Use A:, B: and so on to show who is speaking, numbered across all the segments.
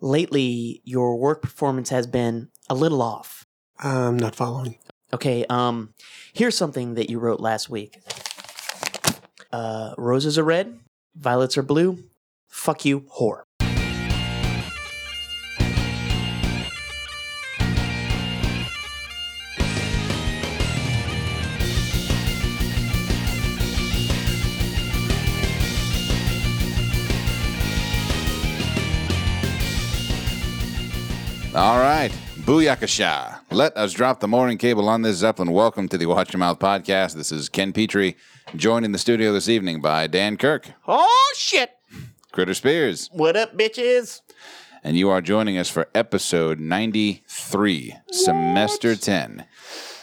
A: lately your work performance has been a little off.
B: I'm not following.
A: Okay, um, here's something that you wrote last week. Uh, roses are red, violets are blue. Fuck you, whore.
C: All right. Booyakasha. Let us drop the mooring cable on this Zeppelin. Welcome to the Watch Your Mouth podcast. This is Ken Petrie, joined in the studio this evening by Dan Kirk,
A: Oh shit!
C: Critter Spears,
A: What up, bitches?
C: and you are joining us for episode 93, semester 10.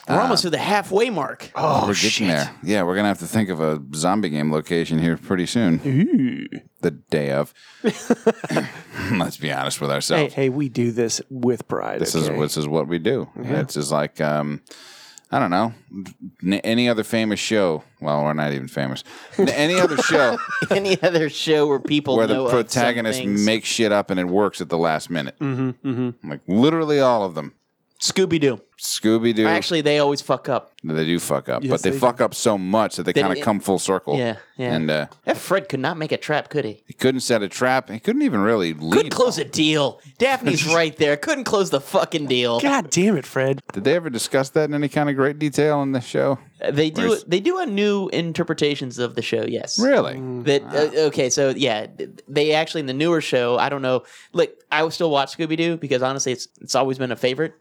B: Uh,
A: We're almost to the halfway mark.
B: oh,
C: we're getting there. Yeah, we're gonna have to think of a zombie game location here pretty soon. The day of. Let's be honest with
B: Hey,
C: ourselves.
B: hey, we do this with pride.
C: this
B: okay?
C: is this is what we do. It's just like um, I don't know n- any other famous show. Well, we're not even famous. N- any other show
A: Any other show where people
C: where
A: know
C: the
A: of some
C: protagonist
A: things.
C: makes shit up and it works at the last minute. Mm-hmm, Like literally all of them.
A: Scooby Doo.
C: Scooby Doo.
A: Actually, they always fuck up.
C: they do fuck up,
B: Yes,
C: but they,
B: they
C: fuck up so much that they kind
A: it-
C: of come full circle.
A: Yeah, yeah.
C: And uh,
A: That Fred could not make a trap, could he?
C: He couldn't set a trap. He couldn't even really lead.
A: Couldn't close a deal. Daphne's right there. Couldn't close the fucking deal.
B: God damn it, Fred.
C: Did they ever discuss that in any kind of great detail in the show?
A: They do.
C: Where's-
A: They do a new interpretations of the show. Yes.
C: Really?
A: That uh, okay, so yeah, they actually in the newer show. I don't know. Like I would still watch Scooby Doo because honestly, it's it's always been a favorite.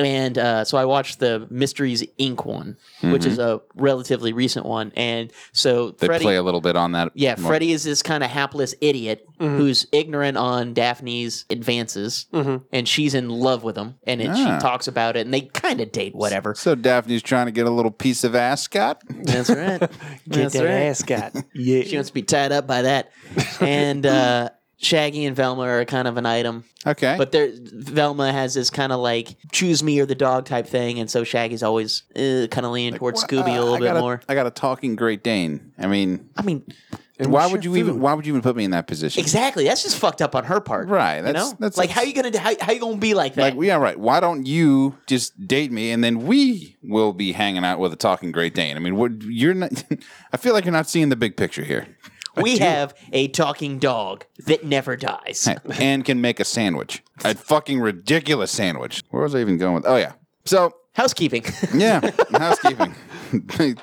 A: And uh, so I watched the Mysteries Inc. one, which is a relatively recent one. And so
C: Mm-hmm. They
A: Freddy,
C: play a little bit on that.
A: yeah,
C: more-
A: Freddy is this kind of hapless idiot
C: Mm-hmm.
A: who's ignorant on Daphne's advances,
C: Mm-hmm.
A: and she's in love with him, and it, she
C: Ah.
A: talks about it, and they kind of date whatever.
C: So Daphne's trying to get a little piece of ascot.
A: That's right.
B: Get
A: That's
B: that
A: right.
B: ascot. Yeah.
A: She wants to be tied up by that. And uh, Shaggy and Velma are kind of an item.
C: Okay.
A: But there, Velma has this kind of like choose me or the dog type thing, and so Shaggy's always uh, kind of leaning towards
C: Uh,
A: Scooby a little
C: I
A: bit
C: got
A: more.
C: I got a talking Great Dane. I mean,
A: I mean,
C: why
B: what's
C: would you
B: your
C: even?
B: food?
C: Why would you even put me in that position?
A: exactly. That's just fucked up on her part,
C: Right,
A: you know,
C: that's- that's-
A: like how you gonna how, how you gonna be like that?
C: Like, yeah, right. Why don't you just date me, and then we will be hanging out with a talking Great Dane? I mean, what, you're not. I feel like you're not seeing the big picture here,
A: we have a talking dog that never dies.
C: and can make a sandwich, a fucking ridiculous sandwich. Where was I even going with? Oh yeah. So
A: Housekeeping.
C: Yeah, housekeeping,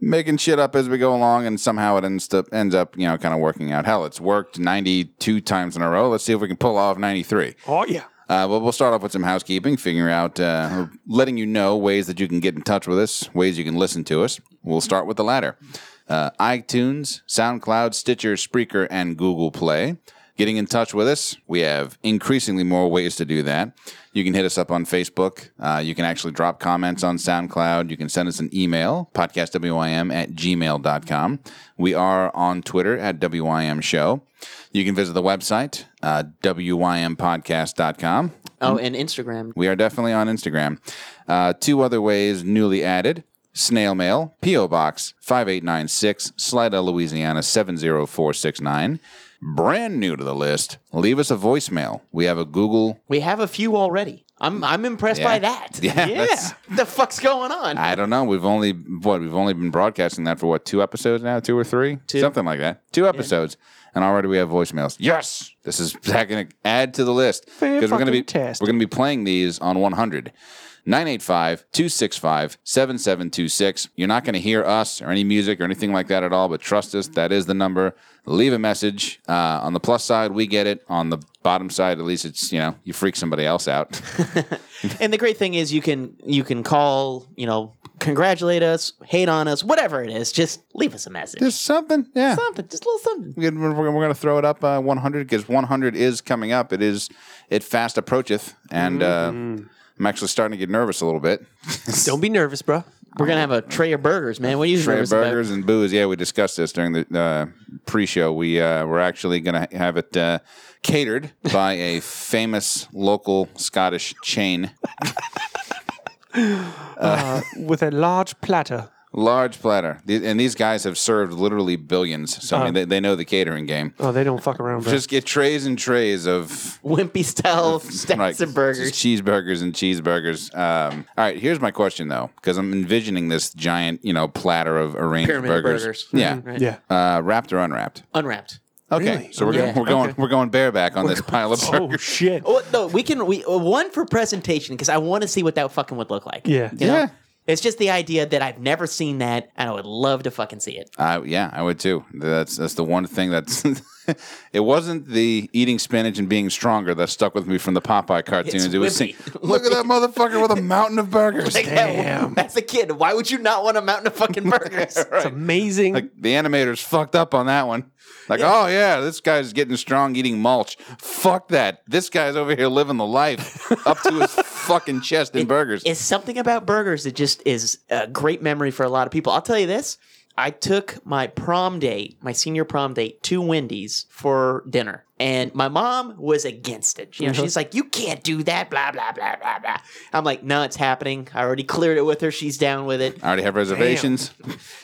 C: making shit up as we go along, and somehow it ends up ends up you know kind of working out. Hell, it's worked ninety two times in a row. Let's see if we can pull off ninety three.
B: Oh yeah.
C: Uh, well, we'll start off with some housekeeping, figuring out, uh, letting you know ways that you can get in touch with us, ways you can listen to us. We'll start with the latter uh, iTunes, SoundCloud, Stitcher, Spreaker, and Google Play. Getting in touch with us, we have increasingly more ways to do that. You can hit us up on Facebook. Uh, you can actually drop comments on SoundCloud. You can send us an email, podcastwim at gmail.com. We are on Twitter at WIM Show. You can visit the website, uh, WIMPodcast.com.
A: oh, and Instagram.
C: We are definitely on Instagram. Uh, two other ways newly added snail mail, P.O. Box 5896, Slida, Louisiana 70469. Brand new to the list, leave us a voicemail. We have a Google.
A: We have a few already. I'm I'm impressed by
C: Yeah.
A: that.
C: Yeah, that's-
A: What the fuck's going on?
C: I don't know. We've only what we've only been broadcasting that for what two episodes now, two or three,
A: Two.
C: something like that. Two episodes, and already we have voicemails. Yes, this is going to add to the list because we're going to be
B: Fan-fucking-tastic.
C: we're going to be playing these on 100. 985-265-7726. You're not going to hear us or any music or anything like that at all, but trust us, that is the number. Leave a message. Uh, on the plus side, we get it. On the bottom side, at least it's, you know, you freak somebody else out.
A: And the great thing is you can you can call, you know, congratulate us, hate on us, whatever it is, just leave us a message.
C: There's something. Yeah.
A: something, just a little something.
C: We're, we're, we're going to throw it up uh, 100 because 100 is coming up. It is it fast approacheth, and uh, I'm actually starting to get nervous a little bit.
B: Don't be nervous, bro.
A: We're gonna have a tray of burgers, man. What are you
C: Tray
A: nervous
C: of burgers and booze. Yeah, we discussed this during the uh, pre-show. We uh, we're actually going to have it uh, catered by a famous local Scottish chain. Uh,
B: With a Uh, large platter
C: Large platter. The- And these guys have served literally billions. So I mean, they, they know the catering game.
B: Oh, they don't fuck around, bro.
C: Just get trays and trays of
A: Wimpy style stacks
C: like,
A: of burgers.
C: just cheeseburgers and cheeseburgers. Um, all right, here's my question though, because I'm envisioning this giant, you know, platter of arranged
A: Pyramid
C: burgers.
A: burgers.
C: Yeah,
A: Right.
B: yeah.
C: uh, wrapped or unwrapped.
A: Unwrapped.
C: Okay,
B: Really?
C: so we're going,
A: Yeah.
C: we're going we're going bareback on this pile of burgers.
B: Oh shit.
A: Oh no, we can we uh, one for presentation because I want to see what that fucking would look like.
B: Yeah.
A: You know?
C: Yeah.
A: It's just the idea that I've never seen that, and I would love to fucking see it.
C: I yeah, I would too. That's that's the one thing that's. it wasn't the eating spinach and being stronger that stuck with me from the Popeye cartoons.
A: It's
C: it was
A: wimpy.
C: seeing, look at that motherfucker with a mountain of burgers.
A: Like that- That's a kid. Why would you not want a mountain of fucking burgers?
B: It's amazing.
C: Like the animators fucked up on that one. Like, oh yeah, this guy's getting strong eating mulch. Fuck that. This guy's over here living the life up to his fucking chest in burgers.
A: It's something about burgers that just is a great memory for a lot of people. I'll tell you this. I took my prom date, my senior prom date, to Wendy's for dinner. And my mom was against it. You
C: Uh-huh.
A: know, she's like, You can't do that, blah, blah, blah, blah, blah. I'm like, no, it's happening. I already cleared it with her. She's down with it.
C: I already have reservations.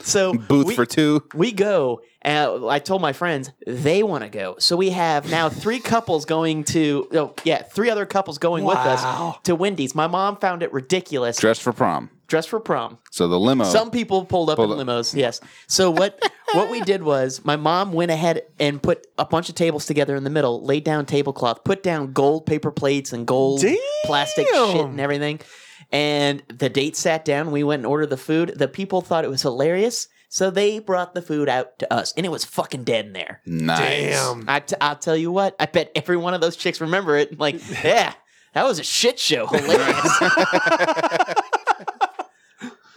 A: So
C: Booth
A: we-
C: for two.
A: we go and i told my friends they want to go so we have now three couples going to oh yeah three other couples going with us
B: Wow.
A: to wendy's my mom found it ridiculous
C: Dressed for prom.
A: dressed for prom
C: So the limo.
A: some people pulled up
C: Pulled
A: in
C: up.
A: limos yes so what what we did was my mom went ahead and put a bunch of tables together in the middle laid down tablecloth put down gold paper plates and gold plastic shit and
B: Damn.
A: everything and the date sat down we went and ordered the food the people thought it was hilarious so they brought the food out to us and it was fucking dead in there
C: nice.
B: Damn.
A: I t- I'll tell you what. I bet every one of those chicks remember it. Like, yeah, that was a shit show. Hilarious.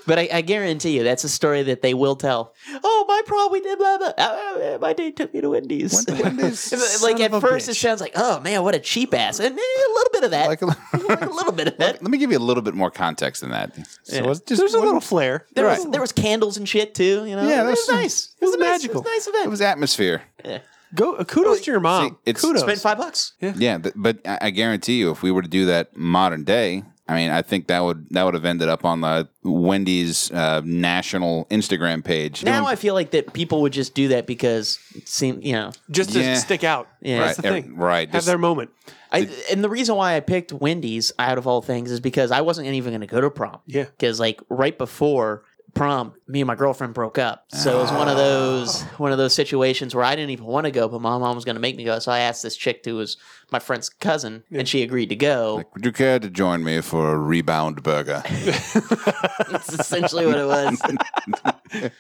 A: but I, I guarantee you, that's a story that they will tell. Oh, my prom, we did blah blah. Uh, uh, my date took me to Wendy's.
B: Son
A: like
B: of
A: at
B: a
A: first, it
B: bitch.
A: sounds like, oh man, what a cheap ass, and eh, a little bit of that,
C: Like
A: like
C: a
A: a,
C: li-
A: little bit of that.
C: Let me give you a little bit more context than that. So
A: Yeah.
C: it's just
B: There's a
C: one-
B: little flair.
A: There
C: Right.
A: was there was candles and shit too. You know,
C: Yeah,
A: it
C: there's
A: was
C: some-
A: nice.
B: it was
A: a nice-
B: magical.
A: It was a
C: It
A: nice
C: was atmosphere.
A: event.
B: Go uh, kudos to your mom.
C: See, it's-
B: kudos.
A: Spent five bucks.
C: Yeah, th- but I I guarantee you, if we were to do that modern day, I mean, I think that would that would have ended up on the Wendy's uh, national Instagram page.
A: Now I feel like that people would just do that because it seemed you know
B: Just to
C: Yeah.
B: stick out.
A: Yeah.
B: That's the
C: Right,
B: thing.
C: Uh, ev- right,
B: Have
C: just-
B: their moment.
A: I, and the reason why I picked Wendy's out of all things is because I wasn't even going to go to prom.
B: Yeah.
A: Because like right before prom, me and my girlfriend broke up, so it was one of those one of those situations where I didn't even want to go, but my mom was going to make me go. So I asked this chick who was my friend's cousin, and she agreed to go.
C: would you care to join me for a rebound burger?
A: That's essentially what it was. you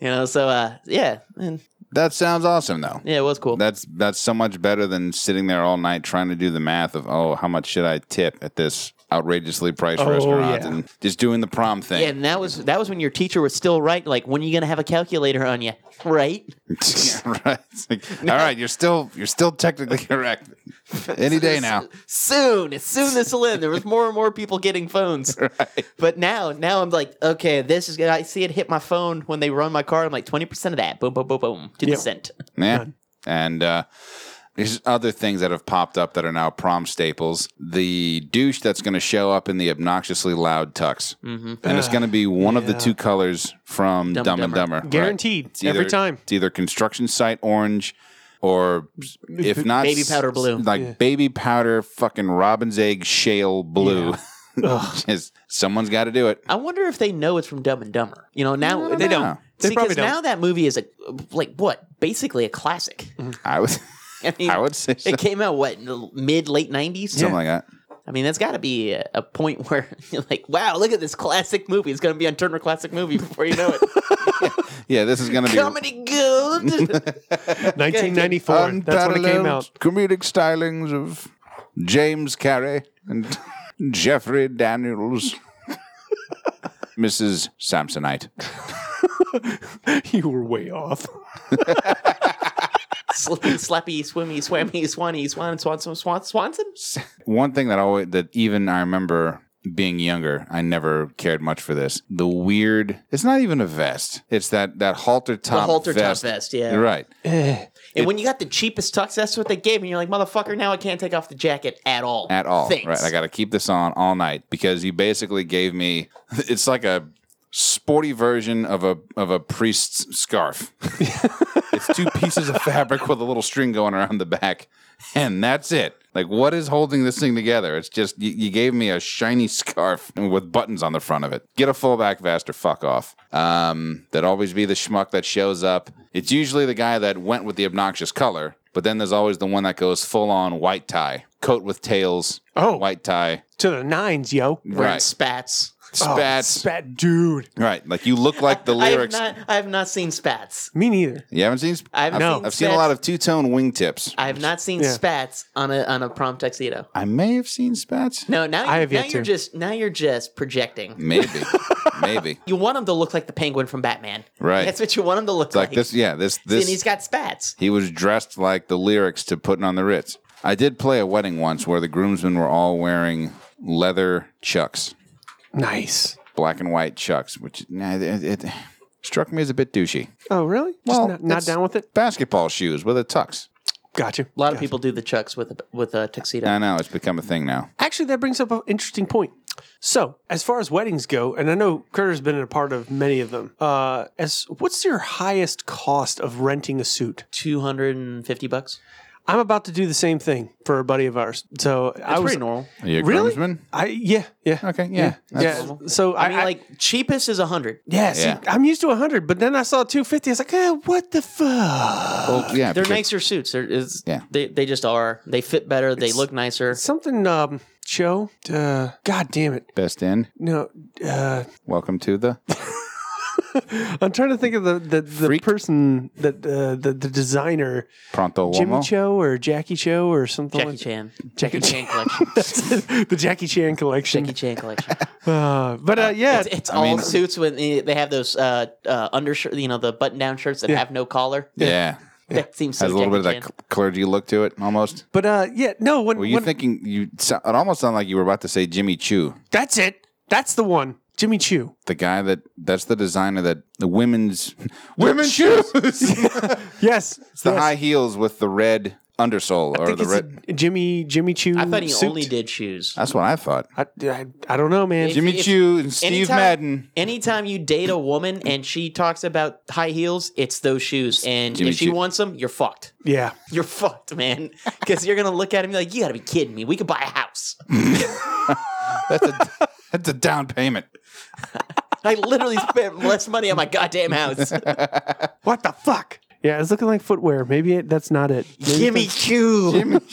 A: know. So uh, yeah, and,
C: that sounds awesome, though.
A: yeah, it was cool.
C: That's that's so much better than sitting there all night trying to do the math of oh, how much should I tip at this outrageously priced
B: Oh,
C: restaurant
B: yeah.
C: and just doing the prom thing.
A: yeah, and that was that was when your teacher was still right. Like, when are you going to have a calculator on you? Right.
C: Yeah, right. It's like, all right, you're still you're still technically correct. Any day now.
A: soon as soon this will end there was more and more people getting phones but now now i'm like okay this is i see it hit my phone when they run my car i'm like 20% of that boom boom boom boom to
B: Yep.
A: the cent
C: Yeah. And uh, there's other things that have popped up that are now prom staples. The douche that's going to show up in the obnoxiously loud tux. Mm-hmm. And it's going to be one of the two colors from Dumb,
A: and
C: and Dumber. right?
B: Guaranteed.
C: It's
B: Every
C: either-
B: time.
C: It's either construction site orange or if not
A: Baby
C: s-
A: powder blue.
C: Like baby powder fucking robin's egg shale blue. Just- someone's got to do it.
A: i wonder if they know it's from dumb and dumber you know now
C: don't
A: they
C: know.
A: don't
B: They
A: See, 'cause
B: probably don't.
A: now that movie is a like what basically a classic
C: I would
A: I, mean,
C: Mm-hmm. I would say so.
A: it came out what in the mid late 90s
C: something like that.
A: i mean that's got to be a, a point where you're like wow look at this classic movie it's going to be on turner classic movie before you know it
C: Yeah, this is going to be
A: comedy gold
B: 1994. That's when it came out.
C: Um, comedic stylings of James Carey and Jeffrey Daniels. Mrs. Samsonite.
B: you were way off.
A: Slippy, slappy, swimmy, swammy, swanny, swan, swan, swan, swan, swanson.
C: One thing that always that even I remember being younger, I never cared much for this. The weird it's not even a vest. It's that that halter top
A: The halter
C: vest.
A: top vest, yeah.
C: Right.
A: And when you got the cheapest tux, that's what they gave, and you're like, motherfucker, now I can't take off the jacket at all.
C: At all. Right.
A: Thanks.
C: I gotta keep this on all night because you basically gave me it's like a sporty version of a of a priest's scarf. it's two pieces of fabric with a little string going around the back, and that's it. Like, what is holding this thing together? It's just you, you gave me a shiny scarf with buttons on the front of it. Get a fullback vest or fuck off. Um, that always be the schmuck that shows up. It's usually the guy that went with the obnoxious color, but then there's always the one that goes full on white tie, coat with tails,
B: Oh.
C: white tie,
B: to the nines, yo.
A: Wearing
C: right,
A: spats.
B: Oh,
C: spats,
B: spat, dude.
C: right. Like you look like the
A: I have
C: lyrics.
A: not. I have not seen spats.
B: Me neither.
C: You haven't seen?
A: I haven't
B: No.
A: seen
C: I've seen a
A: spats.
C: lot of two tone wingtips.
A: I have not seen
B: Yeah.
A: spats on a on a prom tuxedo.
C: I may have seen spats.
A: No, now,
B: I have
A: now
B: yet
A: you're
B: to.
A: just now you're just projecting.
C: Maybe, maybe.
A: You want him to look like the penguin from Batman,
C: Right.
A: That's what you want him to look
C: Like this, yeah. This, this.
A: and he's got spats.
C: He was dressed like the lyrics to Putting on the Ritz. I did play a wedding once where the groomsmen were all wearing leather chucks,
B: Nice.
C: black and white chucks, which nah, it, it struck me as a bit douchey.
B: Oh, really? Just
C: Well,
B: not, not
C: it's-
B: down with it?
C: Basketball shoes with a tux.
B: Gotcha.
A: A lot of people do the chucks with a, with a tuxedo.
C: I know it's become a thing now.
B: Actually, that brings up an interesting point. So, as far as weddings go, and I know Curtis has been a part of many of them. Uh, as what's your highest cost of renting a suit?
A: Two hundred and fifty bucks.
B: I'm about to do the same thing for a buddy of ours. So I
A: That's
B: was
A: pretty normal.
C: Are you a
B: Really?
C: groomsman?
B: I yeah yeah
C: Okay, yeah.
B: yeah.
C: That's-
B: So I,
A: I mean,
B: I-
A: like cheapest is a hundred.
B: yeah, see,
C: Yeah.
B: I'm used to 100, but then I saw 250. I was like, eh, what the fuck?
C: well, yeah.
A: They're
C: because-
A: nicer suits. They're, it's,
C: Yeah.
A: they they just are. They fit better. They look nicer.
B: Something um Joe. Uh, God damn it.
C: Best in.
B: No. Uh,
C: Welcome to the.
B: I'm trying to think of the the, the
C: Freak?
B: person that uh, the the designer
C: Pronto
B: Jimmy
C: Uomo.
B: Cho or Jackie Cho or something
A: Jackie
B: like
A: Chan.
B: Jackie
A: Chan
B: Chan.
A: collection.
B: That's it. the Jackie Chan collection.
A: Jackie Chan collection.
B: Uh, but uh, yeah,
A: It's, it's
C: I
A: all
C: mean-
A: suits when they they have those uh, uh, undershirt, you know, the button-down shirts that have no collar.
C: Yeah.
A: That seems so
C: Has a little bit of
A: Jackie
C: that cl- clergy look to it almost.
B: but uh, yeah, no. When,
C: Were you
B: when-
C: thinking you? so- It almost sounded like you were about to say Jimmy Choo.
B: that's it. That's the one, Jimmy Choo.
C: the guy that that's the designer that the women's women's shoes.
B: Yes,
C: it's the high heels with the red undersole
B: I
C: or
B: think
C: the
B: it's
C: red.
B: a Jimmy Jimmy Choo.
A: Chan. I thought he
B: suit.
A: only did shoes.
C: that's what I thought.
B: I, I, I don't know, man.
A: Jim-
C: Jimmy
A: if-
C: Choo and Steve
A: anytime-
C: Madden.
A: Anytime you date a woman and she talks about high heels, it's those shoes. And
C: Jimmy
A: if she
C: Choo.
A: wants them, you're fucked.
B: yeah,
A: You're fucked, man. Because you're gonna look at him like, you gotta be kidding me. We could buy a house.
C: That's a that's a down payment.
A: I literally spent less money on my goddamn house.
B: what the fuck? Yeah, it's looking like footwear. Maybe it, that's not it. Maybe
A: Jimmy
B: that's-
A: Choo.
C: Jimmy.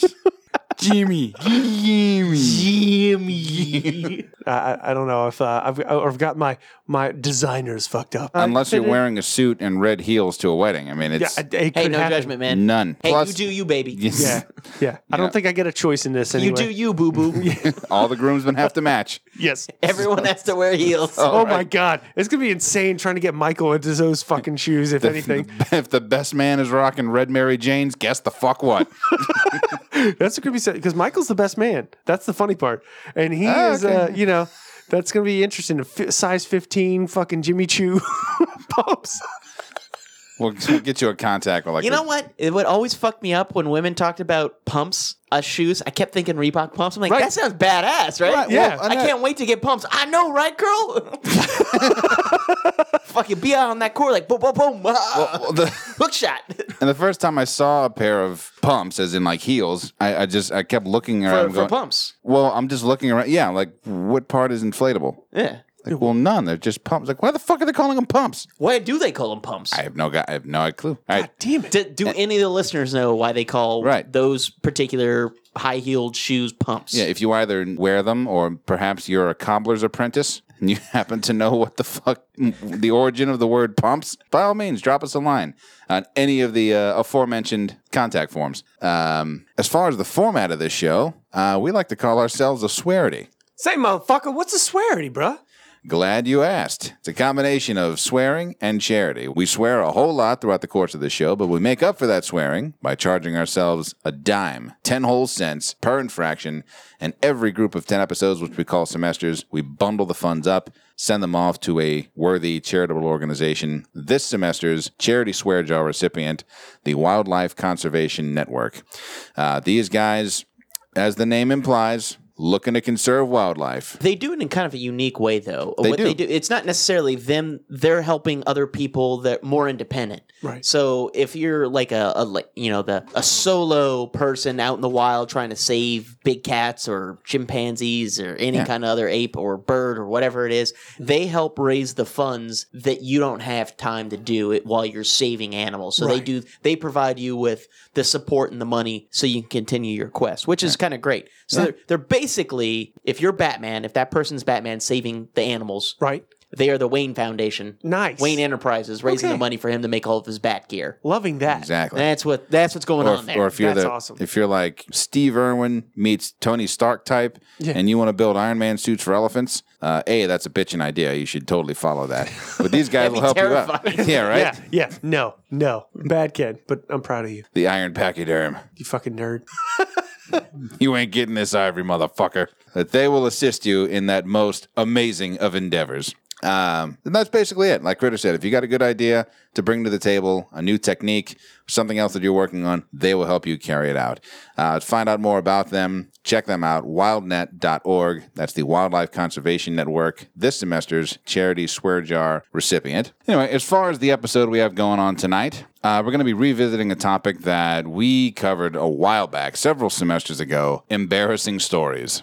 C: Jimmy. Jimmy.
A: Jimmy.
B: I, I- I don't know if uh, I've or I've got my my designers fucked up.
C: Um, Unless you're
B: I-
C: wearing a suit and red heels to a wedding. I mean,
B: yeah,
C: it's
B: it, it
A: Hey,
B: could
A: no
B: happen.
A: judgment, man.
C: none.
A: Hey,
C: Plus,
A: you do you, baby.
B: Yeah, yeah. I don't think I get a choice in this anyway.
A: You do you, boo boo.
C: all the groomsmen have to match.
B: Yes.
A: Everyone has to wear heels.
B: Oh my god, it's gonna be insane trying to get Michael into those fucking shoes. If anything,
C: if the best man is rocking red Mary Jane's, guess the fuck what?
B: that's gonna be because Michael's the best man. That's the funny part, and he
C: Ah,
B: is,
C: okay.
B: uh, you know, that's gonna be interesting. A fi- size fifteen, fucking Jimmy Choo pops.
C: we'll get you a contact. We're like,
A: You know what? It would always fuck me up when women talked about pumps, uh, shoes. I kept thinking Reebok pumps. I'm like,
B: Right.
A: that sounds badass, right?
C: Right,
B: Yeah. well,
A: I
C: I know.
A: can't wait to get pumps. I know, right, girl? Fucking be out on that court like boom, boom, boom. Ah,
C: Well, the-
A: hook shot.
C: And the first time I saw a pair of pumps, as in like heels, I, I just I kept looking around.
A: for, for
C: going,
A: pumps.
C: Well, I'm just looking around. Yeah, like what part is inflatable?
A: Yeah.
C: Like, well, none. They're just pumps. Like, why the fuck are they calling them pumps?
A: Why do they call them pumps?
C: I have no guy. I have no clue. All right.
B: Damn it!
A: do, do any of the listeners know why they call
C: Right.
A: those particular high heeled shoes pumps?
C: Yeah, if you either wear them or perhaps you're a cobbler's apprentice and you happen to know what the fuck the origin of the word pumps, by all means, drop us a line on any of the uh, aforementioned contact forms. Um, as far as the format of this show, uh, we like to call ourselves a swearity.
B: Say, motherfucker, what's a swearity, bruh?
C: Glad you asked. It's a combination of swearing and charity. We swear a whole lot throughout the course of the show, but we make up for that swearing by charging ourselves a dime, 10 whole cents per infraction, and every group of 10 episodes, which we call semesters, we bundle the funds up, send them off to a worthy charitable organization. This semester's charity swear jar recipient, the Wildlife Conservation Network. Uh, these guys as the name implies, looking to conserve wildlife.
A: They do it in kind of a unique way, though.
C: They
A: what
C: do.
A: they do, it's not necessarily them. They're helping other people that more independent.
B: Right.
A: So if you're like a, a like you know the a solo person out in the wild trying to save big cats or chimpanzees or any
C: Yeah.
A: kind of other ape or bird or whatever it is, they help raise the funds that you don't have time to do it while you're saving animals. So they
B: Right.
A: do they provide you with the support and the money so you can continue your quest, which is kind of great. So they're, they're basically if you're Batman, if that person's Batman saving the animals,
B: Right.
A: they are the Wayne Foundation.
B: Nice.
A: Wayne Enterprises raising
B: Okay.
A: the money for him to make all of his bat gear.
B: Loving that.
C: Exactly.
A: That's what that's what's going
C: or
A: on
C: if,
A: there.
C: or if you're
B: That's
C: the
B: awesome.
C: if you're like Steve Irwin meets Tony Stark type,
B: Yeah.
C: and you want to build Iron Man suits for elephants, uh, a that's a bitching idea. You should totally follow that. But these guys will help
A: That'd be
C: you out. Yeah, right.
B: Yeah. Yeah. No. No. Bad kid, but I'm proud of you.
C: The iron pachyderm.
B: You fucking nerd.
C: You ain't getting this ivory, motherfucker. That they will assist you in that most amazing of endeavors. Um, and that's basically it. Like Critter said, if you got a good idea to bring to the table, a new technique, something else that you're working on, they will help you carry it out. Uh, to find out more about them, check them out, wildnet.org. That's the Wildlife Conservation Network, this semester's Charity Swear Jar recipient. Anyway, as far as the episode we have going on tonight, uh, we're going to be revisiting a topic that we covered a while back, several semesters ago embarrassing stories,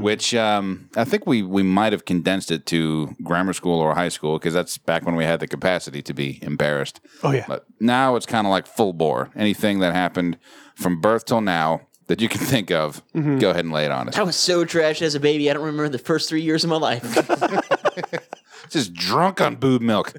C: which um, I think we, we might have condensed it to grammar school or high school because that's back when we had the capacity to be embarrassed.
B: Oh, yeah.
C: But now it's kind of like full bore. Anything that happened from birth till now that you can think of, go ahead and lay it on us.
A: I was so trash as a baby. I don't remember the first three years of my life.
C: Just drunk on boob milk.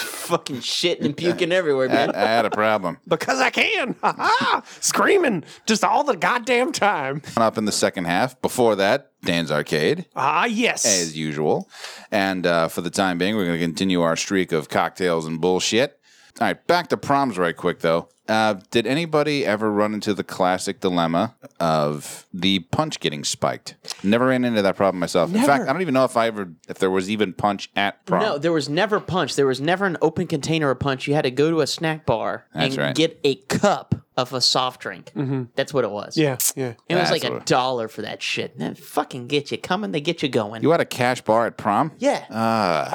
A: Fucking shitting and puking everywhere,
C: I,
A: man.
C: I had a problem.
B: Because I can. Ha ha. Screaming just all the goddamn time.
C: Up in the second half. Before that, Dan's Arcade.
B: Ah, yes.
C: as usual. And uh, for the time being, we're going to continue our streak of cocktails and bullshit. All right, back to proms right quick, though. Uh, did anybody ever run into the classic dilemma of the punch getting spiked? Never ran into that problem myself. In fact,
B: Never.
C: I don't even know if I ever if there was even punch at prom.
A: No, there was never punch. There was never an open container of punch. You had to go to a snack bar
C: That's
A: and
C: right.
A: get a cup of a soft drink.
B: Mm-hmm.
A: That's what it was.
B: yeah. Yeah.
A: It was
C: That's
A: like a
C: what-
A: dollar for that shit. And that fucking get you coming, they get you going.
C: you had a cash bar at prom.
A: yeah.
C: Uh,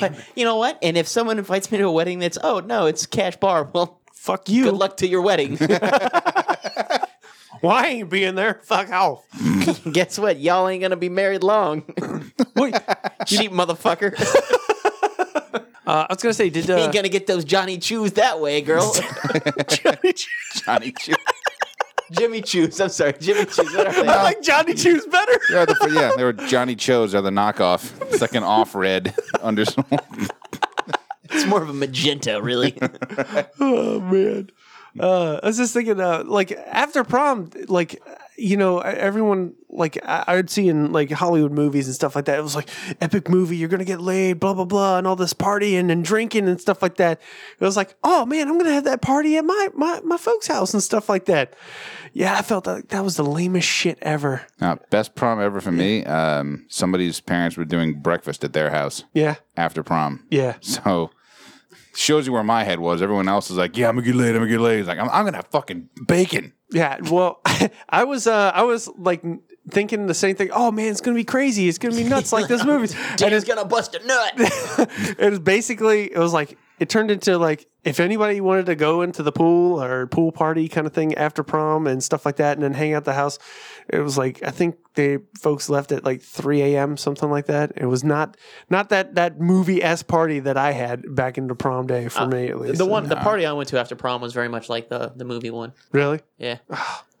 A: But you know what? And if someone invites me to a wedding that's, oh, no, it's cash bar, well,
B: Fuck you.
A: good luck to your wedding.
B: Why I ain't being there? Fuck off.
A: Guess what? Y'all ain't going to be married long.
B: Wait.
A: Cheap motherfucker.
B: Uh, I was gonna say, did
A: You
B: uh,
A: ain't gonna get those Johnny Chews that way, girl.
B: uh,
C: Johnny, Chew-
A: Jimmy Chews. I'm sorry, Jimmy Chews. What are they?
B: I like Johnny Chews better?
C: yeah, the, yeah, they were Johnny Cho's are the knockoff. It's like an off red under.
A: It's more of a magenta, really.
B: oh man. Uh, I was just thinking, uh, like after prom, like you know, e, everyone like I- I'd see in like Hollywood movies and stuff like that. It was like epic movie, you're gonna get laid, blah blah blah, and all this partying and drinking and stuff like that. It was like, oh man, I'm gonna have that party at my my my folks' house and stuff like that. Yeah, I felt that that was the lamest shit ever.
C: Uh, best prom ever for me. Um, somebody's parents were doing breakfast at their house
B: Yeah,
C: after prom.
B: yeah.
C: So shows you where my head was. Everyone else is like, "Yeah, I'm gonna get laid. I'm gonna get laid." He's like, "I'm, I'm gonna have fucking bacon."
B: Yeah, well, I was uh, I was like thinking the same thing. Oh man, it's gonna be crazy. It's gonna be nuts like this movie. and
A: Dan's gonna bust a nut.
B: it was basically it was like it turned into like if anybody wanted to go into the pool or pool party kind of thing after prom and stuff like that, and then hang out the house. It was like I think they folks left at like three a.m. something like that. It was not not that that movie s party that I had back into prom day for me at least.
A: Uh, the one, the party I went to after prom was very much like the the movie one.
B: really
A: Yeah,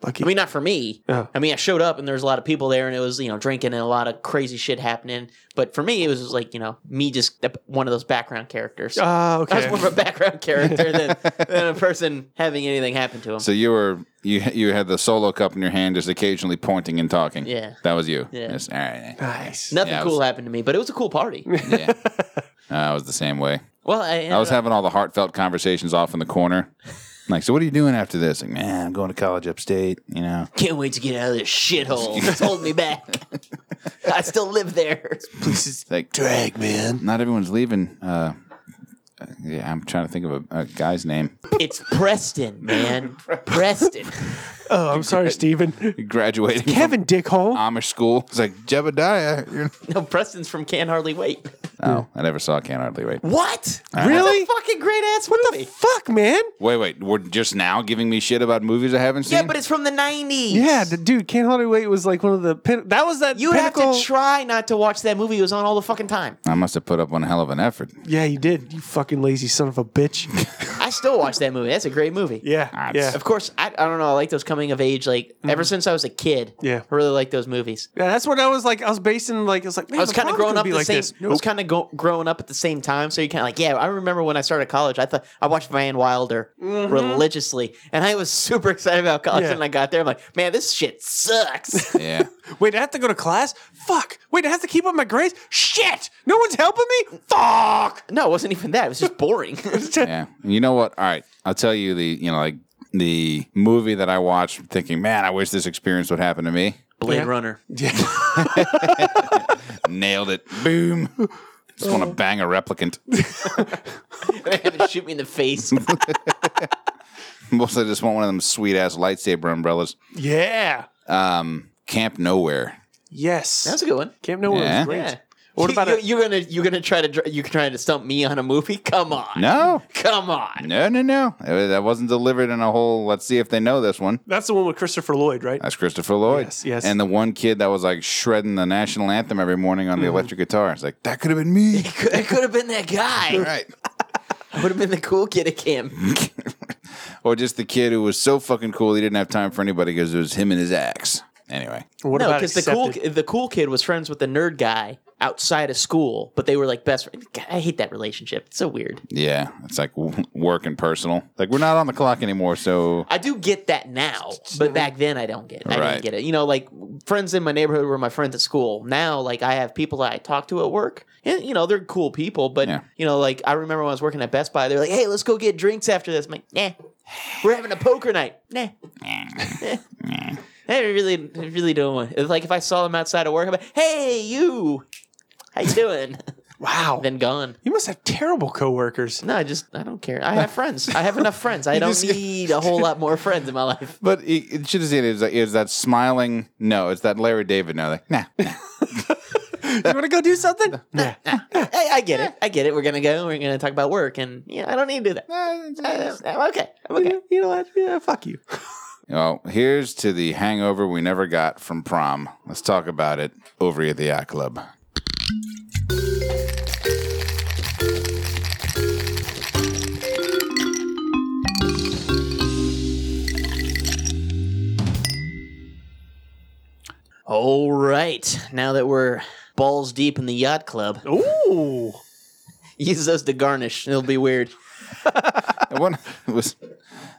B: lucky.
A: I mean, not for me.
B: Yeah.
A: I mean, I showed up and there was a lot of people there, and it was you know drinking and a lot of crazy shit happening. But for me, it was just like you know me just one of those background characters.
B: Ah,
A: I
B: okay.
A: was more of a background character than, than a person having anything happen to him.
C: So you were you you had the solo cup in your hand, just occasionally pointing and talking.
A: Yeah.
C: that was you.
A: Yeah.
C: Yes. All right.
B: nice.
A: Nothing
C: Yeah, I
A: cool
C: was-
A: happened to me, but it was a cool party.
C: Yeah. Uh, I was the same way.
A: Well, I,
C: I was having all the heartfelt conversations off in the corner. Like, so what are you doing after this? Like, man, I'm going to college upstate. You know,
A: can't wait to get out of this shithole. It's holding me back. I still live there.
C: like
B: Drag man.
C: not everyone's leaving. Uh, yeah, I'm trying to think of a, a guy's name.
A: It's Preston, man. Preston.
B: Oh, I'm sorry, Stephen.
C: Graduating
B: Kevin Dickhole.
C: from Amish school. It's like Jebediah. You're...
A: No, Preston's from Can Hardly Wait.
C: Oh, I never saw Can Hardly Wait.
A: Uh, What?
B: Really?
A: That's a fucking great ass movie.
B: Fuck, man.
C: Wait, wait. We're just now giving me shit about movies I haven't seen.
A: yeah, but it's from the 90s.
B: Yeah, the dude, Can't Hardly Wait was like one of the pin- that was that
A: You would have
B: pinnacle-
A: to try not to watch that movie. It was on all the fucking time.
C: I must have put up one hell of an effort.
B: yeah, you did. You fucking lazy son of a bitch.
A: I still watch that movie. That's a great movie.
B: Yeah,
C: Ah,
B: yeah.
C: it's-
A: Of course, I, I don't know. I like those coming of age. Like ever since I was a kid,
B: Mm-hmm. Yeah.
A: I really like those movies.
B: Yeah, that's what I was like. I was basing like I was like man,
A: I was
B: the
A: kind of growing
B: prom could
A: up
B: be
A: the
B: like
A: same.
B: This.
A: I was kind of go, growing up at the same time, so you kind of like, yeah. I remember when I started college, I thought I watched Van Wilder religiously, and I was super excited about college.
B: Mm-hmm. Yeah.
A: And I got there, I'm like, man, this shit sucks.
C: Yeah.
B: Wait, I have to go to class. Fuck. Wait, I have to keep up my grades. Shit. No one's helping me. Fuck.
A: no, it wasn't even that. It was just boring.
C: yeah. You know what? All right. I'll tell you the, you know, like the movie that I watched thinking, man, I wish this experience would happen to me.
A: Blade
B: Yeah.
A: Runner.
C: Nailed it. Boom. Just want to
A: Oh.
C: bang a replicant.
A: they have it shoot me in the face.
C: Mostly just want one of them sweet ass lightsaber umbrellas.
B: Yeah.
C: Um, Camp Nowhere.
B: Yes.
A: That's a good one.
B: Camp Nowhere
C: Yeah.
B: was great.
A: Yeah.
B: What
A: You-
B: about
A: you,
B: a-
A: you're gonna you're gonna try to dr- you trying to stump me on a movie? Come on,
C: No,
A: come on.
C: no, no, no. Uh, That wasn't delivered in a whole, let's see if they know this one.
B: That's the one with Christopher Lloyd, right?
C: That's Christopher Lloyd.
B: Yes, yes.
C: And the one kid that was like shredding the national anthem every morning on the
B: Mm-hmm.
C: electric guitar. It's like, that could have been me.
A: Could, it could have been that guy.
C: right.
A: Would have been the cool kid at camp.
C: Or just the kid who was so fucking cool he didn't have time for anybody because it was him and his axe. Anyway.
B: What
A: no,
B: about
A: because the cool
B: Accepted?
A: the cool kid was friends with the nerd guy outside of school, but they were like best. friends. God, I hate that relationship. It's so weird.
C: Yeah. It's like w- work and personal. Like we're not on the clock anymore, so
A: I do get that now, but back then I don't get it. I
C: Mm-hmm. Right.
A: didn't get it. You know, like friends in my neighborhood were my friends at school. Now, like I have people that I talk to at work, and you know they're cool people. But
C: Yeah.
A: you know, like I remember when I was working at Best Buy, they were like, "Hey, let's go get drinks after this." I'm like, "Nah, we're having a poker night." Nah. Nah. I really, I really don't want. It's like if I saw them outside of work, I'm like, "Hey, you, how you doing?"
B: Wow.
A: then gone.
B: you must have terrible coworkers.
A: No, I just I don't care. I have friends. I have enough friends. I don't
C: just-
A: need a whole lot more friends in my life.
C: but it, it should have seen it. It was, like, it was that smiling no, it's that Larry David no. Like, nah. nah.
B: you want to go do something? yeah.
A: I, I get it. I get it. We're gonna go. We're gonna talk about work, and yeah, I don't need to do that. Uh, I'm okay. I'm okay.
B: You know what? Yeah, fuck you.
C: Well, here's to the hangover we never got from prom. Let's talk about it over at the yacht club.
A: All right. Now that we're balls deep in the yacht club,
B: Ooh.
A: use those to garnish. It'll be weird.
C: I wonder- it was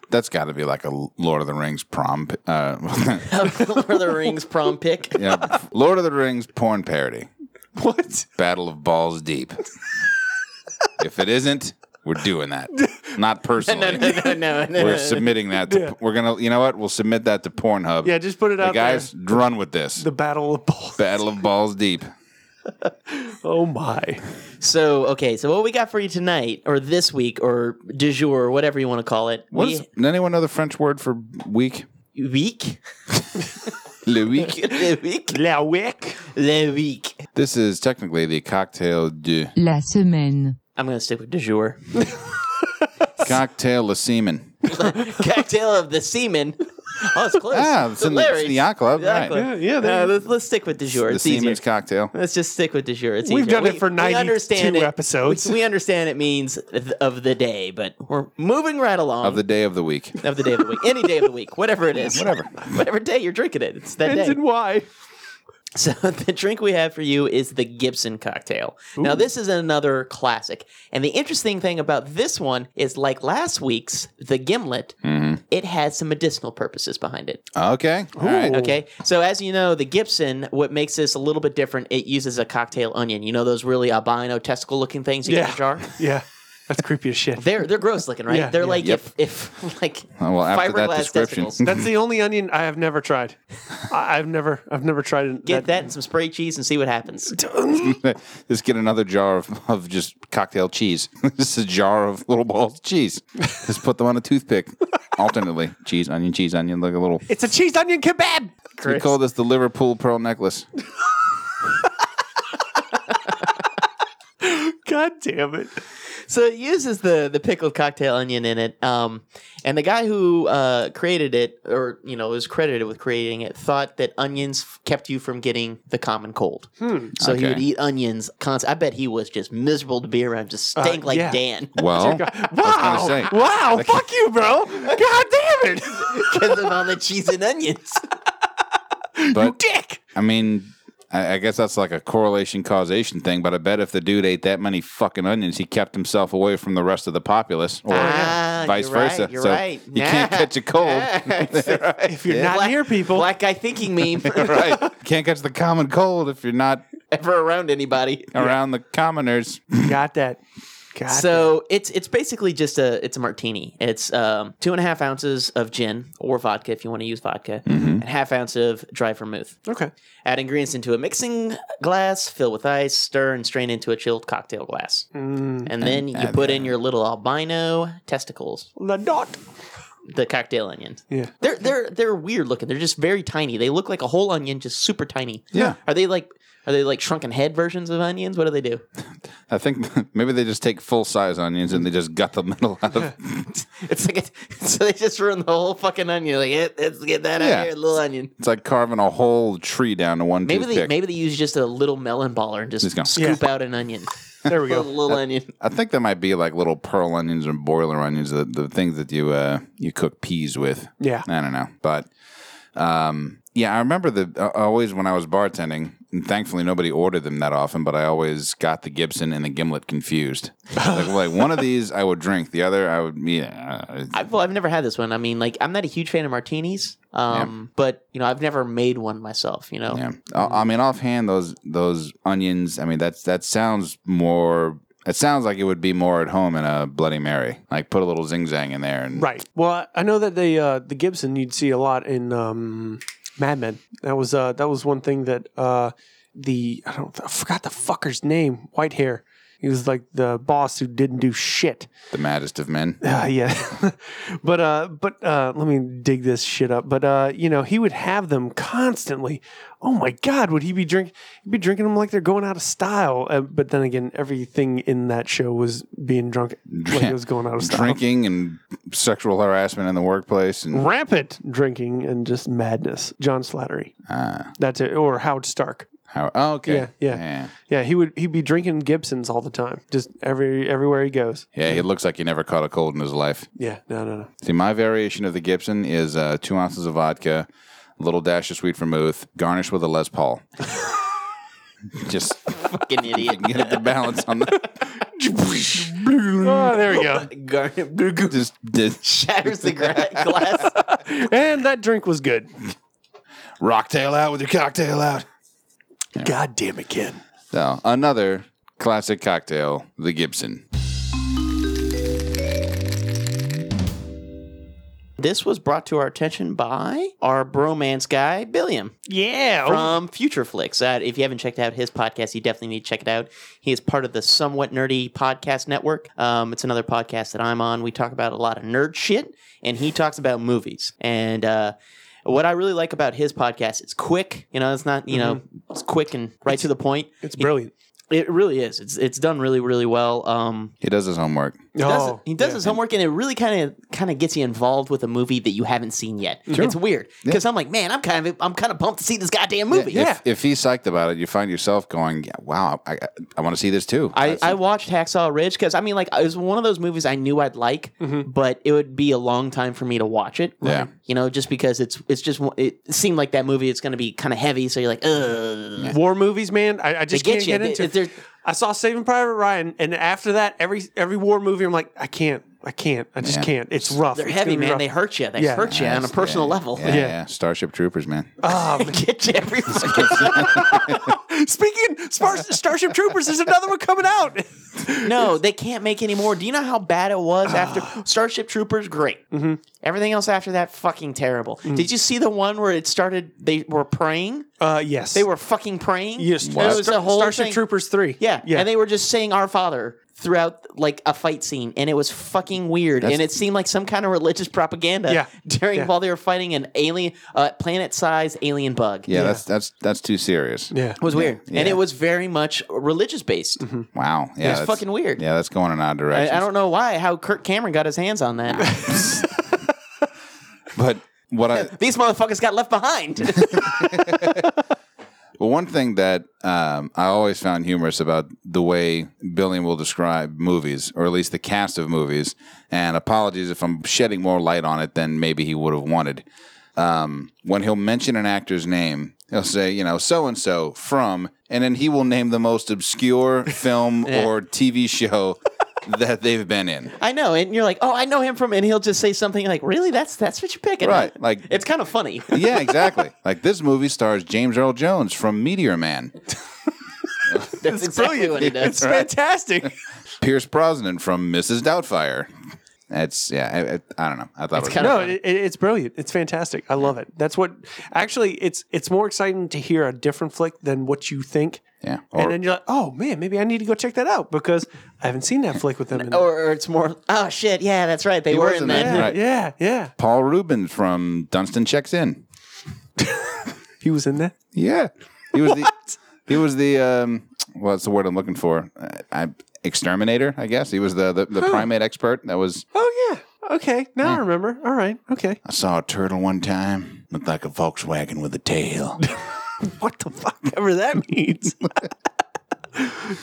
C: that's got to be like a Lord of the Rings prom. p- Uh,
A: Lord of the Rings prom pick.
C: yeah, Lord of the Rings porn parody.
B: What?
C: Battle of Balls Deep. if it isn't, we're doing that. Not personally.
A: No, no, no, no, no.
C: We're submitting that. To, We're gonna. You know what? We'll submit that to Pornhub.
B: Yeah, just put it
C: the
B: out
C: guys
B: there.
C: run with this.
B: The Battle of Balls.
C: Battle of Balls Deep.
B: Oh my.
A: So okay. So what we got for you tonight, or this week, or du jour, or whatever you want to call it.
C: What is, Does anyone know the French word for week?
A: we, week?
C: Le week.
A: Le week.
B: La Wick.
A: Le week.
C: this is technically the cocktail de
D: La semaine.
A: I'm gonna stick with du jour.
C: cocktail of semen.
A: Cocktail of the semen. Oh, it's close.
C: Ah, it's in the, it's in the yacht club.
A: Yacht
C: right.
A: club.
B: Yeah, yeah, there
A: Uh,
B: you
A: let's, let's stick with du jour.
C: The
A: It's easier.
C: semen's cocktail.
A: Let's just stick with du jour. It's
B: We've
A: easier.
B: done it for
A: we
B: 92
A: it.
B: episodes.
A: We understand it means th- of the day, but we're moving right along
C: Of the day of the week.
A: of the day of the week, any day of the week, whatever it is,
C: Whatever.
A: whatever day you're drinking it, it's that
B: Depends
A: day.
B: on why.
A: So the drink we have for you is the Gibson cocktail. Now this is another classic, and the interesting thing about this one is, like last week's, the Gimlet,
C: Mm-hmm.
A: it has some medicinal purposes behind it.
C: Okay. All right.
A: Okay. So as you know, the Gibson, what makes this a little bit different, it uses a cocktail onion. You know those really albino testicle looking things you get in
B: Yeah.
A: a jar?
B: Yeah. I That's creepy as shit.
A: They're they're gross looking, right?
B: Yeah,
A: they're
B: yeah.
A: like
C: Yep.
A: if if like
C: Oh, well, after that
A: fiberglass
C: description.
A: testicles.
B: That's the only onion I have never tried. I, I've never, I've never tried it.
A: Get that and some spray cheese and see what happens.
C: just get another jar of, of just cocktail cheese. just a jar of little balls of cheese. Just put them on a toothpick alternately. Cheese, onion, cheese, onion, like a little.
B: It's a cheese onion kebab.
C: We call this the Liverpool pearl necklace.
B: God damn it!
A: So it uses the the pickled cocktail onion in it. Um, and the guy who uh, created it, or you know, was credited with creating it, thought that onions f- kept you from getting the common cold. So he
C: Hmm. Okay.
A: would eat onions. Const- I bet he was just miserable to be around, just
C: Uh,
A: stank like
B: yeah.
A: Dan
C: Well, I
B: Wow!
C: was gonna say.
B: Wow! Fuck you, bro! God damn it!
A: because of all the cheese and onions.
C: Ah, but
B: Dick.
C: I mean, I, I guess that's like a correlation causation thing. But I bet if the dude ate that many fucking onions, he kept himself away from the rest of the populace, or
A: Ah,
C: vice
A: you're right,
C: versa.
A: you're
C: so
A: right.
C: you can't
A: Nah.
C: catch a cold.
B: If you're not
A: Black-
B: here, people.
A: Black guy thinking meme
C: right? Can't catch the common cold if you're not
A: ever around anybody.
C: around the commoners.
B: Got that. Got
A: So it's it's basically just a it's a martini. It's um, two and a half ounces of gin or vodka if you want to use vodka,
C: Mm-hmm.
A: and half ounce of dry vermouth.
B: that. Okay.
A: Add ingredients into a mixing glass, fill with ice, stir and strain into a chilled cocktail glass,
C: Mm,
A: and then you put in your little albino testicles,
B: La dot.
A: the cocktail onions.
B: Yeah.
A: They're they're they're weird looking. They're just very tiny. They look like a whole onion, just super tiny.
C: Yeah.
A: Are they like are they like shrunken head versions of onions? What do they do?
C: I think maybe they just take full size onions and they just gut the middle out of.
A: It's like a, so they just ruined the whole fucking onion. Like eh, let's get that
C: Yeah.
A: out here, little onion.
C: It's like carving a whole tree down to one
A: Maybe they
C: toothpick.
A: maybe they use just a little melon baller and just
C: Just go.
A: scoop out an onion.
B: There we
A: a
B: go.
A: little onion.
C: I think there might be like little pearl onions and boiler onions, the, the things that you uh, you cook peas with.
B: Yeah.
C: I don't know, but um, yeah, I remember the uh, always when I was bartending. And thankfully, nobody ordered them that often, but I always got the Gibson and the gimlet confused. like, like one of these I would drink, the other I would yeah. uh,
A: I've, well, I've never had this one. I mean, like I'm not a huge fan of martinis, um, but you know I've never made one myself. You know,
C: Yeah, I I mean, offhand, those those onions. I mean, that's that sounds more. It sounds like it would be more at home in a Bloody Mary. Like put a little zing zang in there, and
B: Right. Well, I- I know that they uh, the Gibson you'd see a lot in um, Mad Men. That was uh, that was one thing that uh, the I don't I forgot the fucker's name. White hair. He was like the boss who didn't do shit.
C: the maddest of men.
B: Uh, yeah, but uh, but uh, let me dig this shit up. But uh, you know, he would have them constantly. Oh my God, would he be drink? He'd be drinking them like they're going out of style. Uh, but then again, everything in that show was being drunk like it was going out of style.
C: Drinking and sexual harassment in the workplace, and
B: rampant drinking and just madness. John Slattery.
C: Ah.
B: That's it. Or Howard Stark.
C: how? Oh, okay,
B: Yeah, yeah.
C: yeah.
B: Yeah, he would he'd be drinking Gibsons all the time. Just every everywhere he goes.
C: Yeah, He looks like he never caught a cold in his life.
B: Yeah, no, no, no.
C: See, my variation of the Gibson is uh, two ounces of vodka, a little dash of sweet vermouth, garnished with a Les Paul. Just
A: fucking idiot.
C: get it to balance on the.
B: Oh, there we go.
A: Garnet
C: just did.
A: shatters the gra- glass.
B: and that drink was good.
C: Rocktail out with your cocktail out.
B: God damn it, Ken.
C: So another classic cocktail, the Gibson.
A: This was brought to our attention by our bromance guy, Billiam.
B: Yeah.
A: from Future Flicks. Uh, if you haven't checked out his podcast, you definitely need to check it out. He is part of the Somewhat Nerdy Podcast Network. Um, it's another podcast that I'm on. We talk about a lot of nerd shit, and he talks about movies. And uh, what I really like about his podcast, it's quick. You know, it's not you know, it's quick and right to the point.
B: it's brilliant.
A: It really is. It's it's done really really well. Um,
C: He does his homework.
A: he does,
B: Oh,
A: he does his homework, and it really kind of kind of gets you involved with a movie that you haven't seen yet. It's weird because I'm like, man, I'm kind of I'm kind of pumped to see this goddamn movie.
B: Yeah.
C: If he's psyched about it, you find yourself going, yeah, "Wow, I, I, I want to see this too."
A: I, I watched Hacksaw Ridge because I mean, like, it was one of those movies I knew I'd like,
B: Mm-hmm.
A: but it would be a long time for me to watch it.
C: Yeah.
A: you know, just because it's it's just one- it seemed like that movie. It's going to be kind of heavy, so you're like, ugh.
B: War movies, man. I, I just
A: get
B: can't
A: you.
B: get
A: They-
B: into.
A: they're-
B: it. I saw Saving Private Ryan, and after that, every every war movie, I'm like, I can't, I can't, I just
C: Yeah.
B: can't. It's rough.
A: They're
B: It's
A: heavy,
B: gonna be
A: man.
B: rough.
A: They hurt you. They
B: Yeah.
A: hurt you on a personal level. Oh,
C: yeah,
A: They
B: Yeah.
C: yeah, Starship Troopers, man.
A: get you everywhere.
B: Speaking Spar- Starship Troopers, there's another one coming out.
A: No, they can't make any more. Do you know how bad it
B: Ah.
A: was after Starship Troopers? Great.
B: Mm-hmm.
A: Everything else after that, fucking terrible. Did you see the one where it started? They were praying.
B: Uh, yes,
A: They were fucking praying.
B: Yes,
A: It
C: What?
A: was a whole
B: Starship
A: thing.
B: Troopers three.
A: Yeah.
B: yeah.
A: And they were just saying our father throughout like a fight scene and it was fucking weird and it seemed like some kind of religious propaganda
B: Yeah.
A: during
B: Yeah.
A: while they were fighting an alien uh, planet-sized alien bug.
C: Yeah, that's that's that's too serious.
B: yeah.
A: It was weird. And
C: Yeah.
A: it was very much religious based.
B: Mm-hmm.
C: Wow. Yeah,
A: It's
C: that's-
A: fucking weird.
C: Yeah, that's going in odd
A: I,
C: directions.
A: I don't know why how Kirk Cameron got his hands on that.
C: but what I
A: These motherfuckers got left behind.
C: Well, one thing that um, I always found humorous about the way Billion will describe movies, or at least the cast of movies, and apologies if I'm shedding more light on it than maybe he would have wanted. Um, when he'll mention an actor's name, he'll say, you know, so and so from, and then he will name the most obscure film or TV show that they've been in.
A: I know, and you're like, oh, I know him from, and he'll just say something like, really? That's that's what you're picking,
C: Right, like-
A: it's kind of funny.
C: Yeah, exactly. like this movie stars James Earl Jones from Meteor Man.
A: That's exactly what he does.
B: It's fantastic.
C: Pierce Brosnan from Mrs. Doubtfire. That's yeah. I, I don't know. I thought it was
A: kinda-
B: no, it, it- it's brilliant. It's fantastic. I love it. That's what actually. It's it's more exciting to hear a different flick than what you think.
C: yeah.
B: and
C: Or
B: then you're like, oh man, maybe I need to go check that out because I haven't seen that flick with them. In
A: Or, or it's more, oh shit, yeah, that's right, they were
C: was
A: in
C: in
A: that.
B: yeah,
C: Right.
B: yeah, yeah.
C: Paul Rubens from Dunstan checks in.
B: He was in that.
C: Yeah, he was the he was the um. What's the word I'm looking for? I, I exterminator. I guess he was the the, the primate expert. That was
B: Oh yeah. Okay. Now I remember. All right. Okay.
C: I saw a turtle one time. Looked like a Volkswagen with a tail.
B: What the fuck ever that means.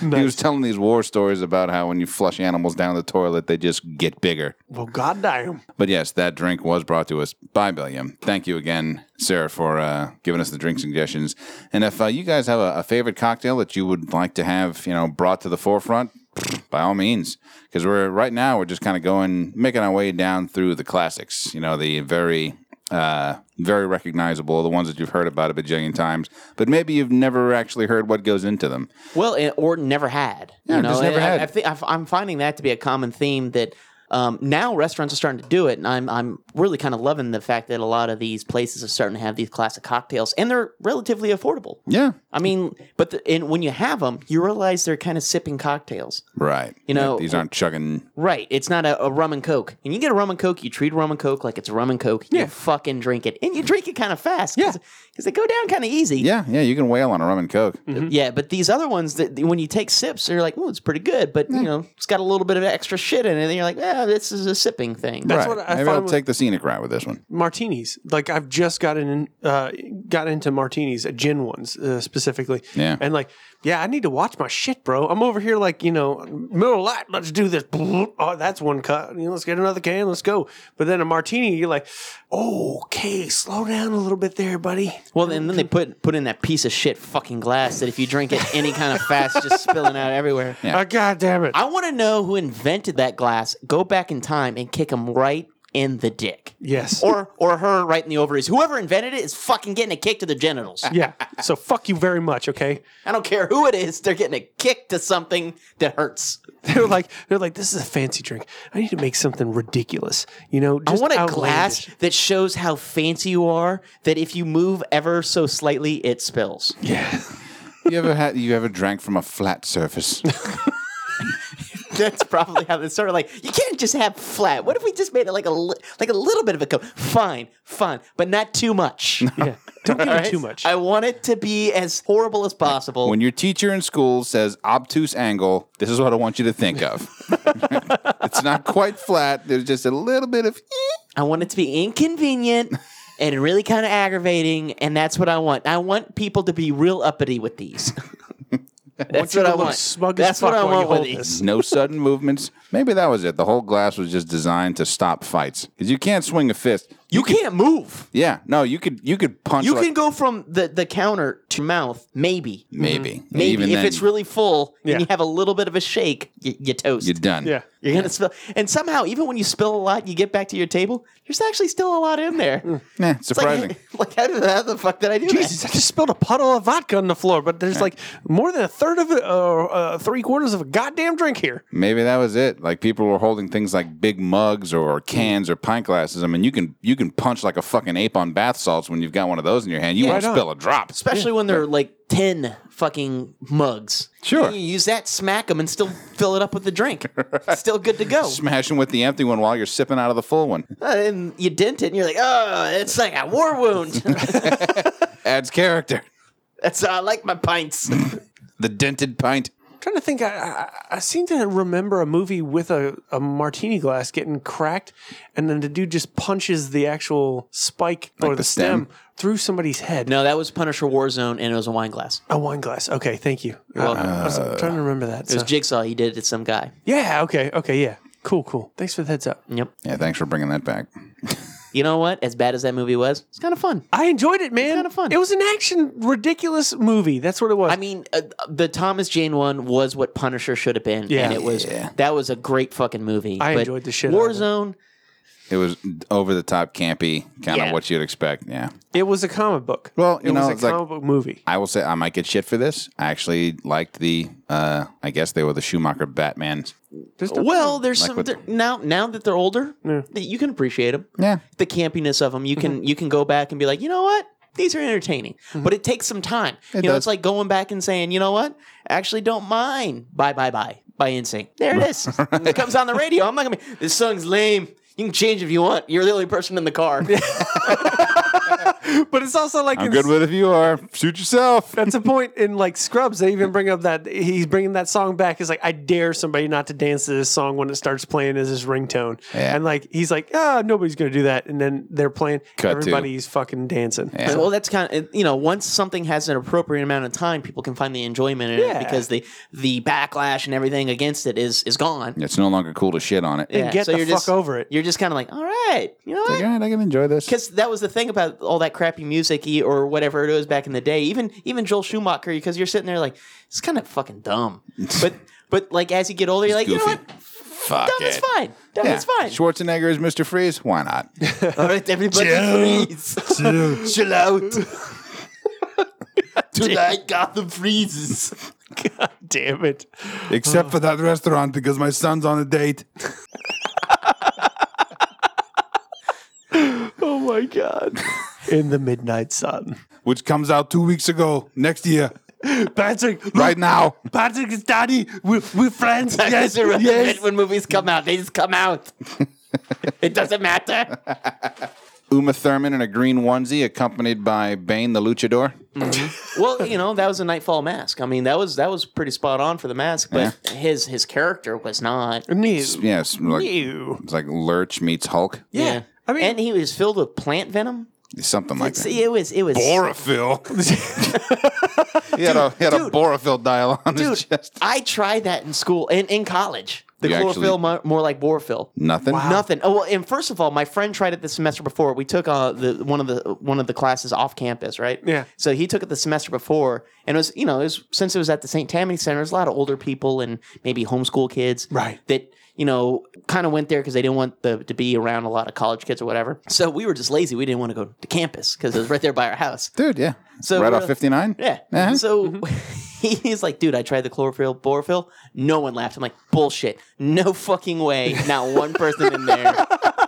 C: He was telling these war stories about how when you flush animals down the toilet, they just get bigger.
B: well, goddamn.
C: But yes, that drink was brought to us by Billiam. Thank you again, Sarah, for uh, giving us the drink suggestions. And if uh, you guys have a, a favorite cocktail that you would like to have, you know, brought to the forefront, by all means, because we're right now we're just kind of going, making our way down through the classics. You know, the very, uh, very recognizable, the ones that you've heard about a bajillion times, but maybe you've never actually heard what goes into them.
A: Well, and, or never had. You
C: Yeah,
A: know,
C: just never
A: and I-
C: had.
A: I, think I've- I'm finding that to be a common theme that um, now restaurants are starting to do it, and I'm I'm really kind of loving the fact that a lot of these places are starting to have these classic cocktails, and they're relatively affordable.
C: Yeah,
A: I mean, but the, and when you have them, you realize they're kind of sipping cocktails.
C: right.
A: You know-
C: these aren't chugging.
A: Right. It's not a, a rum and coke. And you get a rum and coke, you treat rum and coke like it's a rum and coke. You fucking drink it. And you drink it kind of fast. Because they go down kind of easy.
C: Yeah, yeah, you can wail on a rum and coke.
A: Yeah, but these other ones that when you take sips, you're like, "Oh, it's pretty good," but you know, it's got a little bit of extra shit in it. And you're like, "Yeah, this is a sipping thing."
B: That's
C: right.
B: what I
C: Maybe
B: find
C: I'll
B: with-
C: take the scenic route with this one.
B: martinis. Like I've just gotten in, uh, got into martinis, uh, gin ones uh, specifically.
C: Yeah.
B: And like, yeah, I need to watch my shit, bro. I'm over here like you know, middle of light. Let's do this. Oh, that's one cut. You know, let's get another can. Let's go. But then a martini, you're like, okay, slow down a little bit there, buddy.
A: Well, and then they put put in that piece of shit fucking glass that if you drink it any kind of fast, it's just spilling out everywhere.
C: Yeah.
B: Oh, God damn it.
A: I want to know who invented that glass. Go back in time and kick him right in the dick,
B: yes.
A: or or her right in the ovaries. Whoever invented it is fucking getting a kick to the genitals.
B: yeah. So fuck you very much. Okay.
A: I don't care who it is; they're getting a kick to something that hurts.
B: They're like they're like this is a fancy drink. I need to make something ridiculous. You know.
A: I
B: Just
A: want a
B: outlandish.
A: glass that shows how fancy you are. That if you move ever so slightly, it spills.
B: Yeah.
C: You ever had? You ever drank from a flat surface?
A: That's probably how this started. Like you can't just have flat. What if we just made it like a li- like a little bit of a cup? Fine, fine, but not too much.
B: Yeah. Don't give it
A: Alright?
B: too much.
A: I want it to be as horrible as possible.
C: when your teacher in school says obtuse angle, this is what I want you to think of. it's not quite flat. There's just a little bit of.
A: I want it to be inconvenient and really kind of aggravating, and that's what I want. I want people to be real uppity with these. that's
B: you
A: what
B: to
A: I
B: look
A: want.
B: smug as
A: that's what
B: fuck
A: I
B: while
A: want
B: you
A: with
B: hold
A: these.
B: this.
C: No sudden movements. Maybe that was it. The whole glass was just designed to stop fights because you can't swing a fist.
A: You can't move.
C: Yeah, no, you could you could punch.
A: You
C: like-
A: can go from the, the counter to mouth, maybe.
C: maybe
A: Mm-hmm. Maybe
C: Even
A: if
C: then,
A: it's really full
B: Yeah.
A: and you have a little bit of a shake, you, you toast.
C: you're done.
B: Yeah.
A: You're gonna spill, and somehow, even when you spill a lot, you get back to your table. There's actually still a lot in there. It's
C: Nah, surprising.
A: Like, like how, did, how the fuck did I do
B: Jesus, I just spilled a puddle of vodka on the floor, but there's like more than a third of it, uh, uh, three quarters of a goddamn drink here.
C: Maybe that was it. Like people were holding things like big mugs or cans or pint glasses. I mean, you can you can punch like a fucking ape on bath salts when you've got one of those in your hand. You won't
B: right on.
C: spill a drop.
A: that? Especially when they're like ten fucking mugs.
C: Sure.
A: you use that, smack them, and still fill it up with the drink. Still good to go.
C: Smashing with the empty one while you're sipping out of the full one
A: Uh, and you dent it, and you're like, oh, it's like a war wound.
C: adds character.
A: That's how I like my pints.
C: The dented pint.
B: I'm trying to think, I, I, I seem to remember a movie with a, a martini glass getting cracked, and then the dude just punches the actual spike or
C: Like
B: the,
C: the
B: stem.
C: stem?
B: through somebody's head.
A: no, that was Punisher Warzone, and it was a wine glass.
B: A wine glass. Okay, thank you. Uh, I was trying to remember that.
A: It was
B: so-
A: Jigsaw. He did it to some guy.
B: yeah, okay, okay, yeah. Cool, cool. Thanks for the heads up.
A: Yep.
C: Yeah, thanks for bringing that back.
A: You know what? As bad as that movie was, it's kind of fun.
B: I enjoyed it, man.
A: kinda fun.
B: It was an action, ridiculous movie. That's what it was.
A: I mean, uh, the Thomas Jane one was what Punisher should have been,
B: Yeah.
A: and it was
C: Yeah.
A: that was a great fucking movie.
B: I
A: But
B: enjoyed the shit out of it.
A: Warzone.
C: It was over the top, campy, kind of
A: Yeah.
C: what you'd expect. Yeah.
B: it was a comic book.
C: Well, you
B: it
C: know,
B: was
C: it's
B: a
C: like-
B: comic book movie.
C: I will say I might get shit for this. I actually liked the. uh I guess they were the Schumacher Batman.
B: There's no-
A: Well, there's
C: Like
A: some
C: what-
A: there- now. Now that they're older, that you can appreciate them.
C: Yeah.
A: The campiness of them, you
B: Mm-hmm.
A: can you can go back and be like, you know what? These are entertaining, but it takes some time. you know,
C: does.
A: it's like going back and saying, you know what? Actually, don't mind. Bye, bye, bye. By NSYNC. There it is. It comes on the radio. I'm not gonna. be, This song's lame. You can change if you want. You're the only person in the car.
B: but it's also like
C: I'm
B: it's-
C: good with if you are. Shoot yourself.
B: that's a point in like Scrubs. They even bring up that he's bringing that song back. He's like, I dare somebody not to dance to this song when it starts playing as his ringtone.
C: Yeah.
B: And like he's like, ah, nobody's gonna do that. And then they're playing.
C: Cut to-
B: everybody's fucking dancing.
C: Yeah.
A: Well, that's kind of you know once something has an appropriate amount of time, people can find the enjoyment in
B: Yeah.
A: it because the the backlash and everything against it is is gone.
C: It's no longer cool to shit on it.
A: Yeah.
B: get the
A: you're
B: fuck
A: just,
B: over it.
A: You're just kind of like, all right, you know
C: Like,
A: what?
C: all right, I can enjoy this.
A: Because that was the thing about all that crappy music y- or whatever it was back in the day. Even even Joel Schumacher, because you're sitting there like, it's kind of fucking dumb. but but like as you get older, you're like, you know
C: goofy.
A: what?
C: Fuck
A: Dumb is fine. Dumb is fine.
C: Schwarzenegger is Mr. Freeze. Why not?
A: All right, everybody, freeze. Chill out. Tonight, Gotham freezes.
B: God damn it.
C: Except for that restaurant because my son's on a date.
B: Oh my god. in the midnight sun.
C: Which comes out two weeks ago, next year,
B: Patrick,
C: right now.
B: Patrick is daddy. We're, we're friends.
A: Yes, you're right. When movies come out, they just come out. it doesn't matter.
C: Uma Thurman in a green onesie, accompanied by Bane the Luchador.
A: Well, you know that was a Nightfall mask. I mean, that was that was pretty spot on for the mask, but his his character was not.
B: New.
C: Yes, like,
B: New.
C: it's like Lurch meets Hulk,
B: Yeah. I mean,
A: and he was filled with plant venom.
C: something like
A: It's,
C: that.
A: it was it was
C: Borophyll. he had a he had a borophyll dial on his
A: dude.
C: chest.
A: I tried that in school and in college. The
C: You actually-
A: chlorophyll mo- more like borophyll.
C: Nothing.
A: Nothing. Oh well, and first of all, my friend tried it the semester before. We took uh, the one of the one of the classes off campus, right?
B: Yeah.
A: So he took it the semester before, and it was you know it was since it was at the St. Tammany Center, there's a lot of older people and maybe homeschool kids,
B: Right.
A: That you know kind of went there because they didn't want the, to be around a lot of college kids or whatever. So we were just lazy. We didn't want to go to campus because it was right there by our house.
C: Dude, yeah.
A: So
C: right
A: we're-
C: off 59?
A: Yeah.
C: Uh-huh.
A: So
B: Mm-hmm.
A: he's like, dude, I tried the chlorophyll, borophyll. No one laughed. I'm like, bullshit. No fucking way. Not one person in there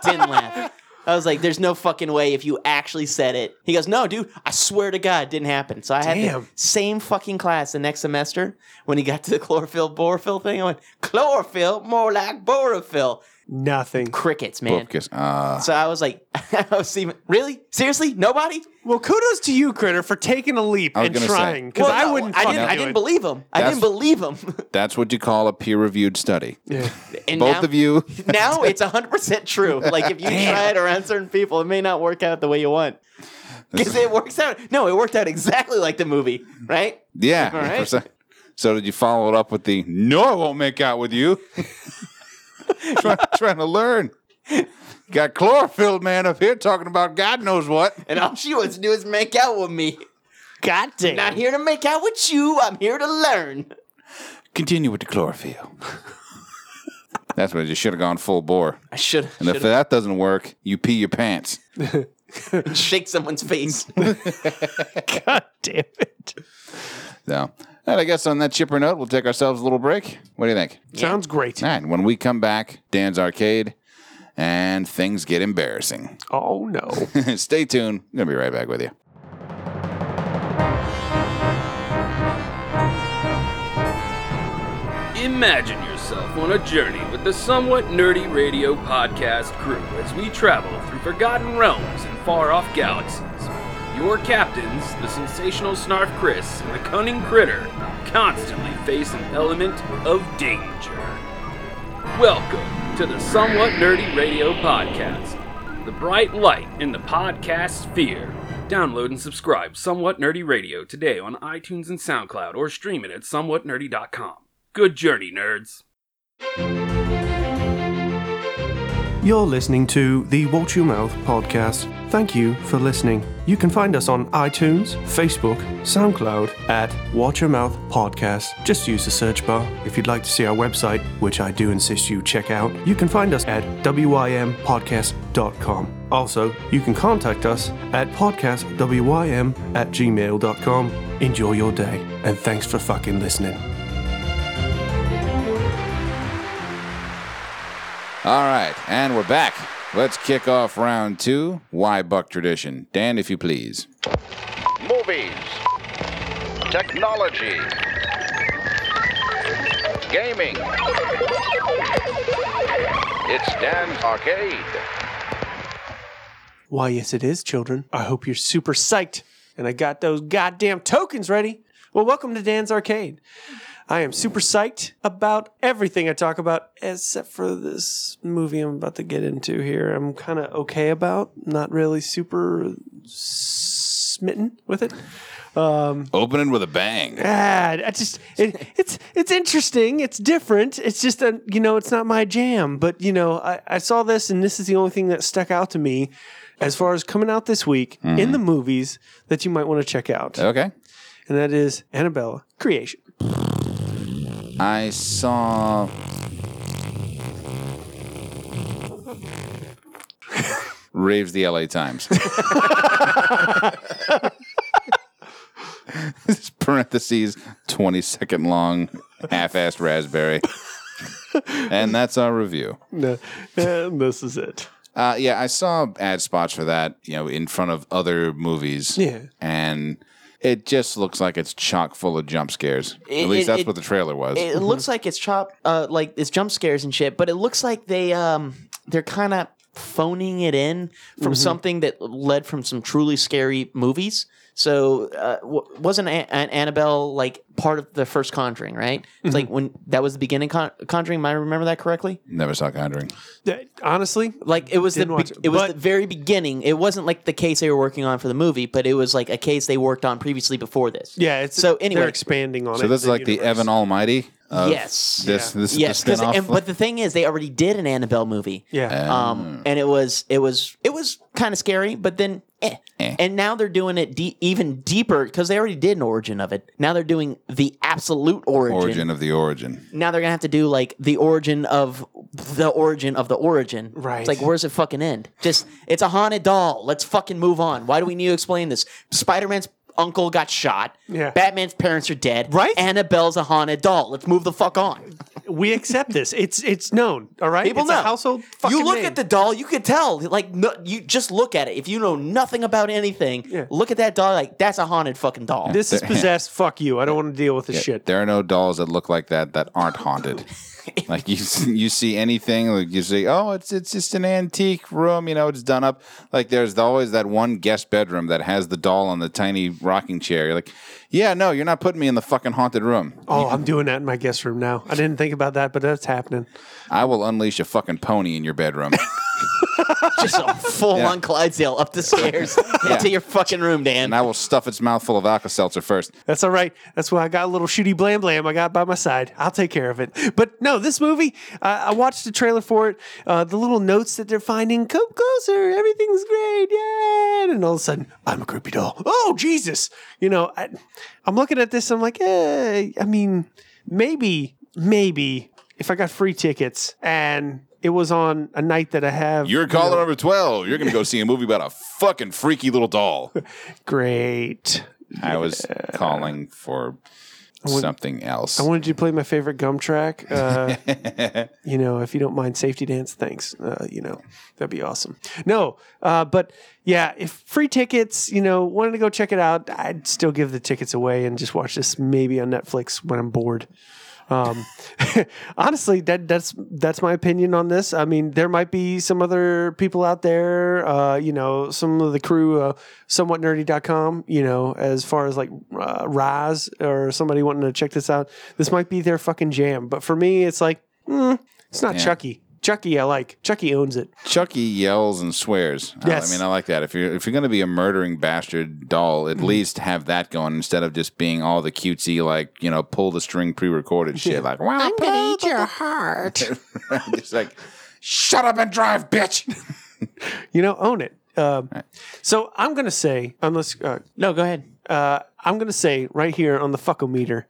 A: didn't laugh. I was like, there's no fucking way if you actually said it. He goes, no, dude, I swear to God, it didn't happen. So I had the
B: Damn.
A: same fucking class the next semester when he got to the chlorophyll, borophyll thing. I went, chlorophyll, more like borophyll.
B: nothing.
A: Crickets, man.
C: Boopkis. Uh,
A: So I was like, I was even, really? Seriously? Nobody?
B: Well, kudos to you, Critter, for taking a leap
C: was
B: and
C: gonna say.
B: trying. Because
A: Well,
B: I
A: no,
B: wouldn't.
A: I
B: fucking
A: didn't, I
B: do
A: didn't
B: it.
A: believe him. I didn't
C: That's-
A: believe him.
C: that's what you call a peer reviewed study.
B: Yeah.
A: And
C: Both
A: now-
C: of you.
A: now it's 100% true. Like, if you try it around certain people, it may not work out the way you want. Because it works out. No, it worked out exactly like the movie, right?
C: Yeah.
A: All right.
C: So- So did you follow it up with the no, I won't make out with you? trying, trying to learn. Got chlorophyll man up here talking about God knows what.
A: and all she wants to do is make out with me.
B: God damn.
A: Not here to make out with you. I'm here to learn.
C: Continue with the chlorophyll. That's what you should have gone full bore.
A: I should
C: And if that doesn't work, you pee your pants.
A: shake someone's face.
B: God damn it.
C: So, and I guess on that chipper note, we'll take ourselves a little break. What do you think?
B: Sounds great.
C: All right, when we come back, Dan's Arcade, and things get embarrassing.
B: Oh no.
C: Stay tuned. I'm going to be right back with you.
D: Imagine yourself on a journey with the somewhat nerdy radio podcast crew as we travel through forgotten realms and far off galaxies. Your captains, the sensational Snarf Chris and the cunning Critter, constantly face an element of danger. Welcome to the Somewhat Nerdy Radio Podcast, the bright light in the podcast sphere. Download and subscribe Somewhat Nerdy Radio today on iTunes and SoundCloud or stream it at somewhatnerdy.com. Good journey, nerds.
B: You're listening to the Watch Your Mouth podcast. Thank you for listening. You can find us on iTunes, Facebook, SoundCloud at Watch Your Mouth Podcast. Just use the search bar. If you'd like to see our website, which I do insist you check out, you can find us at wympodcast.com. Also, you can contact us at podcastwym at gmail.com. Enjoy your day, and thanks for fucking listening.
C: All right, and we're back. Let's kick off round two. Why Buck Tradition? Dan, if you please.
E: movies, technology, gaming. It's Dan's Arcade.
B: Why, yes, it is, children. I hope you're super psyched. And I got those goddamn tokens ready. Well, welcome to Dan's Arcade. I am super psyched about everything I talk about, except for this movie I'm about to get into here. I'm kind of okay about, not really super smitten with it.
C: Opening with a bang.
B: Ah, I just it, it's it's interesting. It's different. It's just a, you know it's not my jam. But you know I, I saw this and this is the only thing that stuck out to me as far as coming out this week in
C: Mm-hmm.
B: the movies that you might want to check out,
C: Okay.
B: and that is Annabella Creation.
C: I saw. Raves the LA Times. This parentheses 20 second long half assed raspberry. and that's our review.
B: No, and this is it.
C: Uh, yeah, I saw ad spots for that, you know, in front of other movies.
B: Yeah.
C: And it just looks like it's chock full of jump scares.
A: It-
C: At least
A: it-
C: that's
A: it-
C: what the trailer was.
A: It
B: Mm-hmm.
A: looks like it's chop, uh, like it's jump scares and shit. But it looks like they um they're kind of phoning it in from
B: Mm-hmm.
A: something that led from some truly scary movies. So uh, w- wasn't An- An- Annabelle like part of the first Conjuring? Right? It's
B: Mm-hmm.
A: like when that was the beginning Con- Conjuring. Am I remember that correctly?
C: Never saw Conjuring.
B: That- honestly,
A: Like it was the
B: Didn't
A: be-
B: watch
A: it,
B: it,
A: was
B: but-
A: the very beginning. It wasn't like the case they were working on for the movie, but it was like a case they worked on previously before this.
B: yeah. It's
A: So anyway-
B: they're expanding on it.
C: So this is like the
B: universe.
C: Evan Almighty. Of
A: Yes.
C: This, this
A: yes,
C: is the
A: because
C: spin
A: and but the thing is, they already did an Annabelle movie.
B: Yeah,
A: Um,
C: Mm.
A: and it was it was it was kind of scary, but then eh.
C: Eh.
A: and now they're doing it de- even deeper because they already did an origin of it. Now they're doing the absolute origin.
C: origin of the origin.
A: Now they're gonna have to do like the origin of the origin of the origin.
B: Right.
A: It's like where's it fucking end? Just it's a haunted doll. Let's fucking move on. Why do we need to explain this? Spider Man's uncle got shot.
B: Yeah.
A: Batman's parents are dead.
B: Right?
A: Annabelle's a haunted doll. Let's move the fuck on.
B: we accept this. It's it's known. All right,
A: People
B: it's
A: know
B: a household. Fucking
A: You look
B: name.
A: at the doll, you could tell. Like, no, you just look at it. If you know nothing about anything,
B: Yeah.
A: look at that doll. Like, that's a haunted fucking doll.
B: This is possessed. Fuck you. I don't want to deal with this shit.
C: There are no dolls that look like that that aren't haunted. like you, s- you see anything, like you see, oh, it's it's just an antique room, you know, it's done up. Like there's always that one guest bedroom that has the doll on the tiny rocking chair. You're like, yeah, no, you're not putting me in the fucking haunted room.
B: Oh, I'm doing that in my guest room now. I didn't think about that, but that's happening.
C: I will unleash a fucking pony in your bedroom.
A: Just a full
C: Yeah.
A: on Clydesdale up the stairs into your fucking room, Dan.
C: and I will stuff its mouth full of Alka Seltzer first.
B: That's all right. That's why I got a little shooty blam blam I got by my side. I'll take care of it. But no, this movie, I I watched the trailer for it. Uh, the little notes that they're finding come closer. Everything's great. Yeah. And all of a sudden, I'm a creepy doll. Oh, Jesus. You know, I, I'm looking at this. I'm like, eh, I mean, maybe, maybe if I got free tickets and it was on a night that I have.
C: You're
B: you
C: caller
B: know,
C: number 12. You're going to go see a movie about a fucking freaky little doll.
B: Great.
C: I was calling for something else.
B: I wanted you to play my favorite gum track. Uh, you know, if you don't mind safety dance, thanks. Uh, you know, that'd be awesome. No, uh, but yeah, if free tickets, you know, wanted to go check it out, I'd still give the tickets away and just watch this maybe on Netflix when I'm bored. Um, honestly, that that's that's my opinion on this. I mean, there might be some other people out there, uh, you know, some of the crew, uh, somewhatnerdy.com, you know, as far as like uh, Rise or somebody wanting to check this out, this might be their fucking jam. But for me, it's like, mm, it's not
C: Yeah.
B: Chucky. Chucky, I like. Chucky owns it.
C: Chucky yells and swears. I-
B: Yes.
C: I, mean, I like that. If you're if you're going to be a murdering bastard doll,
B: Mm-hmm.
C: at least have that going instead of just being all the cutesy, like you know, pull the string pre-recorded shit. Like, well, I'm going to eat your heart. just like, shut up and drive, bitch.
B: You know, own it. Um, So I'm gonna say, unless uh,
A: no, go ahead.
B: uh, I'm gonna say right here on the fuckometer,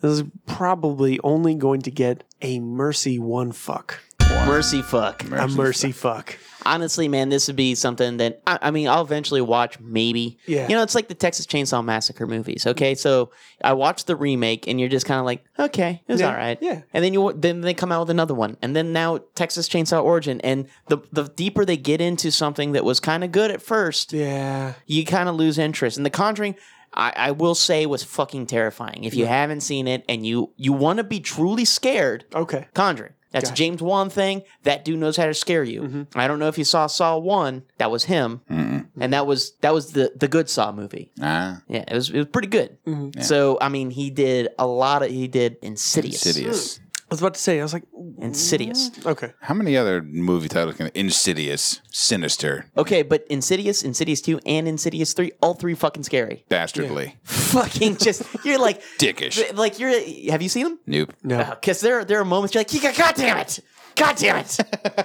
B: this is probably only going to get a mercy one fuck,
A: Mercy fuck.
B: a mercy fuck.
A: Honestly, man, this would be something that I, I mean, I'll eventually watch. Maybe,
B: Yeah.
A: You know, it's like the Texas Chainsaw Massacre movies. Okay, so I watched the remake, and you're just kind of like, okay, it was
B: Yeah,
A: all right.
B: yeah.
A: And then you then they come out with another one, and then now Texas Chainsaw Origin, and the the deeper they get into something that was kind of good at first,
B: Yeah,
A: you kind of lose interest. And The Conjuring, I, I will say, was fucking terrifying. If you haven't seen it and you you want to be truly scared,
B: okay.
A: Conjuring. That's a James Wan thing. That dude knows how to scare you. I don't know if you saw Saw One. That was him, and that was that was the the good Saw movie.
C: Ah,
A: Yeah, it was it was pretty good. So I mean, he did a lot of he did Insidious.
C: insidious.
B: I was about to say, I was like,
A: Insidious.
B: okay,
C: How many other movie titles can insidious, sinister,
A: Okay, but Insidious, Insidious Two, and Insidious Three, all three fucking scary.
C: dastardly,
A: fucking just you're like
C: dickish?
A: th- like you're have you seen them?
C: nope.
B: no.
A: Because there there are moments you're like, "Yeah, God damn it. God damn it.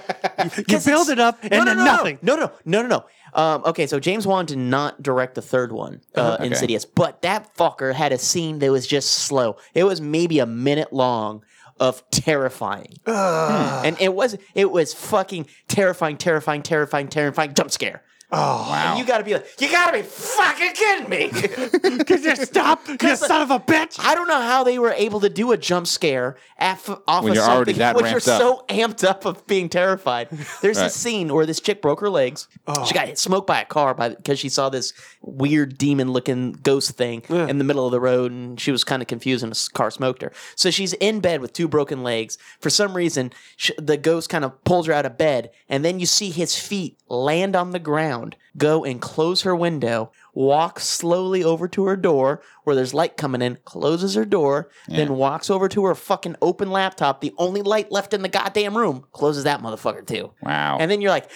B: You build it up and
A: no, no,
B: then
A: no, no,
B: nothing.
A: No, no, no, no, no. Um, okay, so James Wan did not direct the third one,
B: Uh-huh.
A: uh, Insidious, but that fucker had a scene that was just slow. It was maybe a minute long of terrifying,
B: Hmm.
A: and it was it was fucking terrifying, terrifying, terrifying, terrifying jump scare.
C: Wow.
B: Oh,
A: You got to be like, you got to be fucking kidding me.
B: Could you stop, you son of a bitch?
A: I don't know how they were able to do a jump scare af- off
C: When
A: of
C: you're
A: something
C: already that
A: when you're
C: ramped up.
A: so amped up of being terrified. There's
C: Right.
A: this scene where this chick broke her legs. She got hit, smoked by a car by because she saw this weird demon-looking ghost thing in the middle of the road, and she was kind of confused, and a car smoked her. So she's in bed with two broken legs. For some reason, sh- the ghost kind of pulls her out of bed, and then you see his feet land on the ground, go and close her window, walks slowly over to her door where there's light coming in, closes her door, then walks over to her fucking open laptop, the only light left in the goddamn room, closes that motherfucker too.
C: Wow.
A: And then you're like,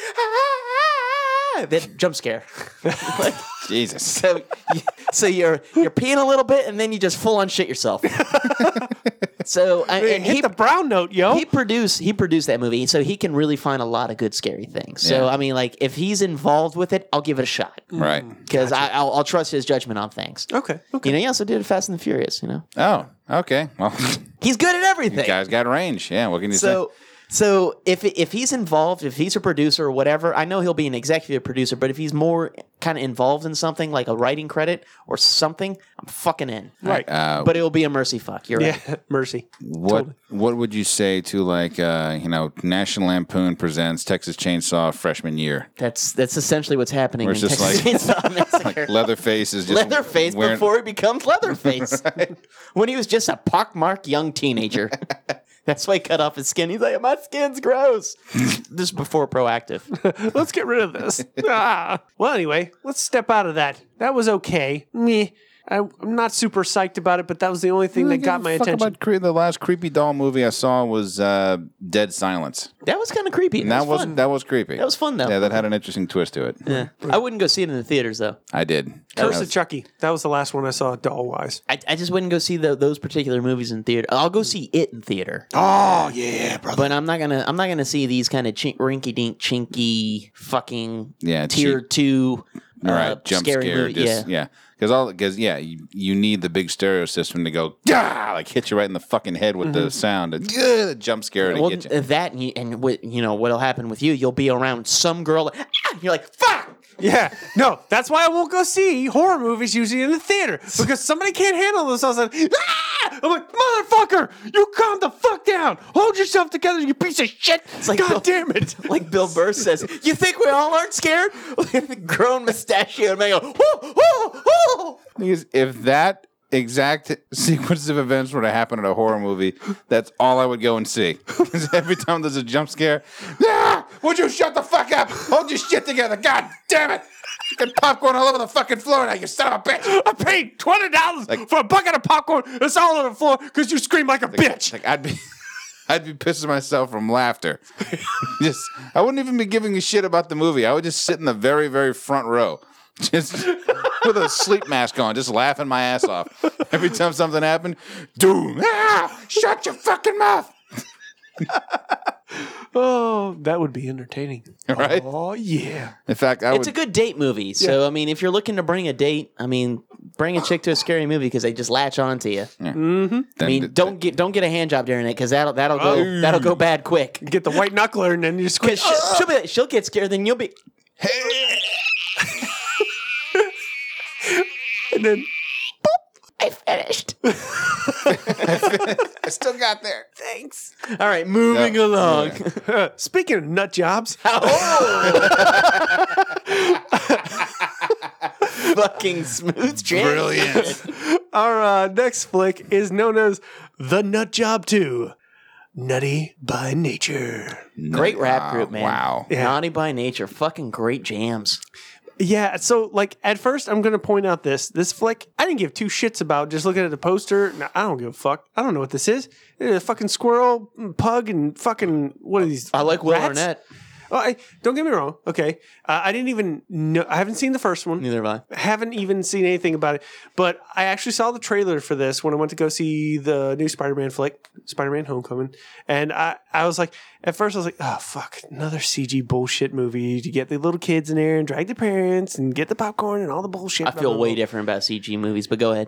A: ah, then jump scare. like,
C: Jesus.
A: so, so you're you're peeing a little bit and then you just full on shit yourself. so I, and
B: Hit
A: he,
B: the brown note, yo.
A: he produced he produced that movie, so he can really find a lot of good scary things. So
C: Yeah. Mm,
A: I mean, like if he's involved with it, I'll give it a shot
C: Right.
A: because I'll, I'll trust his judgment on things.
B: okay, Oh, okay.
A: You know, he also did Fast and the Furious. You know,
C: Oh, okay. Well,
A: he's good at everything.
C: guys got range. Yeah. What can you say?
A: So, so if if he's involved, if he's a producer or whatever, I know he'll be an executive producer. But if he's more kind of involved in something like a writing credit or something, I'm fucking in.
B: Right.
C: Uh,
A: But it'll be a mercy fuck. You're
B: yeah,
A: right.
B: mercy.
C: what What would you say to like uh, you know National Lampoon presents Texas Chainsaw Freshman Year?
A: That's that's essentially what's happening.
C: Where
A: in
C: it's just
A: Texas
C: like-
A: Chainsaw Massacre.
C: Leatherface is just
A: Leatherface
C: wearing-
A: before he becomes Leatherface. When he was just a pockmarked young teenager. That's why he cut off his skin. He's like, my skin's gross. this is before proactive.
B: Let's get rid of this. ah. Well, anyway, let's step out of that. That was okay. Meh. I, I'm not super psyched about it, but that was the only thing that got my
C: Fuck
B: attention.
C: About cre- the last creepy doll movie I saw was uh, Dead Silence.
A: That was kind of creepy.
C: And that
A: That, was
C: was
A: fun.
C: that was creepy.
A: That was fun, though.
C: Yeah, that had an interesting twist to it.
A: Yeah. I wouldn't go see it in the theaters though.
C: I did.
B: Curse
C: That
B: of Chucky. That was the last one I saw doll wise.
A: I, I just wouldn't go see tho- those particular movies in theater. I'll go see it in theater,
B: Oh yeah, brother.
A: but I'm not gonna I'm not gonna see these kind of chink, rinky-dink, chinky, fucking
C: Yeah,
A: tier two,
C: All
A: uh,
C: right, jump
A: scary
C: scare.
A: movie.
C: Just,
A: yeah.
C: yeah, because all because yeah, you, you need the big stereo system to go yeah, like hit you right in the fucking head with the sound and Mm-hmm. yeah, the jump scare to
A: Well,
C: get you.
A: that and, you, and what you know what'll happen with you? You'll be around some girl. like, "Ah," and you're like, fuck.
B: Yeah, no, that's why I won't go see horror movies usually in the theater because somebody can't handle themselves. And, ah! I'm like, motherfucker, you calm the fuck down. Hold yourself together, you piece of shit.
A: like
B: God
A: Bill-
B: damn it.
A: Like Bill Burr says, you think we all aren't scared? Grown mustachio man, go, whoo, whoo, whoo.
C: Because if that exact sequence of events were to happen at a horror movie, that's all I would go and see. 'Cause every time there's a jump scare, "Ah! would you shut the fuck up? Hold your shit together. God damn it. Get popcorn all over the fucking floor now, you son of a bitch.
B: I paid twenty dollars
C: Like-
B: for a bucket of popcorn. It's all on the floor because you scream like a bitch.
C: Like I'd be I'd be pissing myself from laughter. just I wouldn't even be giving a shit about the movie. I would just sit in the very, very front row. Just with a sleep mask on, just laughing my ass off. Every time something happened, doom. Ah, shut your fucking mouth.
B: oh, that would be entertaining.
C: Right?
B: Oh yeah.
C: In fact, I
A: It's a
C: would
A: good date movie. So, I mean, if you're looking to bring a date, I mean, bring a chick to a scary movie because they just latch on to you.
C: then
A: I mean,
C: th-
A: don't get don't get a hand job during it because that'll that'll go that'll go bad quick.
B: Get the white knuckler and then you squeeze.
A: Because she'll, she'll be she'll get scared, then you'll be
B: and then
A: I finished.
C: I still got there.
B: thanks.
A: All right, moving
C: Yeah.
A: along.
B: Speaking of nut jobs,
A: Fucking smooth trans.
C: Brilliant.
B: our uh, next flick is known as The Nut Job 2 Nutty by Nature.
A: Great
C: Wow,
A: rap group, man.
C: Wow.
B: Yeah.
A: Naughty by nature. Fucking great jams.
B: Yeah, so like at first, I'm going to point out this. This flick, I didn't give two shits about just looking at the poster. No, I don't give a fuck. I don't know what this is. It's a fucking squirrel, mm, pug, and fucking what are these?
A: I like Will
B: rats?
A: Arnett.
B: Oh, I, don't get me wrong. Okay. Uh, I didn't even know, I haven't seen the first one.
A: Neither have I.
B: haven't even seen anything about it, but I actually saw the trailer for this when I went to go see the new Spider-Man flick, Spider-Man: Homecoming, and I, I was like, at first I was like, oh fuck, another CG bullshit movie to get the little kids in there and drag the parents and get the popcorn and all the bullshit.
A: I
B: blah,
A: feel
B: blah,
A: way
B: blah.
A: different about CG movies, but go ahead.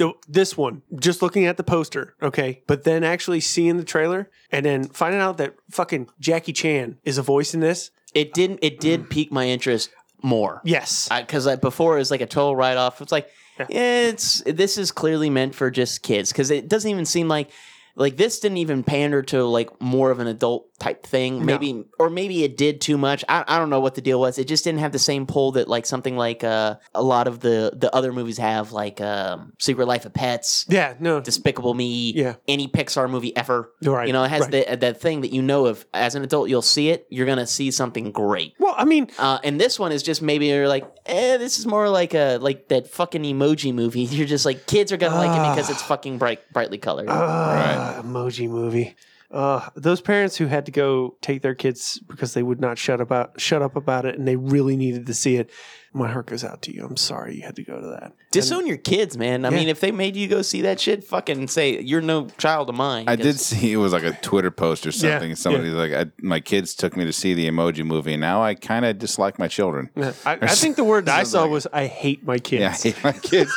B: No, this one, just looking at the poster, okay, but then actually seeing the trailer and then finding out that fucking Jackie Chan is a voice in this.
A: It didn't. It did pique my interest more.
B: Yes,
A: because like before it was like a total write off. It's like yeah, it's this is clearly meant for just kids because it doesn't even seem like like this didn't even pander to like more of an adult type thing. Maybe or maybe it did too much. I, I don't know what the deal was. It just didn't have the same pull that like something like uh, a lot of the the other movies have, like um, Secret Life of Pets.
B: yeah, no,
A: Despicable Me,
B: Yeah.
A: any Pixar movie ever.
B: You're right,
A: You know, it has
B: right.
A: that that thing that you know of as an adult, you'll see it, you're going to see something great.
B: well, I mean,
A: Uh, and this one is just maybe you're like, eh, this is more like a like that fucking emoji movie. You're just like kids are gonna like it because it's fucking bright, brightly colored.
B: Ah. Uh, emoji movie. Uh, those parents who had to go take their kids because they would not shut about shut up about it, and they really needed to see it. My heart goes out to you. I'm sorry you had to go to that.
A: Disown your kids, man. I mean, if they made you go see that shit, fucking say you're no child of mine.
C: I did see it was like a Twitter post or something.
B: Yeah,
C: Somebody's like, I, "My kids took me to see the Emoji Movie. Now I kind of dislike my children." Yeah,
B: I, I think the word I
C: Sounds
B: saw
C: like it.
B: was "I hate my
C: I
B: kids."
C: hate my kids.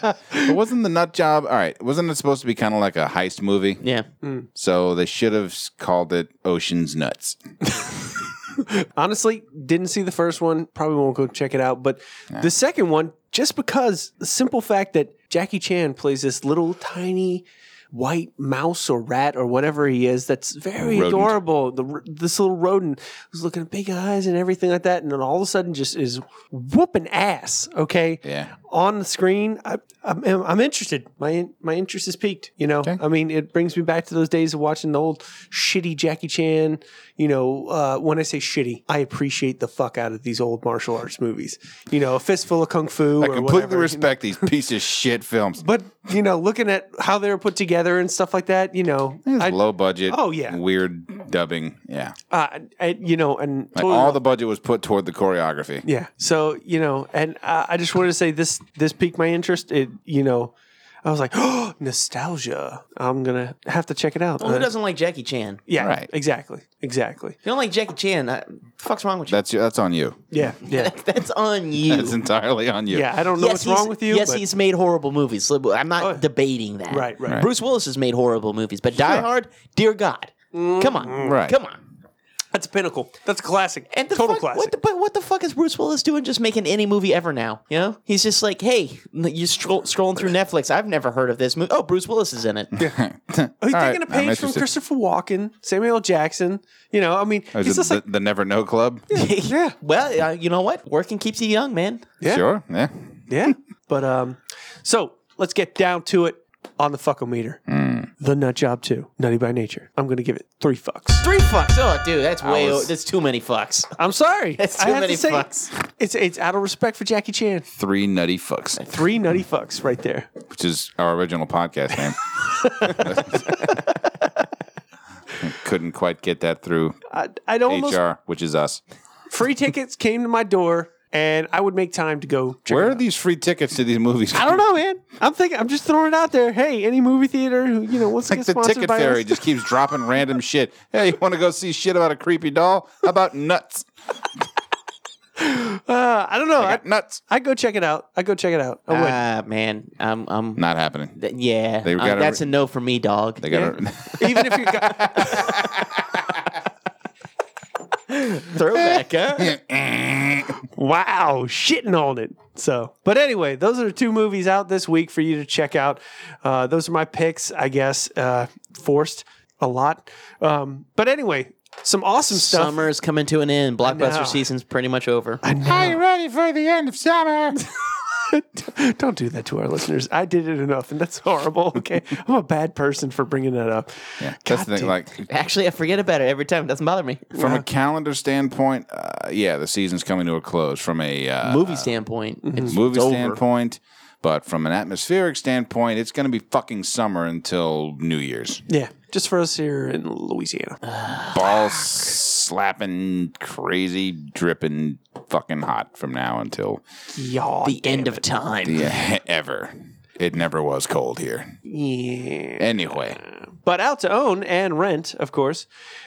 C: but wasn't the Nut Job? All right, wasn't it supposed to be kind of like a heist movie?
A: Yeah,
C: So they should have s- called it Ocean's Nuts.
B: Honestly, didn't see the first one. Probably won't go check it out. But the second one, just because the simple fact that Jackie Chan plays this little tiny white mouse or rat or whatever he is that's very
C: Rodent.
B: adorable. The, r- this little rodent who's looking at big eyes and everything like that, and then all of a sudden just is whooping ass. Okay,
C: Yeah.
B: on the screen, I, I'm, I'm I'm interested. My my interest is peaked. You know, I mean, it brings me back to those days of watching the old shitty Jackie Chan. You know, uh, when I say shitty, I appreciate the fuck out of these old martial arts movies. You know, a fistful of kung fu.
C: I
B: or
C: completely
B: whatever, you know.
C: respect these piece of shit films.
B: But you know, looking at how they were put together and stuff like that, you know,
C: It's
B: I,
C: low budget.
B: Oh, yeah.
C: Weird dubbing. Yeah.
B: uh, I, you know, and
C: Like
B: totally
C: all
B: wrong.
C: the budget was put toward the choreography.
B: Yeah. So you know, and uh, I just wanted to say this this piqued my interest. It you know, I was like, oh, nostalgia. I'm gonna have to check it out.
A: Well, who
B: Uh,
A: doesn't like Jackie Chan? If
B: Yeah.
C: Right.
B: Exactly. Exactly.
A: you don't like Jackie Chan, I, the fuck's wrong with you?
C: That's that's on you.
B: Yeah. Yeah.
A: That's on you.
C: That's entirely on you.
B: yeah. I don't know what's
A: he's-
B: wrong with you.
A: Yes,
B: but-
A: he's made horrible movies. So I'm not
B: Oh.
A: debating that.
B: Right, right. Right.
A: Bruce Willis has made horrible movies, but Die Hard, dear God, come on,
B: Mm.
C: Right.
A: come on.
B: that's a pinnacle. That's a classic.
A: And the
B: total
A: fuck,
B: classic.
A: What the, but what the fuck is Bruce Willis doing? Just making any movie ever now? You know, he's just like, hey, you scroll, scrolling through Netflix. I've never heard of this movie. Oh, Bruce Willis is in it.
B: Oh, he's
C: All right,
B: taking a
C: I'm
B: page from
C: interested.
B: Christopher Walken, Samuel L. Jackson. You know, I mean,
C: Oh, Is
B: he's
C: it
B: just
C: the,
B: like
C: the Never Know Club?
B: yeah.
A: Well, uh, you know what? Working keeps you young, man.
B: Yeah.
C: Sure. Yeah.
B: Yeah. But um, so let's get down to it on the fuckometer.
C: Hmm.
B: The nut job too. Nutty by nature. I'm gonna give it three fucks.
A: Three fucks. Oh, dude, that's way.
C: was-
A: o- that's too many fucks.
B: I'm sorry.
A: That's
B: I
A: too
B: have
A: many
B: to say,
A: fucks.
B: It's it's out of respect for Jackie Chan.
C: Three Nutty Fucks,
B: Three nutty fucks right there.
C: which is our original podcast name. Couldn't quite get that through
B: I, I'd almost
C: HR, which is us.
B: free tickets came to my door, and I would make time to go. Check
C: Where
B: it
C: are
B: out.
C: these free tickets to these movies?
B: I don't know, man. I'm thinking. I'm just throwing it out there. Hey, any movie theater who you know wants to
C: Like
B: get
C: the
B: sponsored
C: ticket
B: by
C: fairy
B: us?
C: just keeps dropping random shit. Hey, you want to go see shit about a creepy doll? How about nuts?
B: Uh, I don't know. I,
C: Got nuts.
B: I go check it out. I go check it out. I would.
A: Ah, man, I'm, I'm
C: Not happening.
A: Th- yeah,
C: They've
A: I-
C: gotta
A: that's
C: re-
A: a no for me, dog.
C: They got to
B: Even if you got,
A: Throwback, uh, huh?
B: wow, shitting on it. So, but anyway, those are the two movies out this week for you to check out. Uh, those are my picks, I guess. Uh, forced a lot, um, but anyway, some awesome stuff.
A: Summer's coming to an end.
B: know.
A: Blockbuster season's pretty much over.
C: Are you ready for the end of summer?
B: Don't do that to our listeners. I did it enough, and that's horrible. Okay, I'm a bad person for bringing that up.
C: Yeah, that's the thing. Like
A: Actually, I forget about it every time. It doesn't bother me.
C: from a calendar standpoint, uh, yeah, the season's coming to a close. From a uh,
A: Movie standpoint,
B: mm-hmm.
A: it's,
C: movie
A: it's over.
C: standpoint, but from an atmospheric standpoint, it's going to be fucking summer until New Year's.
B: Yeah, just for us here in Louisiana.
C: Ball slapping, crazy, dripping, fucking hot from now until
B: Y'all,
A: The end of time.
C: yeah, ever. It never was cold here.
B: yeah.
C: Anyway,
B: but out to own and rent, of course.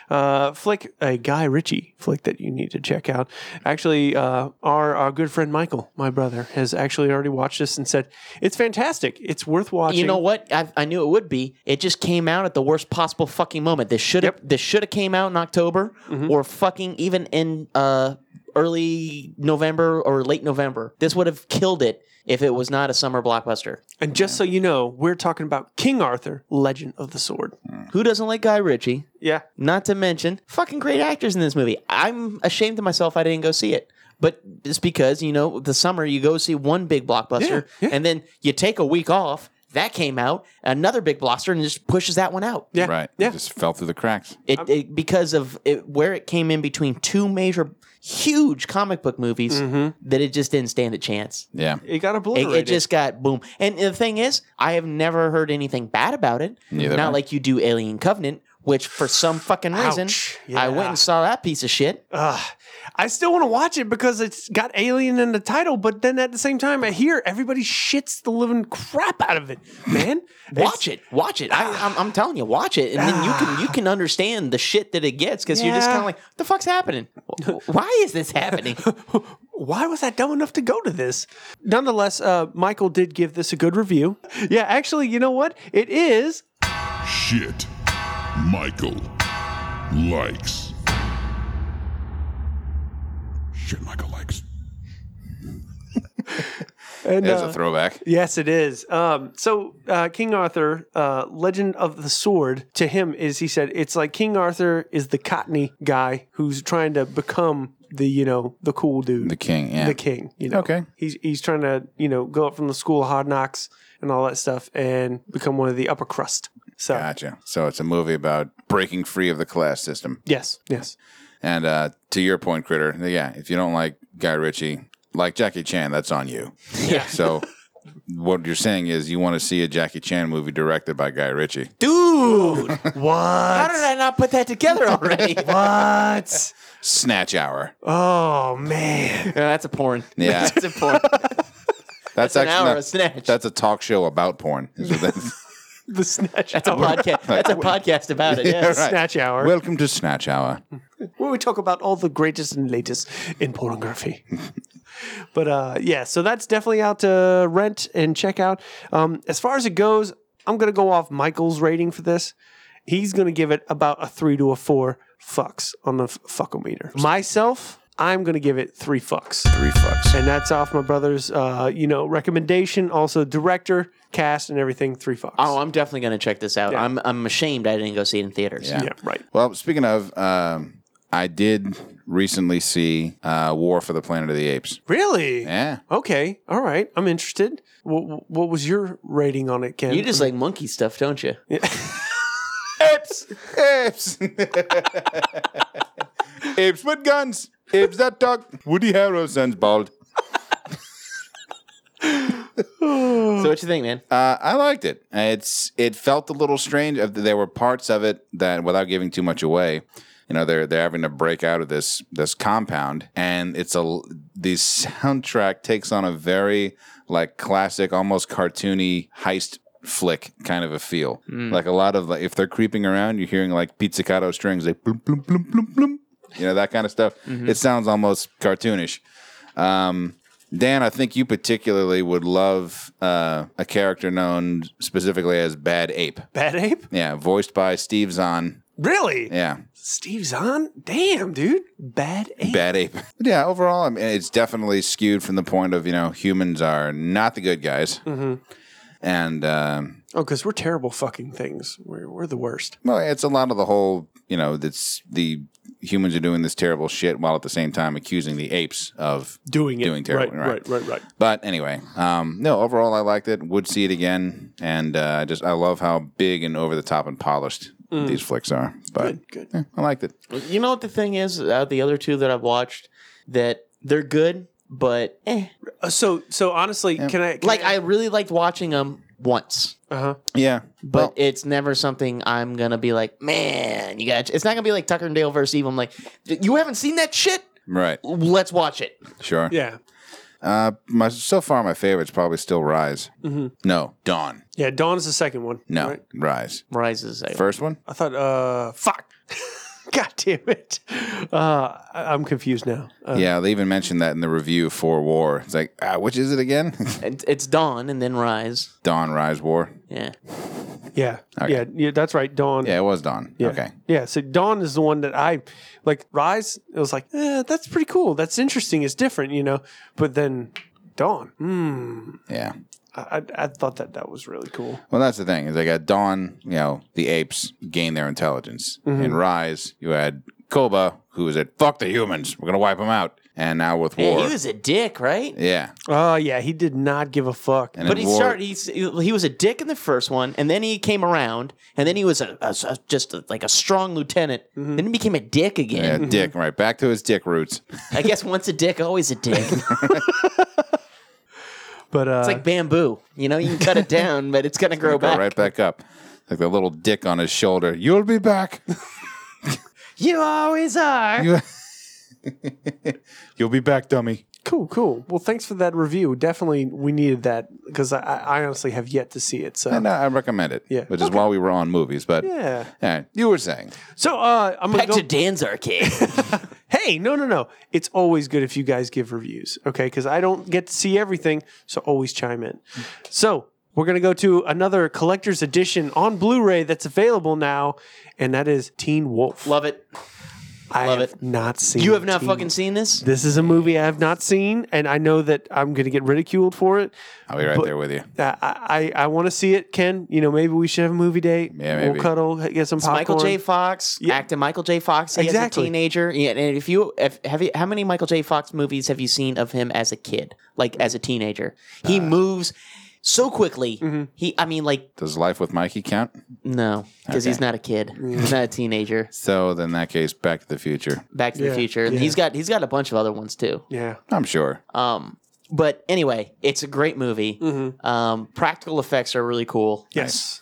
B: Uh, flick a Guy Ritchie flick that you need to check out. Actually, uh, our our good friend Michael, my brother, has actually already watched this and said it's fantastic. It's worth watching.
A: You know what? I, I knew it would be. It just came out at the worst possible fucking moment. This should have this should have came out in October
B: Mm-hmm.
A: or fucking even in uh early November or late November. This would have killed it if it was not a summer blockbuster.
B: And just so you know, we're talking about King Arthur, Legend of the Sword.
A: Who doesn't like Guy Ritchie?
B: Yeah,
A: Not to mention fucking great actors in this movie. I'm ashamed of myself I didn't go see it. But it's because, you know, the summer you go see one big blockbuster
B: Yeah, yeah.
A: and then you take a week off. That came out, another big blockbuster, and just pushes that one out.
B: yeah,
C: right.
B: yeah.
C: Just fell through the cracks.
A: It, it because of it, where it came in between two major, huge comic book movies
B: Mm-hmm.
A: that it just didn't stand a chance.
C: Yeah.
B: it got
A: It,
B: obliterated.
A: it just got boom. And the thing is, I have never heard anything bad about it.
C: Neither have I.
A: Not like you do Alien Covenant, which for some fucking reason
B: Ouch.
A: I
B: Yeah.
A: went and saw that piece of shit.
B: Ugh. I still want to watch it because it's got Alien in the title, but then at the same time, I hear everybody shits the living crap out of it, man.
A: Watch it, watch it. I, I'm, I'm telling you, watch it, and then you can you can understand the shit that it gets because you're just
B: Yeah.
A: kind of like, the fuck's happening? Why is this happening?
B: why was I dumb enough to go to this? Nonetheless, uh, Michael did give this a good review. Yeah, actually, you know what? It is
F: Shit. Michael likes. Shit, Michael likes.
B: And,
C: There's
B: uh,
C: a throwback.
B: Yes, it is. Um, so uh, King Arthur, uh, Legend of the Sword, to him is he said it's like King Arthur is the cottony guy who's trying to become the you know the cool dude,
C: The king, yeah.
B: the king. You know,
C: Okay.
B: He's he's trying to you know go up from the school of hard knocks and all that stuff and become one of the upper crust. So
C: Gotcha. So it's a movie about breaking free of the class system.
B: yes, yes,
C: And uh, to your point, Critter, yeah, if you don't like Guy Ritchie, like Jackie Chan, that's on you. Yeah. So what you're saying is you want to see a Jackie Chan movie directed by Guy Ritchie.
A: Dude, how
B: what?
A: did I not put that together already? Uh,
B: What?
C: Snatch Hour.
B: Oh man!
A: that's a porn.
C: Yeah.
A: that's a porn.
C: That's,
A: That's an hour
C: not-
A: of snatch.
C: That's a talk show about porn. is what that-
B: The snatch
A: That's a
B: hour.
A: podcast. That's a podcast about it. Yes.
C: right.
B: Snatch hour.
C: Welcome to Snatch Hour.
B: where we talk about all the greatest and latest in pornography. but uh, yeah, so that's definitely out to rent and check out. Um, as far as it goes, I'm gonna go off Michael's rating for this. He's gonna give it about a three to a four fucks on the f- fuckometer. Myself, I'm gonna give it three fucks,
C: Three fucks.
B: and that's off my brother's, uh, you know, recommendation. Also, director, cast, and everything. Three fucks.
A: Oh, I'm definitely gonna check this out. I'm I'm ashamed I didn't go see it in theaters.
C: Yeah.
B: yeah, right.
C: Well, speaking of, um, I did recently see uh, War for the Planet of the Apes.
B: Really?
C: Yeah.
B: Okay. All right. I'm interested. What, what was your rating on it, Ken?
A: You just like monkey stuff, don't you?
C: Apes! Apes! apes with guns! Apes that talk! Woody Harrelson's bald.
A: So what you think, man?
C: Uh, I liked it. It's it felt a little strange. Uh, There were parts of it that, without giving too much away, you know, they're they're having to break out of this this compound, and it's a the soundtrack takes on a very like classic, almost cartoony heist flick kind of a feel. Like a lot of like if they're creeping around, you're hearing like pizzicato strings, like bloom bloom bloom bloom bloom, you know that kind of stuff. It sounds almost cartoonish. Um, Dan, I think you particularly would love uh, a character known specifically as Bad Ape.
B: Bad Ape?
C: Yeah, voiced by Steve Zahn.
B: Really?
C: Yeah,
B: Steve's on? Damn, dude. Bad Ape.
C: Bad Ape. But yeah, overall, I mean, it's definitely skewed from the point of you know humans are not the good guys, and um,
B: Oh, because we're terrible fucking things. We're, we're the worst.
C: well, it's a lot of the whole you know that's the humans are doing this terrible shit while at the same time accusing the apes of
B: Doing it.
C: Doing terrible,
B: Right, right, right. right.
C: But anyway, um, no. Overall, I liked it. Would see it again, and uh, just I love how big and over the top and polished these flicks are. But
B: Mm. Good,
C: eh, I liked it.
A: You know what the thing is? Uh, the other two that I've watched, that they're good, but eh.
B: Uh, so, so honestly, can I. Can
A: Like I really liked watching them once,
B: Uh huh.
C: Yeah,
A: but
C: well,
A: it's never something I'm gonna be like, man, you got. It's not gonna be like Tucker and Dale versus Evil. I'm like, you haven't seen that shit.
C: right,
A: Let's watch it.
C: sure.
B: Yeah.
C: Uh, my so far my favorite's probably still Rise. No, Dawn.
B: Yeah, Dawn is the second one.
C: No,
B: Mm-hmm. right?
C: Rise.
A: Rises. I-
C: First one.
B: I thought, uh, fuck. God damn it. Uh, I, I'm confused now. Uh,
C: Yeah, they even mentioned that in the review for War. It's like, ah, which is it again?
A: It's, it's dawn and then rise.
C: Dawn, Rise, War.
A: Yeah.
B: yeah. Yeah. Yeah. That's right. Dawn.
C: Yeah, it was Dawn.
B: Yeah.
C: Okay.
B: Yeah. So Dawn is the one that I like. Rise. It was like eh, that's pretty cool. That's interesting. It's different, you know. But then Dawn. Hmm.
C: Yeah.
B: I, I, I thought that that was really cool.
C: Well, that's the thing. Is like at dawn, you know, the apes gain their intelligence.
B: Mm-hmm.
C: In Rise, you had Koba, who was at fuck the humans, we're gonna wipe them out. And now with
A: Yeah,
C: war,
A: he was a dick, right?
C: yeah.
B: Oh yeah, he did not give a fuck.
C: And
A: But
C: in
A: he
C: war,
A: started. He's, he was a dick in the first one, and then he came around, and then he was a, a- a- just a, like a strong lieutenant. Then he became a dick
C: yeah,
A: again.
C: dick right back to his dick roots.
A: I guess once a dick, always a dick. It's
B: But uh,
A: like bamboo. You know, you can cut it down, but it's gonna grow
C: Go
A: back.
C: right back up, like the little dick on his shoulder. You'll be back.
A: You always are.
C: You- You'll be back, dummy.
B: cool, cool. Well, thanks for that review. Definitely, we needed that because I, I honestly have yet to see it. So
C: And I, I recommend it.
B: Yeah.
C: Which is why we were on movies, but
B: yeah.
C: Yeah, you were saying
B: So uh, I'm gonna
A: Back
B: go.
A: to Dan's arcade.
B: hey, no, no, no. It's always good if you guys give reviews, okay? Because I don't get to see everything, so always chime in. So we're going to go to another collector's edition on Blu ray that's available now, and that is Teen Wolf.
A: Love it.
B: I
A: Love
B: have
A: it.
B: not seen.
A: You have not
B: Teen-
A: fucking seen this?
B: This is a movie I have not seen, and I know that I'm going to get ridiculed for it.
C: I'll be right
B: But-
C: there with you.
B: I I, I want to see it, Ken. You know, maybe we should have a movie date.
C: Yeah, maybe.
B: We'll cuddle, get some
A: It's
B: popcorn.
A: Michael J. Fox,
B: Yeah.
A: acting Michael J. Fox. He as
B: Exactly.
A: a teenager. Yeah, and if you if, have you, how many Michael J. Fox movies have you seen of him as a kid, like as a teenager?
B: Uh,
A: He moves so quickly.
B: mm-hmm.
A: He, I mean, like
C: Does Life with Mikey count?
A: no, because he's not a kid. He's not a teenager.
C: So, then in that case, Back to the Future.
A: Back to
B: Yeah,
A: the Future. And
B: yeah.
A: He's got he's got a bunch of other ones too.
B: Yeah.
C: I'm sure.
A: Um, but anyway, it's a great movie.
B: Mm-hmm.
A: Um, practical effects are really cool.
B: Yes.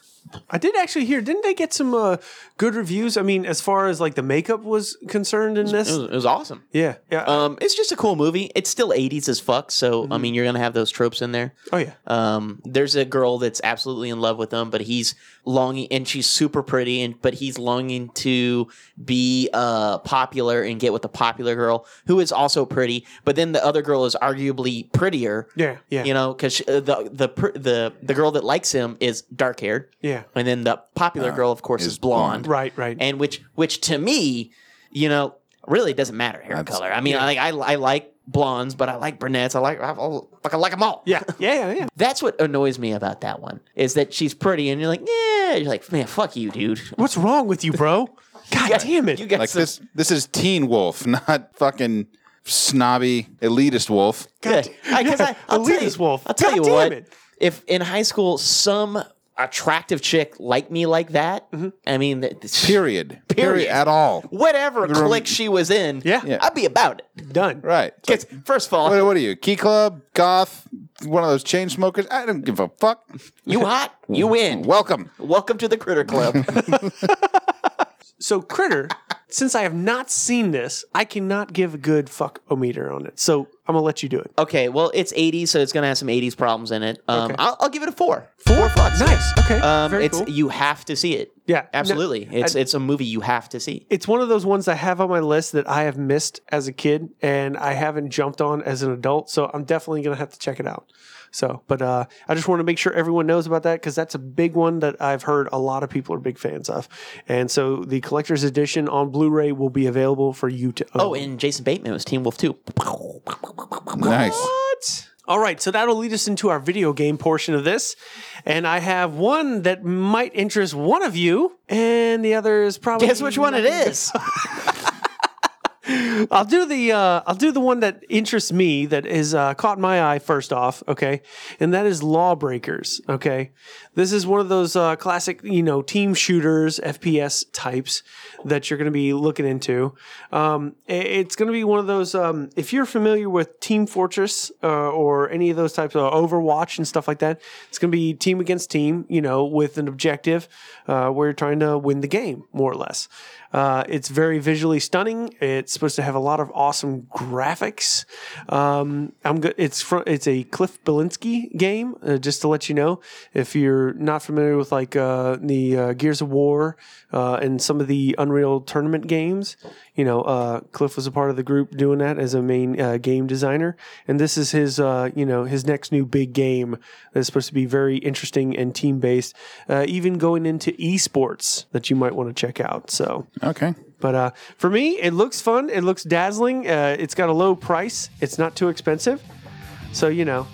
B: I did actually hear. Didn't they get some uh, good reviews? I mean, as far as like the makeup was concerned in
A: It
B: this.
A: was, it was awesome.
B: Yeah. Yeah.
A: Um, it's just a cool movie. It's still 80s as fuck, so
B: Mm-hmm.
A: I mean, you're gonna have those tropes in there.
B: oh yeah.
A: Um, there's a girl that's absolutely in love with him, but he's longing, and she's super pretty, and but he's longing to be uh popular and get with the popular girl who is also pretty. But then the other girl is arguably prettier,
B: Yeah. Yeah.
A: you know, because the the pr- the the girl that likes him is dark haired,
B: yeah.
A: and then the popular girl, of course,
C: Uh, is
A: is, blonde,
B: Right. Right.
A: and which which to me, you know, really doesn't matter hair
C: That's-
A: color. I mean, I like I, I like blondes, but I like brunettes. I like I like I like them all.
B: yeah. Yeah. Yeah. Yeah.
A: That's what annoys me about that one is that she's pretty and you're like, yeah, you're like, man, fuck you, dude.
B: What's wrong with you, bro? God damn it.
A: You got
C: Like
A: some-
C: this, this is Teen Wolf, not fucking snobby elitist wolf.
A: Yeah. I, 'cause I, I'll tell you,
B: Elitist wolf.
A: I'll tell
B: God
A: you
B: damn
A: what.
B: it.
A: If in high school some attractive chick liked me like that,
B: Mm-hmm.
A: I mean, th- th-
C: Period. Period.
A: Period.
C: at all.
A: whatever clique she was in,
B: Yeah.
C: Yeah.
A: I'd be about it.
B: Done.
C: Right. It's like,
A: 'Cause first of all,
C: what, what are you? Key Club? Goth? One of those chain smokers? I don't give a fuck.
A: you hot, you win.
C: Welcome.
A: Welcome to the Critter Club.
B: So critter, since I have not seen this, I cannot give a good fuck o meter on it. So I'm gonna let you do it.
A: okay, well, it's 80s, so it's going to have some 80s problems in it. Um,
B: Okay.
A: I'll, I'll give it a four. Four fucks.
B: Nice. Okay.
A: Um,
B: Very
A: it's
B: cool.
A: you have to see it.
B: Yeah.
A: absolutely.
B: No,
A: it's
B: I-
A: it's a movie you have to see.
B: It's one of those ones I have on my list that I have missed as a kid and I haven't jumped on as an adult. So I'm definitely gonna have to check it out. So, but uh, I just want to make sure everyone knows about that because that's a big one that I've heard a lot of people are big fans of. And so the collector's edition on Blu-ray will be available for you to own.
A: Oh, and Jason Bateman was Team Wolf too.
C: Nice.
B: What? All right, so that'll lead us into our video game portion of this. And I have one that might interest one of you, and the other is probably
A: Guess which one it is?
B: I'll do the uh, I'll do the one that interests me that is uh, caught my eye first off, okay, and that is Lawbreakers. Okay, this is one of those uh, classic you know team shooters FPS types that you're going to be looking into. Um, i- it's going to be one of those um, if you're familiar with Team Fortress uh, or any of those types of Overwatch and stuff like that. It's going to be team against team, you know, with an objective uh, where you're trying to win the game more or less. Uh, it's very visually stunning. It's supposed to have a lot of awesome graphics. Um, I'm go- it's fr- it's a Cliff Belinsky game. Uh, just to let you know, if you're not familiar with like uh, the uh, Gears of War uh, and some of the Unreal Tournament games, you know uh, Cliff was a part of the group doing that as a main uh, game designer, and this is his uh, you know his next new big game that's supposed to be very interesting and team based, uh, even going into esports that you might want to check out. So.
C: Okay.
B: But uh, for me, it looks fun. It looks dazzling. Uh, it's got a low price. It's not too expensive. So you know,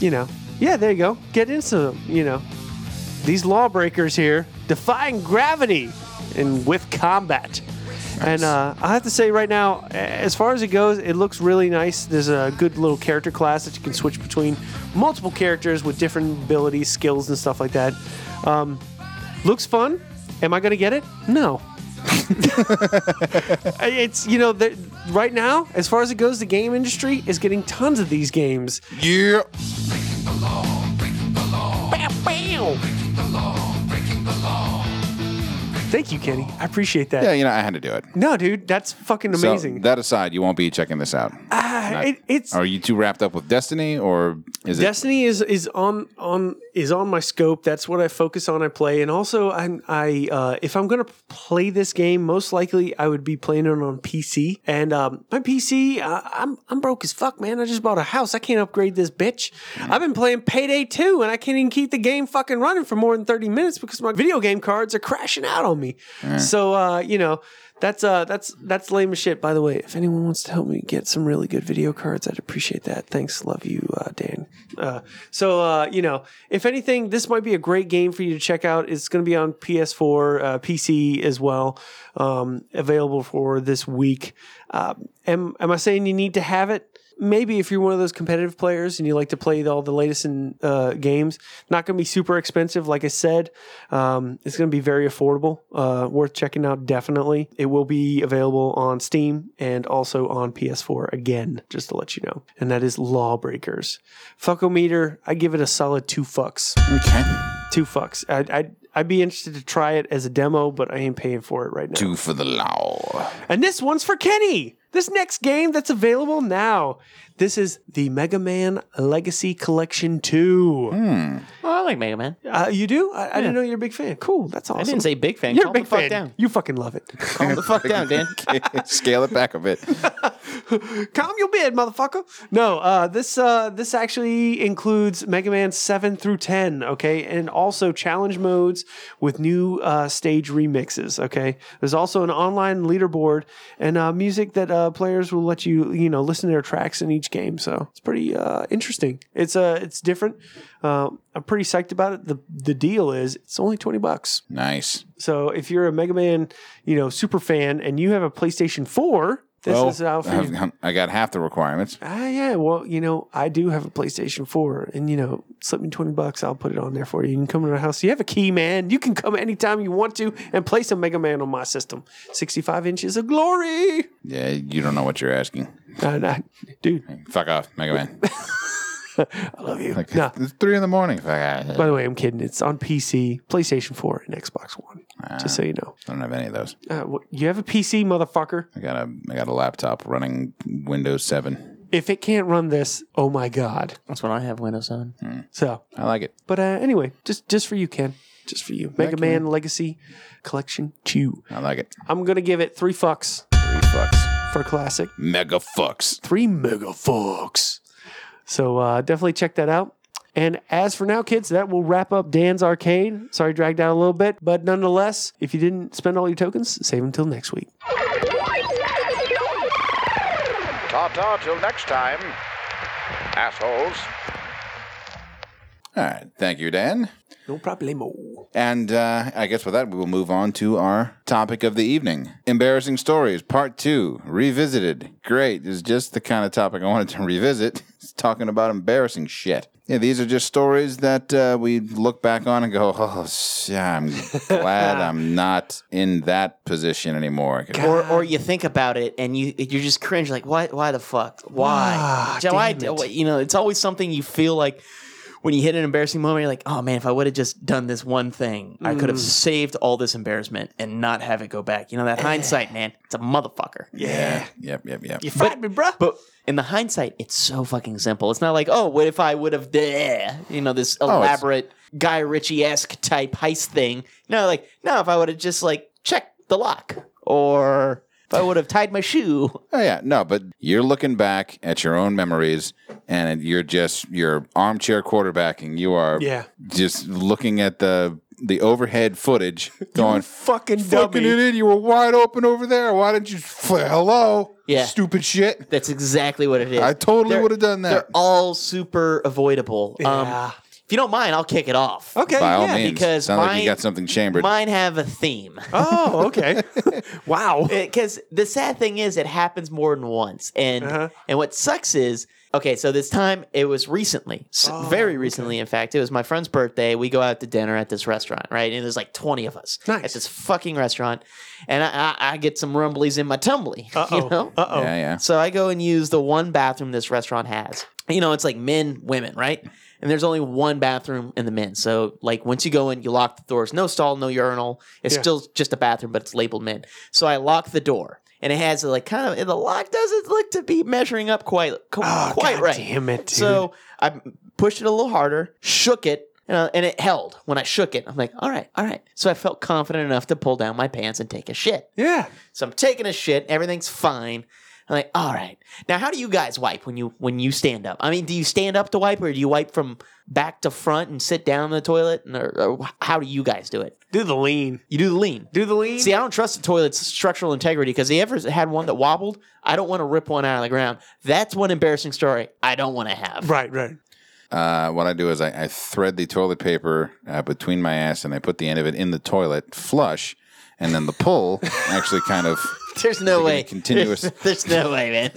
B: you know, yeah. There you go. Get into them. You know, these lawbreakers here defying gravity and with combat. And uh, I have to say, right now, as far as it goes, it looks really nice. There's a good little character class that you can switch between multiple characters with different abilities, skills, and stuff like that. Um, looks fun. Am I going to get it? No. I- it's you know the, right now as far as it goes the game industry is getting tons of these games
C: Yeah.
B: thank you kenny i appreciate that
C: Yeah, you know, I had to do it.
B: no dude that's fucking
C: So,
B: amazing
C: that aside, you won't be checking this out.
B: Ah, it- it's
C: Are you too wrapped up with Destiny or is it?
B: Destiny is is on on is on my scope. That's what I focus on. I play, and also I'm I uh, if I'm gonna play this game, most likely I would be playing it on PC. And um, my PC, uh, I'm I'm broke as fuck, man. I just bought a house. I can't upgrade this bitch.
C: Mm.
B: I've been playing Payday Two, and I can't even keep the game fucking running for more than thirty minutes because my video game cards are crashing out on me. So uh, you know, that's uh that's that's lame as shit. By the way, if anyone wants to help me get some really good video cards, I'd appreciate that. Thanks, love you, uh, Dan. Uh, so uh, you know, if anything, this might be a great game for you to check out. It's going to be on PS4, uh, PC as well, um, available for this week. Uh, am am I saying you need to have it? maybe if you're one of those competitive players and you like to play all the latest in uh, games, not going to be super expensive. Like I said, um, it's going to be very affordable. Uh, worth checking out, definitely. It will be available on Steam and also on PS4 again, just to let you know. And that is Lawbreakers. Fuckometer, I give it a solid two fucks.
C: Okay.
B: Two fucks. I'd, I'd, I'd be interested to try it as a demo, but I ain't paying for it right now.
C: Two for the law.
B: And this one's for Kenny. This next game that's available now. This is the Mega Man Legacy Collection 2.
A: Oh, I like Mega Man.
B: Uh, you do? I, I didn't know you're a big fan. Cool. That's awesome.
A: I didn't say big fan.
B: you're a
A: Calm
B: big
A: the fuck
B: fan.
A: down.
B: You fucking love it.
A: Calm the fuck down, Dan.
C: Scale it back a bit.
B: Calm your bid, motherfucker. No, uh, this uh, this actually includes Mega Man 7 through 10, okay? And also challenge modes with new uh, stage remixes, okay? There's also an online leaderboard and uh, music that uh, players will let you, you know, listen to their tracks in each game. So it's pretty uh, interesting. It's uh, it's different. Uh, I'm pretty psyched about it. The, the deal is it's only 20 bucks.
C: Nice.
B: So if you're a Mega Man, you know, super fan and you have a PlayStation 4, this
C: Well,
B: is out for you.
C: I've got- I got half the requirements.
B: Ah, yeah. Well, you know, I do have a PlayStation 4, and you know, slip me 20 bucks. I'll put it on there for you. You can come to my house. You have a key, man. You can come anytime you want to and play some Mega Man on my system. 65 inches of glory.
C: Yeah, you don't know what you're asking.
B: And I- dude,
C: Fuck off, Mega Man.
B: I love you.
C: Like,
B: Nah.
C: It's three in the morning. Fuck off.
B: By the way, I'm kidding. It's on PC, PlayStation 4, and Xbox One. just so you know.
C: I don't have any of those.
B: Uh, what, you have a PC, motherfucker.
C: I got a I got a laptop running Windows 7.
B: If it can't run this, oh my God.
A: That's when I have Windows 7.
B: So,
C: I like it.
B: but uh, anyway, just just for you, Ken. Just for you. Mega Man Legacy Collection 2.
C: I like it.
B: I'm gonna give it three fucks
C: Three fucks.
B: for classic.
C: Mega fucks.
B: Three mega fucks. So uh, definitely check that out. And as for now, kids, that will wrap up Dan's arcade. Sorry, dragged out a little bit, but nonetheless, if you didn't spend all your tokens, save them till next week.
E: Ta ta till next time, assholes.
C: All right. Thank you, Dan.
B: No problemo.
C: And uh, I guess with that, we will move on to our topic of the evening embarrassing stories, part two, revisited. Great. This is just the kind of topic I wanted to revisit. It's talking about embarrassing shit. Yeah, these are just stories that uh, we look back on and go, oh, yeah, I'm glad I'm not in that position anymore.
A: Or, or you think about it and you you're just cringe like why why the fuck why
B: Ah,
A: So why
B: damn it.
A: you know it's always something you feel like when you hit an embarrassing moment you're like oh man if I would have just done this one thing I could have saved all this embarrassment and not have it go back you know that hindsight man it's a motherfucker
C: Yeah. Yep, yep, yep.
B: You fired me, bruh.
A: but in the hindsight it's so fucking simple it's not like oh what if I would have bleh," you know this
C: it's-
A: elaborate Guy Ritchie esque type heist thing no like no if I would have just like checked the lock or if I would have tied my shoe
C: Oh yeah, no, but you're looking back at your own memories, and you're just you're armchair quarterbacking. You are
B: Yeah.
C: just looking at the the overhead footage, going
B: fucking
C: fucking
B: dummy.
C: idiot. You were wide open over there. Why didn't you? f- Hello,
A: Yeah.
C: stupid shit.
A: That's exactly what it is.
C: I totally
A: They're-
C: would've done that.
A: They're all super avoidable.
B: Yeah.
A: Um, if you don't mind, I'll kick it off.
B: Okay.
C: By all
B: yeah.
C: means,
A: because
C: sounds like
A: mine-
C: you got something chambered.
A: Mine have a theme.
B: Oh, okay. wow.
A: Because the sad thing is, it happens more than once, and
B: Uh-huh.
A: and what sucks is, okay, so this time it was recently, s-
B: Oh,
A: very recently, in fact, it was my friend's birthday. We go out to dinner at this restaurant, right? And there's like twenty of us
B: Nice.
A: at this fucking restaurant, and I, I, I get some rumblies in my tumbly, you know.
B: Uh oh.
C: yeah, yeah.
A: So I go and use the one bathroom this restaurant has. You know, it's like men, women, right? And there's only one bathroom in the men. So like once you go in, you lock the doors. No stall, no urinal. It's
B: Yeah.
A: still just a bathroom, but it's labeled men. So I lock the door. And it has like kind of and the lock doesn't look to be measuring up quite co-
B: Oh,
A: quite
B: God
A: right.
B: damn it, dude.
A: So I pushed it a little harder, shook it, uh, and it held. When I shook it, I'm like, all right, all right. So I felt confident enough to pull down my pants and take a shit.
B: Yeah.
A: So I'm taking a shit. Everything's fine. I'm like, all right. Now, how do you guys wipe when you when you stand up? I mean, do you stand up to wipe, or do you wipe from back to front and sit down in the toilet? And or, or how do you guys do it?
B: Do the lean.
A: You do the lean.
B: Do the lean.
A: See, I don't trust the toilet's structural integrity because they ever had one that wobbled. I don't want to rip one out of the ground. That's one embarrassing story I don't want to have.
B: right, right.
C: Uh, what I do is I, I thread the toilet paper uh, between my ass and I put the end of it in the toilet, flush, and then the pull actually kind of
A: There's no
C: Is it gonna
A: way.
C: be continuous?
A: There's, there's no way, man.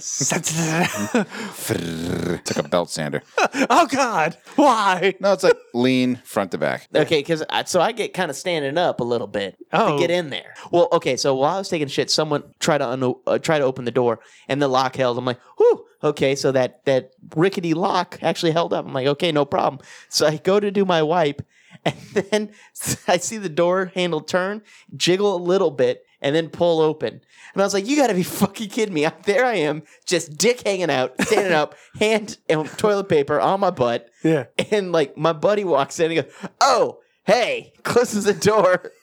C: it's like a belt sander.
B: oh God, why?
C: No, it's like lean front to back.
A: Okay, because so I get kind of standing up a little bit
B: Oh.
A: to get in there. Well, okay, so while I was taking shit, someone tried to un- uh, try to open the door, and the lock held. I'm like, whew, okay, so that that rickety lock actually held up. I'm like, okay, no problem. So I go to do my wipe, and then I see the door handle turn, jiggle a little bit, and then pull open. And I was like, you got to be fucking kidding me! There I am, just dick hanging out, standing up, hand and toilet paper on my butt.
B: Yeah.
A: And like my buddy walks in and he goes, Oh, hey, closes the door.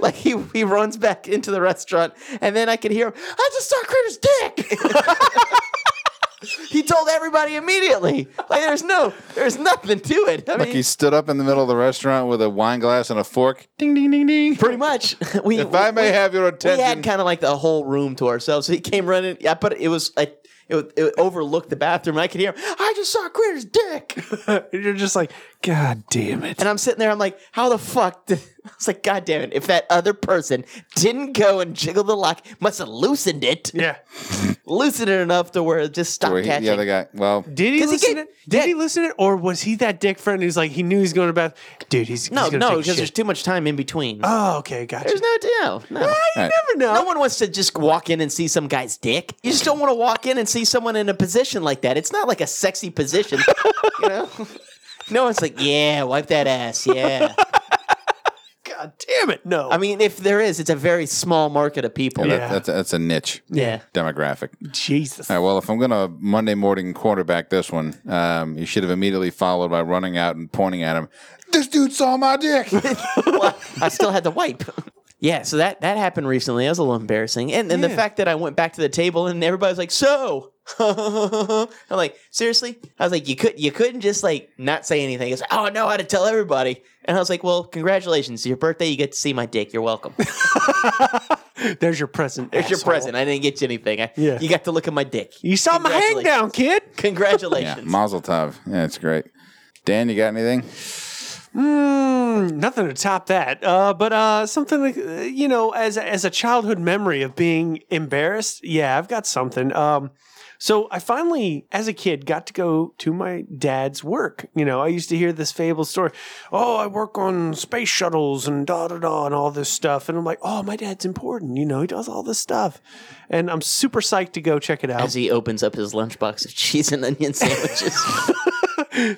A: Like he, he runs back into the restaurant and then I can hear him, I just saw Critter's dick. he told everybody immediately. Like there's no there's nothing to it. I
C: Like
A: mean
C: he stood up in the middle of the restaurant with a wine glass and a fork. Ding, ding, ding, ding.
A: pretty much we
C: If I may
A: we-
C: have your
A: we
C: attention.
A: had kind of like the whole room to ourselves. So he came running. I put it was I it, was- it overlooked the bathroom. And I could hear him. I just saw Critter's dick.
B: And you're just like, God damn it.
A: And I'm sitting there, I'm like, how the fuck? Did... I was like, God damn it. If that other person didn't go and jiggle the lock, must have loosened it,
B: Yeah.
A: loosened it enough to where it just stopped
C: Where he,
A: catching.
C: the other guy. Well,
B: Did he
A: 'Cause he
B: listen?
A: gave-
B: it? Did
A: yeah.
B: he listen it, or was he that dick friend who's like he knew he's going to bath? Dude, he's
A: no,
B: he's gonna
A: no,
B: take a
A: because there's
B: shit.
A: too much time in between.
B: Oh, okay, gotcha.
A: there's no deal. No.
C: all right.
B: never know.
A: No one wants to just walk in and see some guy's dick. You just don't want to walk in and see someone in a position like that. It's not like a sexy position, you know. No one's like, yeah, wipe that ass, yeah.
B: God damn it. No.
A: I mean, if there is, it's a very small market of people.
C: Yeah, that-
B: Yeah.
C: that's, that's a niche
A: yeah.
C: demographic.
B: Jesus.
C: All right, well, if I'm going to Monday morning quarterback this one, um, you should have immediately followed by running out and pointing at him. This dude saw my dick.
A: well, I still had to wipe. Yeah, so that that happened recently. That was a little embarrassing, and and the
B: Yeah.
A: fact that I went back to the table and everybody's like, "So," I'm like, "Seriously?" I was like, "You could you couldn't just like not say anything." It's like, "Oh, I know how to tell everybody," and I was like, "Well, congratulations, your birthday. You get to see my dick. You're welcome.
B: There's your present.
A: There's your
B: asshole.
A: present. I didn't get you anything. I,
B: Yeah.
A: you got to look at my dick.
B: You saw my hang
A: Congratulations.
B: down, kid.
C: yeah,
A: Congratulations.
C: Mazel Tov. Yeah, it's great. Dan, you got anything?
B: Mm, nothing to top that. Uh, but uh, something like uh, you know, as as a childhood memory of being embarrassed. Yeah, I've got something. Um, so I finally, as a kid, got to go to my dad's work. You know, I used to hear this fable story. Oh, I work on space shuttles and da da da and all this stuff. And I'm like, oh, my dad's important. You know, he does all this stuff, and I'm super psyched to go check it out.
A: As he opens up his lunchbox of cheese and onion sandwiches.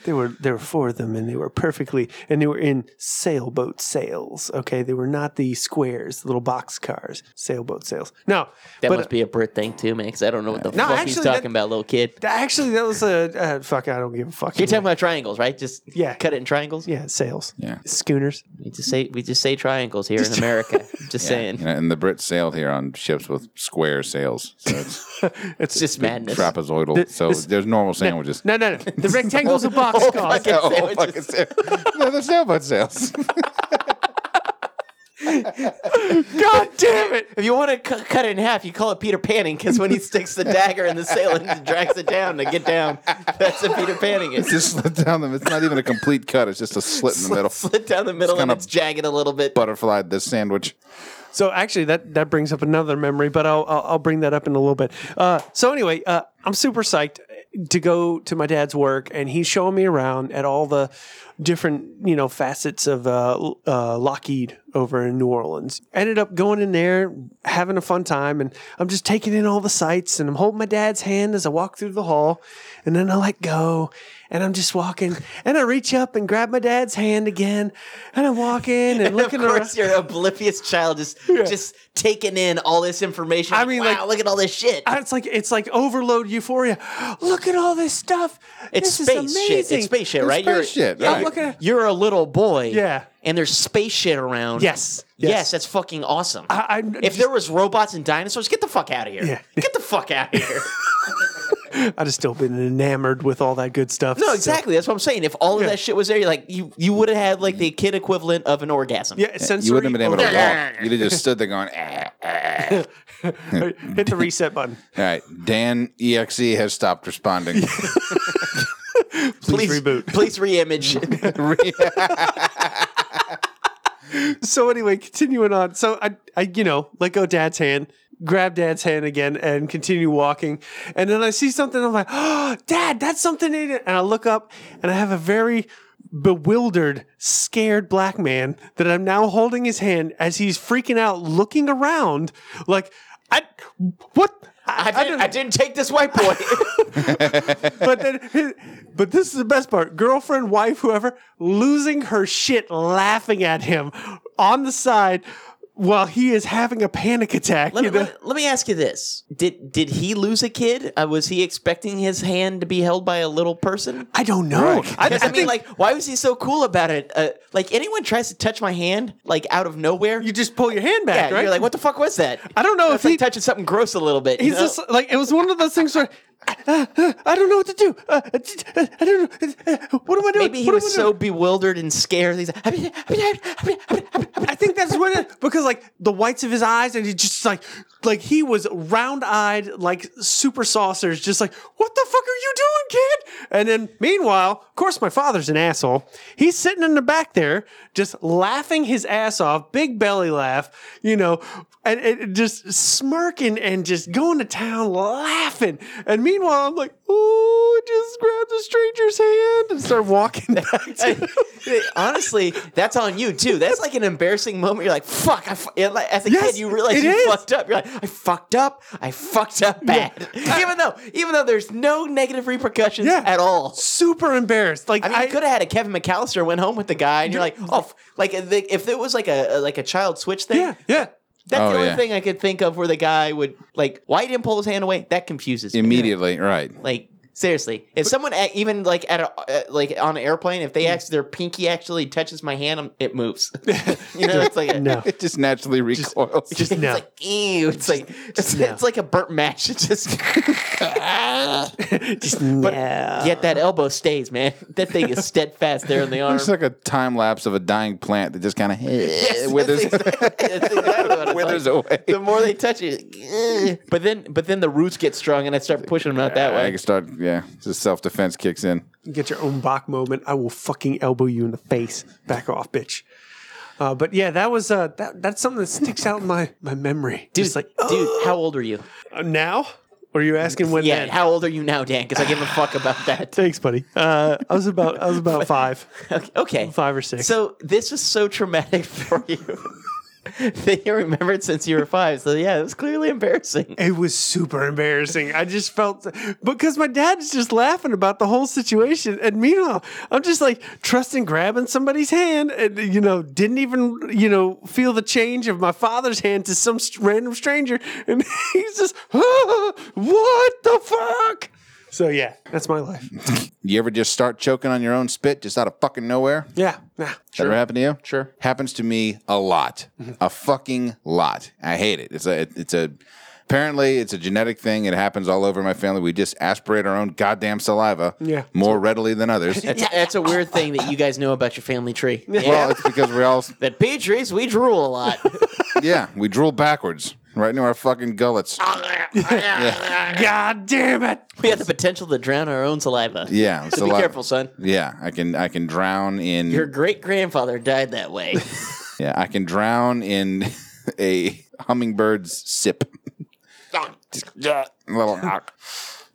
B: They were there were four of them, and they were perfectly, and they were in sailboat sails. Okay, they were not the squares, the little box cars, sailboat sails. No,
A: That
B: but
A: must be a Brit thing too, man. Because I don't know what the
B: No,
A: fuck
B: actually,
A: he's
B: that-
A: talking about, little kid.
B: uh, actually that was a uh, fuck. I don't give a fuck.
A: You're talking about triangles, right? Just
B: Yeah.
A: cut it in triangles.
B: yeah, sails.
C: Yeah.
B: schooners.
A: We just say we just say triangles here in America. just saying,
C: You know, and the Brits sailed here on ships with square sails. So it's
A: it's just madness.
C: trapezoidal. so
B: this-
C: there's normal sandwiches.
B: No, no, no. The rectangles of box cars.
A: fucking
C: Oh,
A: sandwiches.
C: fucking sa- no, they're sailboat sails.
B: God damn it!
A: If you want to cu- cut it in half, you call it Peter Panning because when he sticks the dagger in the sail and drags it down to get down, that's a Peter Panning. It
C: just slip down them. It's not even a complete cut. It's just a slit in the middle.
A: slid down the middle and
C: kinda-
A: it's jagged a little bit.
C: Butterfly this sandwich.
B: So actually, that that brings up another memory, but I'll I'll, I'll bring that up in a little bit. Uh, so anyway, uh, I'm super psyched to go to my dad's work, and he's showing me around at all the different you know facets of uh, L- uh, Lockheed over in New Orleans. Ended up going in there, having a fun time, and I'm just taking in all the sights, and I'm holding my dad's hand as I walk through the hall, and then I let go. And I'm just walking, and I reach up and grab my dad's hand again, and I'm walking and
A: And of
B: looking around.
A: course, your oblivious child is just taking in all this information.
B: I
A: I
B: mean,
A: mean,
B: like-
A: wow, look at all this shit.
B: I- it's like it's like overload euphoria. Look at all this stuff.
A: it's
B: this
A: space
B: is
A: shit.
B: amazing.
A: It's space shit,
C: It's
A: right? You're-
C: space shit,
A: Yeah,
C: right.
A: look at- You're a little boy.
B: Yeah.
A: and there's space shit around.
B: Yes.
A: Yes,
B: Yes.
A: that's fucking awesome.
B: I, I'm
A: if there was robots and dinosaurs, get the fuck out of here.
B: Yeah.
A: Get the fuck out of here.
B: I just still been enamored with all that good stuff.
A: No,
B: So-
A: exactly. That's what I'm saying. If all of that shit was there, you're like you you would have had like the kid equivalent of an orgasm.
B: Yeah, sensory.
C: You wouldn't have been able to
B: overload.
C: walk. You'd have just stood there going, "Ah, ah."
B: Hit the reset button.
C: All right, Dan EXE has stopped responding.
B: Please, reboot.
A: Please re-image.
B: So anyway, continuing on. So I, I, you know, let go Dad's hand, grab Dad's hand again, and continue walking. And then I see something. I'm like, oh, Dad, that's something in it. And I look up, and I have a very bewildered, scared black man that I'm now holding his hand as he's freaking out, looking around, like, I, what?
A: I, didn't, I didn't take this white boy.
B: but then, but this is the best part: girlfriend, wife, whoever, losing her shit, laughing at him on the side while he is having a panic attack.
A: let, me,
B: you know?
A: let, me- let me ask you this: Did did he lose a kid? Uh, was he expecting his hand to be held by a little person?
B: I don't know. I, I,
A: Because I, mean,
B: think
A: like, why was he so cool about it? Uh, like, anyone tries to touch my hand, like out of nowhere,
B: you just pull your hand
A: yeah,
B: back, right?
A: you're like, what the fuck was that?
B: I don't know if
A: It's like
B: he.
A: touching something gross a little bit. you
B: He's
A: know?
B: just like it was one of those things where. "Ah, ah, ah, I don't know what to do. Uh, uh, t- uh, I don't know. Uh, uh, What am I doing?
A: Maybe he
B: What am
A: was
B: I
A: so
B: doing?"
A: bewildered and scared. He's like,
B: I think that's what it because like the whites of his eyes and he just like like he was round eyed like super saucers just like what the fuck are you doing kid and then meanwhile of course my father's an asshole he's sitting in the back there just laughing his ass off big belly laugh you know and, and just smirking and just going to town laughing and meanwhile I'm like ooh just grab the stranger's hand and start walking back to
A: Honestly, that's on you too. That's like an embarrassing moment. You're like, "Fuck!" I fu-. and, like, As a
B: Yes,
A: kid, you realize
B: it
A: you
B: is.
A: fucked up. You're like, "I fucked up. I fucked up bad." even though, even though there's no negative repercussions
B: Yeah.
A: at all.
B: super embarrassed like
A: I mean, you could have had a Kevin McAllister and went home with the guy, and you're like, "Oh, f-. like if the- if it was like a like a child switch thing."
B: yeah yeah
A: That's
C: Oh,
A: the only
C: yeah.
A: thing I could think of where the guy would like why he didn't pull his hand away. That confuses me.
C: Immediately, right.
A: Like seriously, if someone a- even like at a, uh, like on an airplane, if they
B: Mm.
A: actually their pinky actually touches my hand, I'm, it moves. you know, it's like a,
B: no
C: It just naturally recoils.
B: just
A: It's
B: no.
A: like ew. It's like it's,
B: no.
A: it's like a burnt match. It's just
B: just no.
A: yet that elbow stays, man. That thing is steadfast there in the arm.
C: It's like a time lapse of a dying plant that just kind of withers,
A: That's exactly- that's exactly what it's
C: withers
A: like.
C: away.
A: The more they touch it, but then but then the roots get strong and I start pushing them out that
C: I
A: way.
C: can start, yeah, just self defense kicks in.
B: get your own Bach moment. I will fucking elbow you in the face. Back off, bitch. Uh, but yeah, that was uh, that, that's something that sticks out in my my memory.
A: Dude,
B: Just like
A: dude, how old are you?
B: uh, now, or are you asking when?
A: Yeah,
B: then?
A: how old are you now, Dan? Because I give a fuck about that.
B: Thanks, buddy. Uh, I was about I was about five.
A: Okay, okay.
B: Five or six.
A: So this is so traumatic for you that you remember it since you were five. So yeah, it was clearly embarrassing.
B: It was super embarrassing. I just felt because my dad's just laughing about the whole situation, and meanwhile, I'm just like trusting grabbing somebody's hand, and you know, didn't even you know feel the change of my father's hand to some st- random stranger, and he's just "Ah, what the fuck. So yeah, that's my life.
C: You ever just start choking on your own spit just out of fucking nowhere?
B: Yeah, yeah,
C: That ever happen to you?
A: Sure. Mm-hmm.
C: Happens to me a lot, a fucking lot. I hate it. It's a, it's a, apparently it's a genetic thing. It happens all over my family. We just aspirate our own goddamn saliva,
B: Yeah.
C: more readily than others.
A: That's, that's a weird thing that you guys know about your family tree. Yeah.
C: Well, it's because we all,
A: That Patriots, we drool a lot.
C: yeah, we drool backwards right into our fucking gullets.
A: Ah.
B: God damn it!
A: we have the potential to drown our own saliva.
C: Yeah,
A: So be
C: saliva.
A: careful, son.
C: Yeah, I can, I can drown in.
A: Your great grandfather died that way.
C: Yeah, I can drown in a hummingbird's sip. little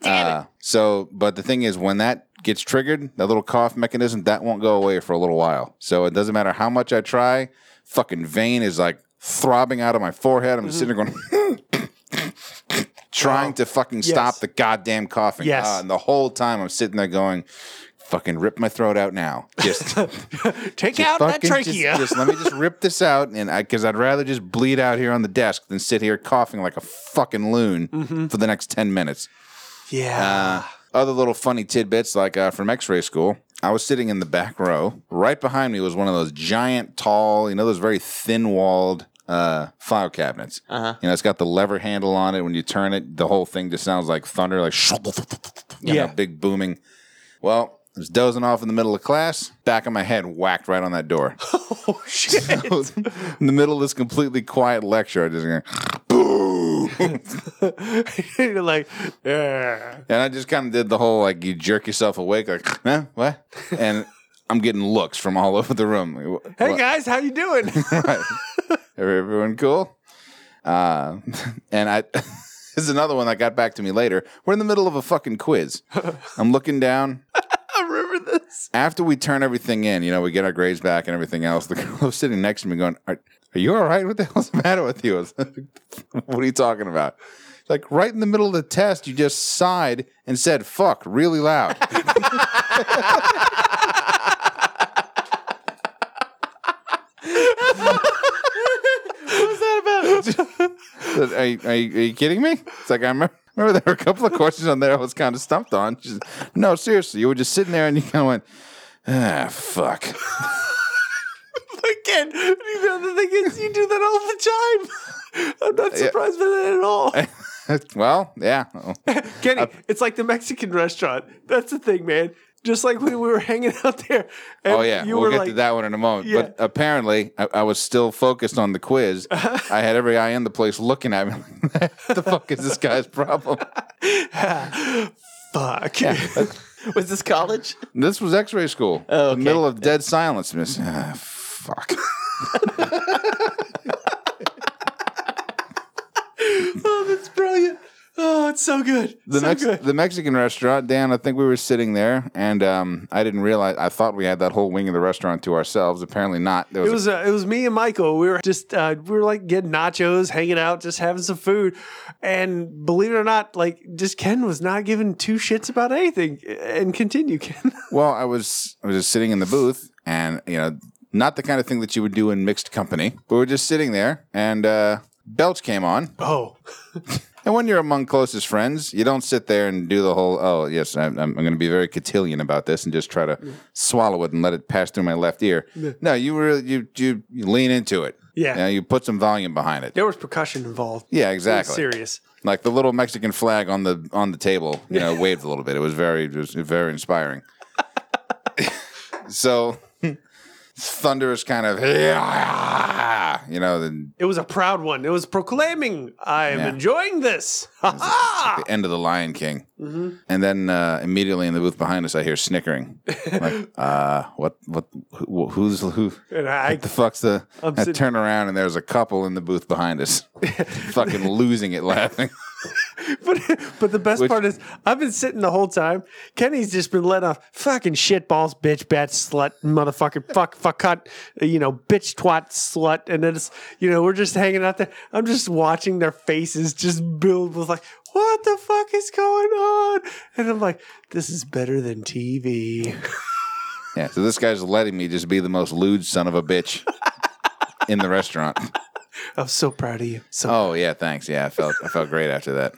C: Uh, so, but the thing is, when that gets triggered, that little cough mechanism that won't go away for a little while. So it doesn't matter how much I try. Fucking vein is like throbbing out of my forehead. I'm just sitting there going. Trying to fucking stop the goddamn coughing.
B: Yes.
C: Ah, and the whole time I'm sitting there going, fucking rip my throat out now. Just
B: Take
C: just
B: out
C: fucking
B: that
C: just-
B: trachea.
C: Just, let me just rip this out, and I because I'd rather just bleed out here on the desk
B: Mm-hmm.
C: than sit here coughing like a fucking loon for the next ten minutes.
B: yeah.
C: Uh, Other little funny tidbits, like uh, from X-ray school, I was sitting in the back row. Right behind me was one of those giant, tall, you know, those very thin-walled uh, file cabinets. Uh-huh. You know, it's got the lever handle on it. When you turn it, the whole thing just sounds like thunder, like you know,
B: Yeah.
C: big booming. Well, I was dozing off in the middle of class. Back of my head whacked right on that door.
B: Oh shit!
C: in the middle of this completely quiet lecture, I just go,
B: You're like, yeah.
C: And I just kind of did the whole like you jerk yourself awake, like huh, what? And I'm getting looks from all over the room. Like, wh-
B: Hey
C: what?
B: guys, how you doing?
C: everyone cool? Uh, and I this is another one that got back to me later. We're in the middle of a fucking quiz. I'm looking down.
B: I remember this.
C: After we turn everything in, you know, we get our grades back and everything else. The girl was sitting next to me going, Are, are you all right? What the hell's the matter with you? I was like, what are you talking about? She's Like right in the middle of the test, you just sighed and said "fuck" really loud.
A: What's that about?
C: Said, Are, you- are you, are you kidding me? It's like I remember, remember there were a couple of questions on there I was kind of stumped on. She said, no, seriously, you were just sitting there and you kind of went, ah, fuck.
B: Again, you know, the thing is, you do that all the time. I'm not surprised by that at all.
C: well, yeah.
B: Kenny, it's like the Mexican restaurant. That's the thing, man. Just like when we were hanging out there. and
C: Oh yeah,
B: you
C: we'll
B: were
C: get
B: like,
C: to that one in a moment.
B: Yeah.
C: But apparently, I, I was still focused on the quiz. I had every eye in the place looking at me. Like, the fuck is this guy's problem?
B: Fuck.
A: Was this college?
C: This was X-ray school.
A: Oh, okay.
C: The middle of dead silence, Miss. Ah, fuck.
B: oh, that's brilliant. Oh, it's so good.
C: the
B: so
C: Mex-
B: good.
C: the Mexican restaurant, Dan. I think we were sitting there, and um, I didn't realize. I thought we had that whole wing of the restaurant to ourselves. Apparently not. There
B: It
C: was,
B: was uh, it was me and Michael. We were just uh, we were like getting nachos, hanging out, just having some food. And believe it or not, like just Ken was not giving two shits about anything. And continue, Ken.
C: a, well, I was I was just sitting in the booth, and you know, not the kind of thing that you would do in mixed company. But we were just sitting there, and uh, Belch came on.
B: Oh,
C: And when you're among closest friends, you don't sit there and do the whole, oh, yes, I'm, I'm going to be very cotillion about this and just try to swallow it and let it pass through my left ear. No, you really, you, you, you lean into it.
B: Yeah.
C: You, know, you put some volume behind it.
B: there was percussion involved.
C: Yeah,
B: It was
C: exactly.
B: Serious.
C: Like the little Mexican flag on the on the table, you know, waved a little bit. It was very, it was very inspiring. so thunderous kind of, you know, the
B: It was a proud one. It was proclaiming, "I am
C: Yeah.
B: enjoying this."
C: It's like the end of the Lion King.
B: Mm-hmm.
C: And then uh, immediately in the booth behind us, I hear snickering. I'm like, uh, what, what, who, who's who?
B: And I-
C: what the fuck's the?
B: I'm
C: I
B: sitting-
C: turn around and there's a couple in the booth behind us, fucking losing it laughing.
B: But but the best
C: Which-
B: part is I've been sitting the whole time. Kenny's just been let off fucking shit balls, bitch, bat, slut, motherfucking fuck, fuck, cut, you know, bitch, twat, slut, and then it's you know we're just hanging out there. I'm just watching their faces just build with like, what the fuck is going on? And I'm like, this is better than TV.
C: Yeah. So this guy's letting me just be the most lewd son of a bitch in the restaurant.
B: I'm so proud of you. So,
C: Oh yeah, thanks. Yeah, I felt I felt great after that.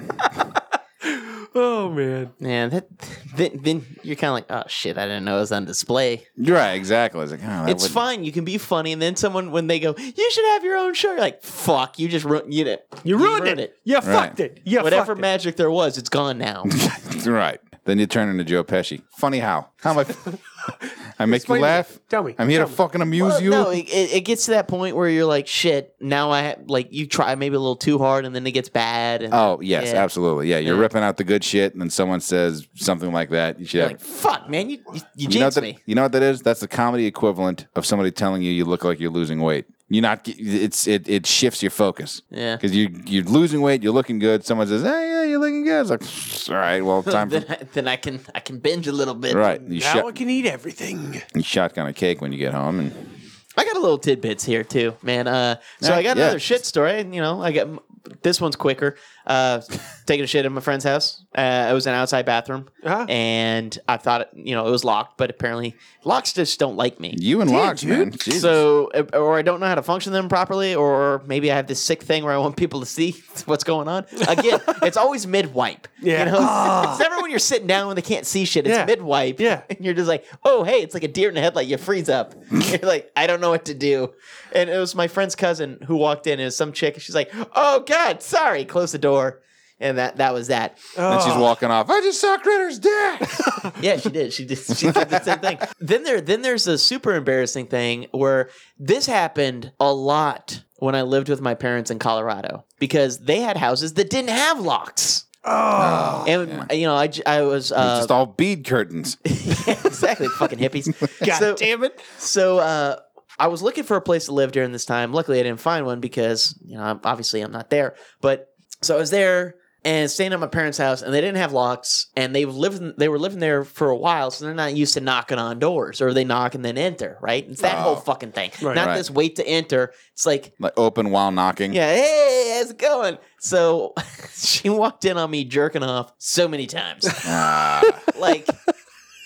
B: oh man,
A: Yeah, that then, then you're kind of like, oh shit, I didn't know it was on display.
C: Right. Exactly. I was like, oh, that
A: It's
C: wouldn't-
A: fine. You can be funny, and then someone when they go, you should have your own show. You're like, fuck, you just ruined you know,
B: you ruined, it. You fucked it. You
A: Whatever
B: fucked it.
A: magic there was, it's gone now.
C: Right. Then you turn into Joe Pesci. Funny how? How am I? I make
B: Explain
C: you
B: it.
C: laugh.
B: Tell me.
C: I'm here
B: Tell
C: to
B: me.
C: fucking amuse
A: Well,
C: you.
A: No, it, it it gets to that point where you're like, shit. Now I have, like you try maybe a little too hard, and then it gets bad. And
C: Oh yes,
A: Yeah.
C: absolutely. Yeah, you're ripping out the good shit, and then someone says something like that. You should
A: You're
C: have.
A: like, fuck, man, you you, you
C: you know what
A: jinxed
C: that,
A: me.
C: you know what that is? That's the comedy equivalent of somebody telling you you look like you're losing weight. You're not. ge- It's it, it shifts your focus.
A: Yeah.
C: Because you you're losing weight. You're looking good. Someone says, "Hey, yeah, you're looking good." It's like, "Pfft, all right, well, time
A: then,
C: for
A: I, then I can I can binge a little bit.
C: right. You,
B: Now I
C: shot,
B: can eat everything.
C: you shotgun a cake when you get home, and
A: I got a little tidbits here too, man. Uh, so
C: Yeah,
A: I got
C: yeah.
A: another shit story. and, You know, I got this one's quicker. uh, taking a shit at my friend's house. Uh, it was an outside bathroom,
B: Uh-huh.
A: and I thought you know it was locked, but apparently locks just don't like me.
C: You and Locke,
B: dude.
C: man. Jesus.
A: So, or I don't know how to function them properly, or maybe I have this sick thing where I want people to see what's going on. Again, it's always mid wipe. You
B: Yeah. Ah.
A: know? it's, it's never when you're sitting down when they can't see shit. It's
B: Yeah.
A: mid wipe.
B: Yeah.
A: And you're just like, oh, hey, it's like a deer in the headlight. You freeze up. you're like, I don't know what to do. And it was my friend's cousin who walked in. It was some chick. And she's like, oh, God, sorry. Close the door. And that that was that.
C: and
A: uh,
C: she's walking off. I just saw Critter's dick.
A: Yeah, she did. She did. She said the same thing. Then there, then there's a super embarrassing thing where this happened a lot when I lived with my parents in Colorado because they had houses that didn't have locks.
B: Oh,
A: And you know, I, j- I was uh,
C: just all bead curtains.
A: exactly fucking hippies.
B: God
A: So-
B: damn it.
A: So uh, I was looking for a place to live during this time. Luckily, I didn't find one because you know I'm- obviously I'm not there. But so I was there and staying at my parents' house, and they didn't have locks, and they lived they were living there for a while, so they're not used to knocking on doors, or they knock and then enter. Right? It's that
C: Oh.
A: whole fucking thing.
B: Right.
A: not
C: Right.
A: this wait to enter. It's like
C: Like open while knocking.
A: yeah, hey, how's it going? So she walked in on me jerking off so many times
C: Ah,
A: like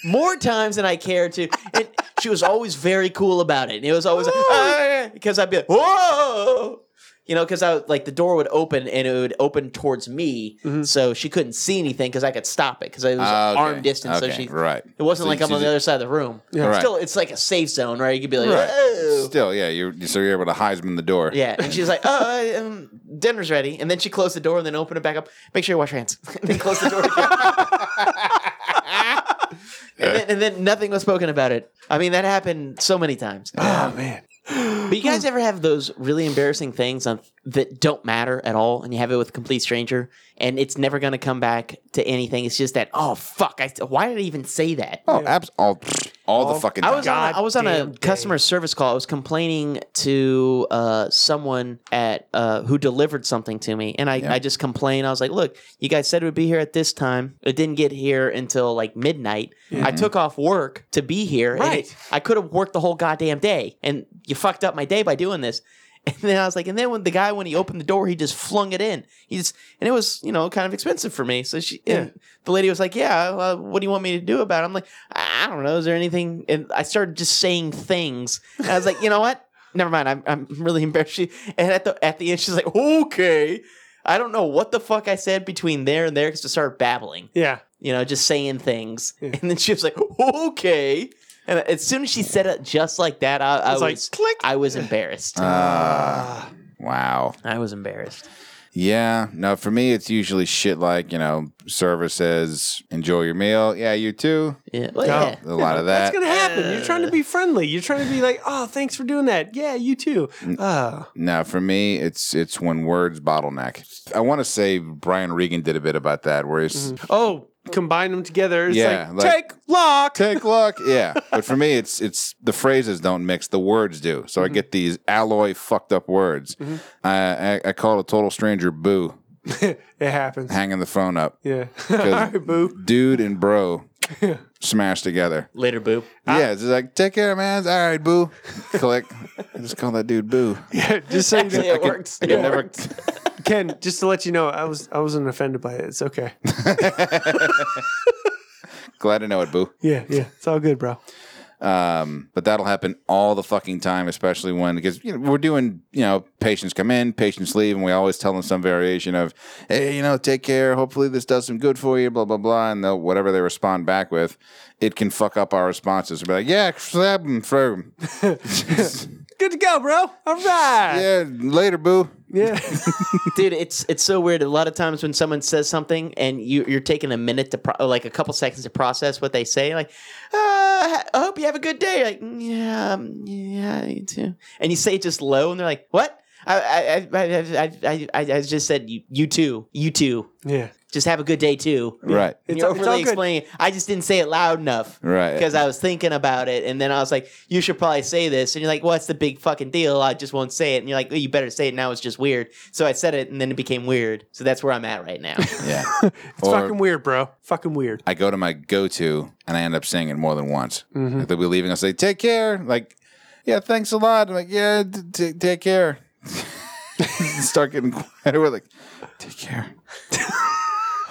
A: more times than I care to. And she was always very cool about it. And it was always
C: Oh.
A: like, "Ah," because I'd be like, whoa. You know, because I would- like the door would open and it would open towards me, so she couldn't see anything because I could stop it because I was
C: Mm-hmm. Ah, okay.
A: arm distance. So
C: Okay,
A: she,
C: right.
A: it wasn't
C: So
A: like
C: you-
A: I'm on
C: she's-
A: the other side of the room.
B: Yeah.
A: It's
C: Right.
A: Still, it's like a safe zone, right? You could be like,
C: Right.
A: oh,
C: Still, yeah. You're so you're able to Heisman the door.
A: yeah, and she's like, "Oh, um, dinner's ready," and then she closed the door and then opened it back up. Make sure you wash your hands. and then close the door. Again. and, then, and then nothing was spoken about it. I mean, that happened so many times.
B: Oh, man.
A: But you guys ever have those really embarrassing things on, that don't matter at all, and you have it with a complete stranger, and it's never going to come back to anything. It's just that, oh fuck, I, why did I even say that?
C: Oh, abs- all, all the fucking.
A: I
C: time.
A: was on a, I was on a
B: Goddamn day.
A: customer service call. I was complaining to uh, someone at uh, who delivered something to me, and I, I just complained. I was like, "Look, you guys said it would be here at this time. It didn't get here until like midnight. I took off work to be here. and it-
B: Right.
A: I could have worked the whole goddamn day, and you fucked up my day by doing this." And then I was like, and then when the guy when he opened the door, he just flung it in. He just and it was you know kind of expensive for me. So she and the lady was like, yeah, well, what do you want me to do about? it? I'm like, I I don't know. Is there anything? And I started just saying things. And I was like, you know what? Never mind. I'm I'm really embarrassed. She- And at the at the end, she's like, okay. I don't know what the fuck I said between there and there because I started babbling
B: Yeah.
A: you know, just saying things. And then she was like, okay. And as soon as she said it just like that, I, I was
B: It's like, click.
A: I was embarrassed.
C: Ah, wow.
A: I was embarrassed.
C: Yeah. No, for me, it's usually shit like you know, server says, "Enjoy your meal." Yeah, you too.
A: Yeah. Well,
B: No.
A: yeah.
C: A lot of
B: That's
C: that.
B: going to happen. You're trying to be friendly. You're trying to be like, oh, thanks for doing that. Yeah, you too. Oh,
C: No, for me, it's it's when words bottleneck. I want to say Brian Regan did a bit about that, where he's
B: oh combine them together. It's
C: Yeah,
B: like,
C: like-
B: take lock.
C: take luck, yeah. But for me, it's it's the phrases don't mix, the words do. So I get these alloy fucked up words. I, I I call a total stranger boo,
B: It happens.
C: hanging the phone up.
B: Yeah. All right, boo.
C: Dude and bro smash together.
A: Later, boo.
C: yeah, it's just like take care, man. All right, boo. Click. I just call that dude boo.
B: Yeah, just so you know,
A: Actually, it works.
C: I
A: It
C: can never.
A: works.
B: Ken, just to let you know, I was I wasn't offended by it. It's okay.
C: Glad to know it, boo.
B: Yeah, yeah. It's all good, bro.
C: Um, but that'll happen all the fucking time, especially when because you know, we're doing you know patients come in, patients leave, and we always tell them some variation of hey, you know, take care. Hopefully this does some good for you, blah blah blah, and they'll whatever they respond back with, it can fuck up our responses. We're like, yeah, slap 'em, throw 'em.
B: Good to go, bro. All right.
C: yeah, later, boo.
B: Yeah.
A: Dude, it's it's so weird. A lot of times when someone says something and you you're taking a minute to pro- like a couple seconds to process what they say, like, uh, I hope you have a good day. You're like, "Mm, yeah, um, yeah, you too. And you say it just low, and they're like, what? I I I I I, I, I just said you, you too, you too.
B: Yeah.
A: Just have a good day too.
C: Right.
A: And you're
B: It's- it's all
A: overly
B: good.
A: explaining. I just didn't say it loud enough.
C: Right.
A: Because I was thinking about it, and then I was like, "You should probably say this," and you're like, "What's the big fucking deal? I just won't say it." And you're like, well, "You better say it now. It's just weird." So I said it, and then it became weird. So that's where I'm at right now.
C: Yeah.
B: It's fucking weird, bro. Fucking weird.
C: I go to my go to and I end up saying it more than once. Like they'll be leaving. I'll say, take care. Like, yeah, thanks a lot. I'm like, yeah, t- t- take care. start getting quieter. We're like, take care.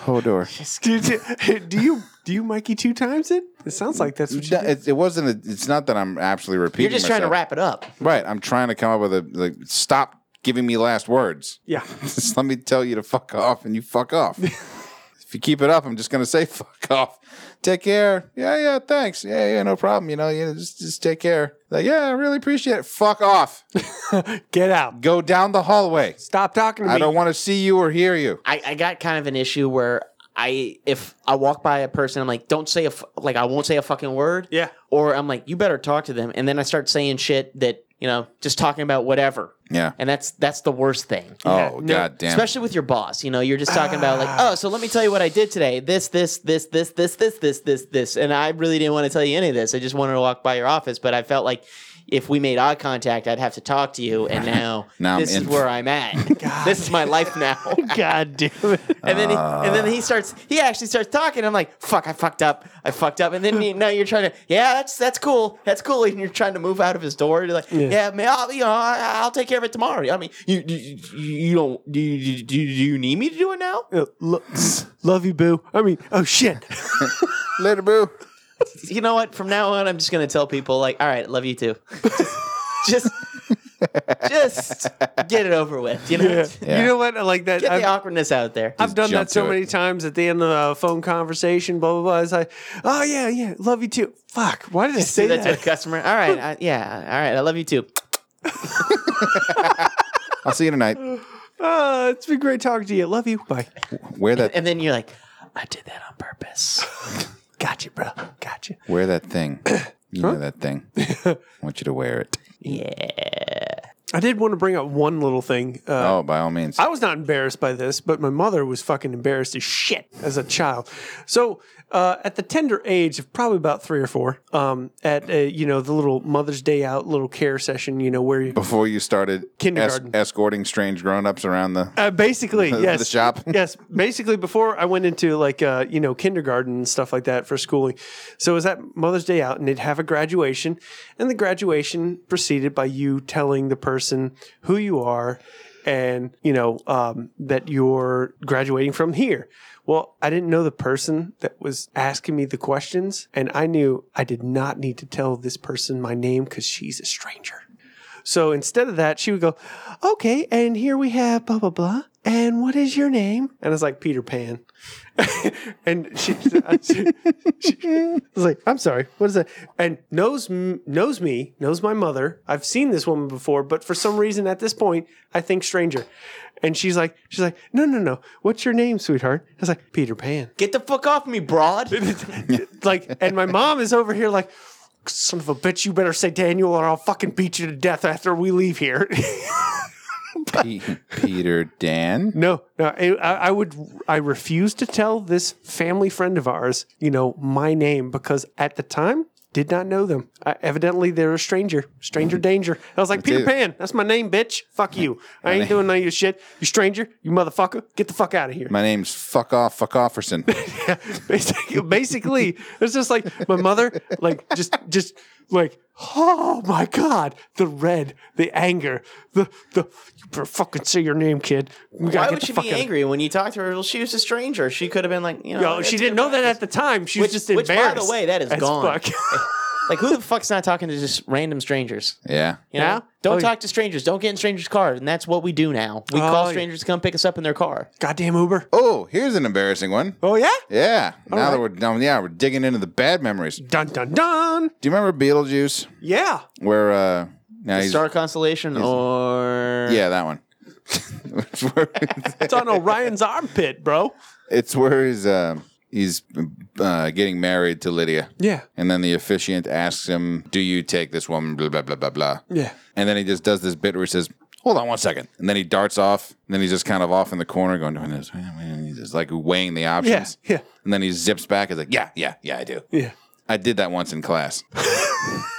C: Hodor.
B: Do you, do you do you Mikey two times it? It sounds like that's what you
C: No,
B: do.
C: It, it wasn't. A, it's not that I'm absolutely repeating.
A: You're just trying to
C: myself.
A: wrap it up.
C: Right. I'm trying to come up with a like. Stop giving me last words.
B: Yeah.
C: Just let me tell you to fuck off, and you fuck off. if you keep it up, I'm just gonna say fuck off. Take care. Yeah, yeah. Thanks. Yeah, yeah. No problem. You know, yeah. Just, just take care. Like, yeah, I really appreciate it. Fuck off.
B: Get out.
C: Go down the hallway.
B: Stop talking to
C: I
B: me.
C: don't want to see you or hear you.
A: I, I got kind of an issue where I if I walk by a person, I'm like, don't say a f- like I won't say a fucking word.
B: Yeah.
A: Or I'm like, you better talk to them, and then I start saying shit that you know, just talking about whatever.
C: Yeah.
A: And that's that's the worst thing.
C: Oh
B: no.
C: god damn. it.
A: Especially with your boss, you know, you're just talking about like, oh, so let me tell you what I did today. This, this, this, this, this, this, this, this, this, and I really didn't want to tell you any of this. I just wanted to walk by your office, but I felt like if we made eye contact, I'd have to talk to you. And now,
C: Now I'm
A: this is
C: in.
A: where I'm at. This is my life now.
B: God damn it.
A: And then he, and
B: Uh.
A: then he starts he actually starts talking. I'm like, fuck, I fucked up. I fucked up. And then you, now you're trying to yeah, that's that's cool. That's cool. And you're trying to move out of his door. You're like, yeah, man, I'll, you know, I, I'll take care of it tomorrow. I mean, you you, you don't do you, do you- do you need me to do it now?
B: Uh, lo- love you, boo. I mean, oh shit.
C: Later, boo.
A: You know what? From now on, I'm just gonna tell people like, all right, love you too. Just just, just get it over with. You know,
C: Yeah.
B: You know what? I like that.
A: get the
B: I've,
A: awkwardness out there.
B: I've done
C: jump
B: that so
C: to it.
B: many times at the end of a phone conversation, blah, blah, blah. It's like, oh, yeah, yeah, love you too. Fuck, why did I
A: Do
B: say
A: that to a
B: that?
A: customer. All right, I, yeah, all right, I love you too.
C: I'll see you tonight.
B: Uh, it's been great talking to you. Love you. Bye.
C: Wear that.
A: And then you're like, I did that on purpose.
B: Got you, bro. Got you.
C: Wear that thing. You know that thing. I want you to wear it.
B: I did want to bring up one little thing. Uh,
C: Oh, by all means.
B: I was not embarrassed by this, but my mother was fucking embarrassed as shit as a child. So uh, at the tender age of probably about three or four, um, at uh you know the little Mother's Day out little care session, you know where you
C: before you started
B: Kindergarten.
C: es- escorting strange grown-ups around the
B: uh, basically
C: The-
B: yes
C: the shop?
B: yes basically before I went into like uh, you know kindergarten and stuff like that for schooling. So it was that Mother's Day out, and they'd have a graduation, and the graduation proceeded by you telling the person who you are, and you know um, that you're graduating from here. Well, I didn't know the person that was asking me the questions, and I knew I did not need to tell this person my name because she's a stranger. So instead of that, she would go, okay, and here we have blah, blah, blah. And what is your name? And it's like Peter Pan. and she, she, she was like, I'm sorry, what is that? And knows m- knows me, knows my mother. I've seen this woman before, but for some reason at this point, I think stranger. And she's like, she's like, no, no, no. What's your name, sweetheart? I was like, Peter Pan.
A: Get the fuck off me, broad.
B: Like, and my mom is over here like, son of a bitch, you better say Daniel or I'll fucking beat you to death after we leave here.
C: Pe- Peter Dan.
B: No, no, I, I I would, I refuse to tell this family friend of ours, you know, my name because at the time did not know them. I, evidently, they're a stranger, stranger danger. I was like, Peter
C: it.
B: Pan, that's my name, bitch. Fuck you. I ain't doing none of your shit. You stranger, you motherfucker, get the fuck out of here.
C: My name's fuck off, fuck offerson.
B: basically, basically, it's just like my mother, like just, just like, oh my god, the red, the anger, the, the, you better fucking say your name, kid. We gotta
A: Why
B: get
A: would
B: the
A: she
B: fuck
A: be
B: out of-
A: angry when you talked to her? Well, she was a stranger. She could have been like, you know,
B: Yo, she didn't know that at the time. She
A: Oh, Which-
B: was just
A: which, by the
B: embarrassed.
A: way, that is
B: as
A: gone.
B: fuck.
A: like who the fuck's not talking to just random strangers?
C: Yeah.
A: You know,
B: Yeah.
A: don't
B: Oh, yeah.
A: talk to strangers. Don't get in strangers' car, and that's what we do now. We call
B: Oh, yeah.
A: strangers to come pick us up in their car.
B: Goddamn Uber.
C: Oh, here's an embarrassing one.
B: Oh yeah.
C: Yeah. now that
B: right.
C: we're done, yeah, we're digging into the bad memories. Do
B: Dun dun dun.
C: you remember Beetlejuice?
B: Yeah.
C: Where uh now he's,
A: Star constellation or
C: yeah, that one. it's where
B: It's on Orion's armpit, bro.
C: it's where he's uh, he's uh, getting married to Lydia.
B: Yeah.
C: And then the officiant asks him, "Do you take this woman?" Blah blah blah blah blah.
B: Yeah.
C: And then he just does this bit where he says, "Hold on one second. And then he darts off. And then he's just kind of off in the corner, going doing this. And he's just like weighing the options.
B: Yeah, yeah.
C: And then he zips back. He's like, "Yeah, yeah, yeah, I do.
B: Yeah.
C: I did that once in class.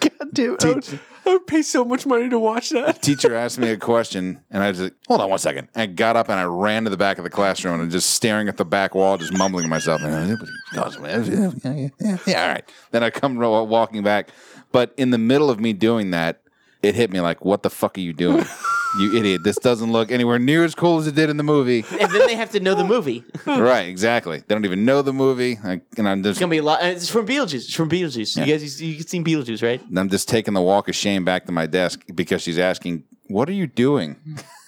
B: God damn. I would, I would pay so much money to watch that.
C: Teacher asked me a question, and I was like, "Hold on one second. And I got up and I ran to the back of the classroom and just staring at the back wall, just mumbling to myself. And I was like, "Yeah, yeah, yeah, yeah, all right. Then I come ro- walking back, but in the middle of me doing that, it hit me like, "What the fuck are you doing?" You idiot. This doesn't look anywhere near as cool as it did in the movie.
A: and then they have to know the movie. It's
C: right, exactly. They don't even know the movie. Like, and I'm just,
A: gonna be a lot. and It's from Beetlejuice. It's from Beetlejuice. You guys, you, you've seen Beetlejuice, right?
C: I'm just taking the walk of shame back to my desk because she's asking, What are you
B: Mm-hmm.
C: doing?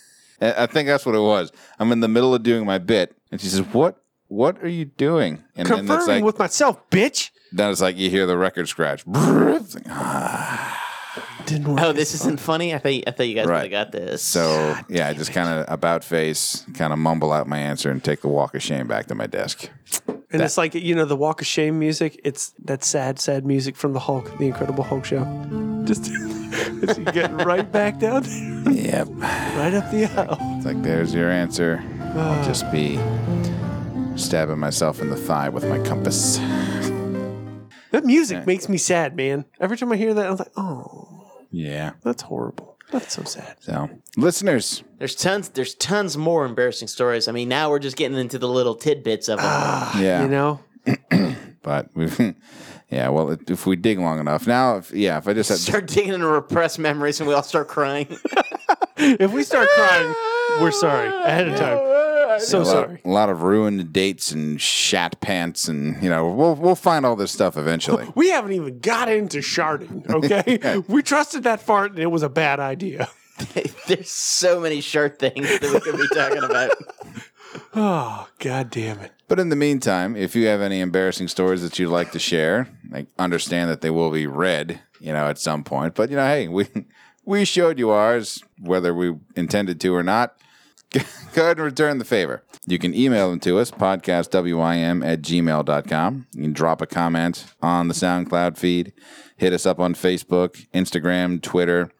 C: I I think that's what it was. I'm in the middle of doing my bit, and she says, What? What are you doing? And then
B: Confirming
C: it's like,
B: with myself, bitch.
C: then it's like you hear the record scratch. It's like,
B: Didn't work.
A: Oh, this isn't funny. I thought I thought you guys
C: Right.
A: would have got this.
C: So yeah, I just kind of about face, kind of mumble out my answer, and take the walk of shame back to my desk.
B: and it's like you know the Walk of Shame music. It's that sad, sad music from the Hulk, the Incredible Hulk show. Just it's getting right back down, there,
C: Yep.
B: right up the aisle.
C: It's like there's your answer. I'll just be stabbing myself in the thigh with my compass.
B: That music makes me sad, man. Every time I hear that, I'm like, oh,
C: Yeah.
B: that's horrible. That's so sad.
C: So listeners,
A: there's tons. There's tons more embarrassing stories. I mean, now we're just getting into the little tidbits of them.
C: yeah.
B: You know,
C: But we've, yeah. Well, it- if we dig long enough, now, if, yeah. If I just had,
A: start digging into repressed memories, and we all start crying.
B: if we start crying, we're sorry ahead of time.
C: a,
B: So
C: lot,
B: sorry.
C: a lot of ruined dates and shat pants, and you know, we'll we'll find all this stuff eventually.
B: We haven't even got into sharding, okay? We trusted that fart and it was a bad idea.
A: there's so many shirt things that we could be talking about.
B: Oh, god damn it.
C: But in the meantime, if you have any embarrassing stories that you'd like to share, like understand that they will be read, you know, at some point. But you know, hey, we we showed you ours, whether we intended to or not. Go ahead and return the favor. You can email them to us, podcastwim at gmail.com. You can drop a comment on the SoundCloud feed. Hit us up on Facebook, Instagram, Twitter.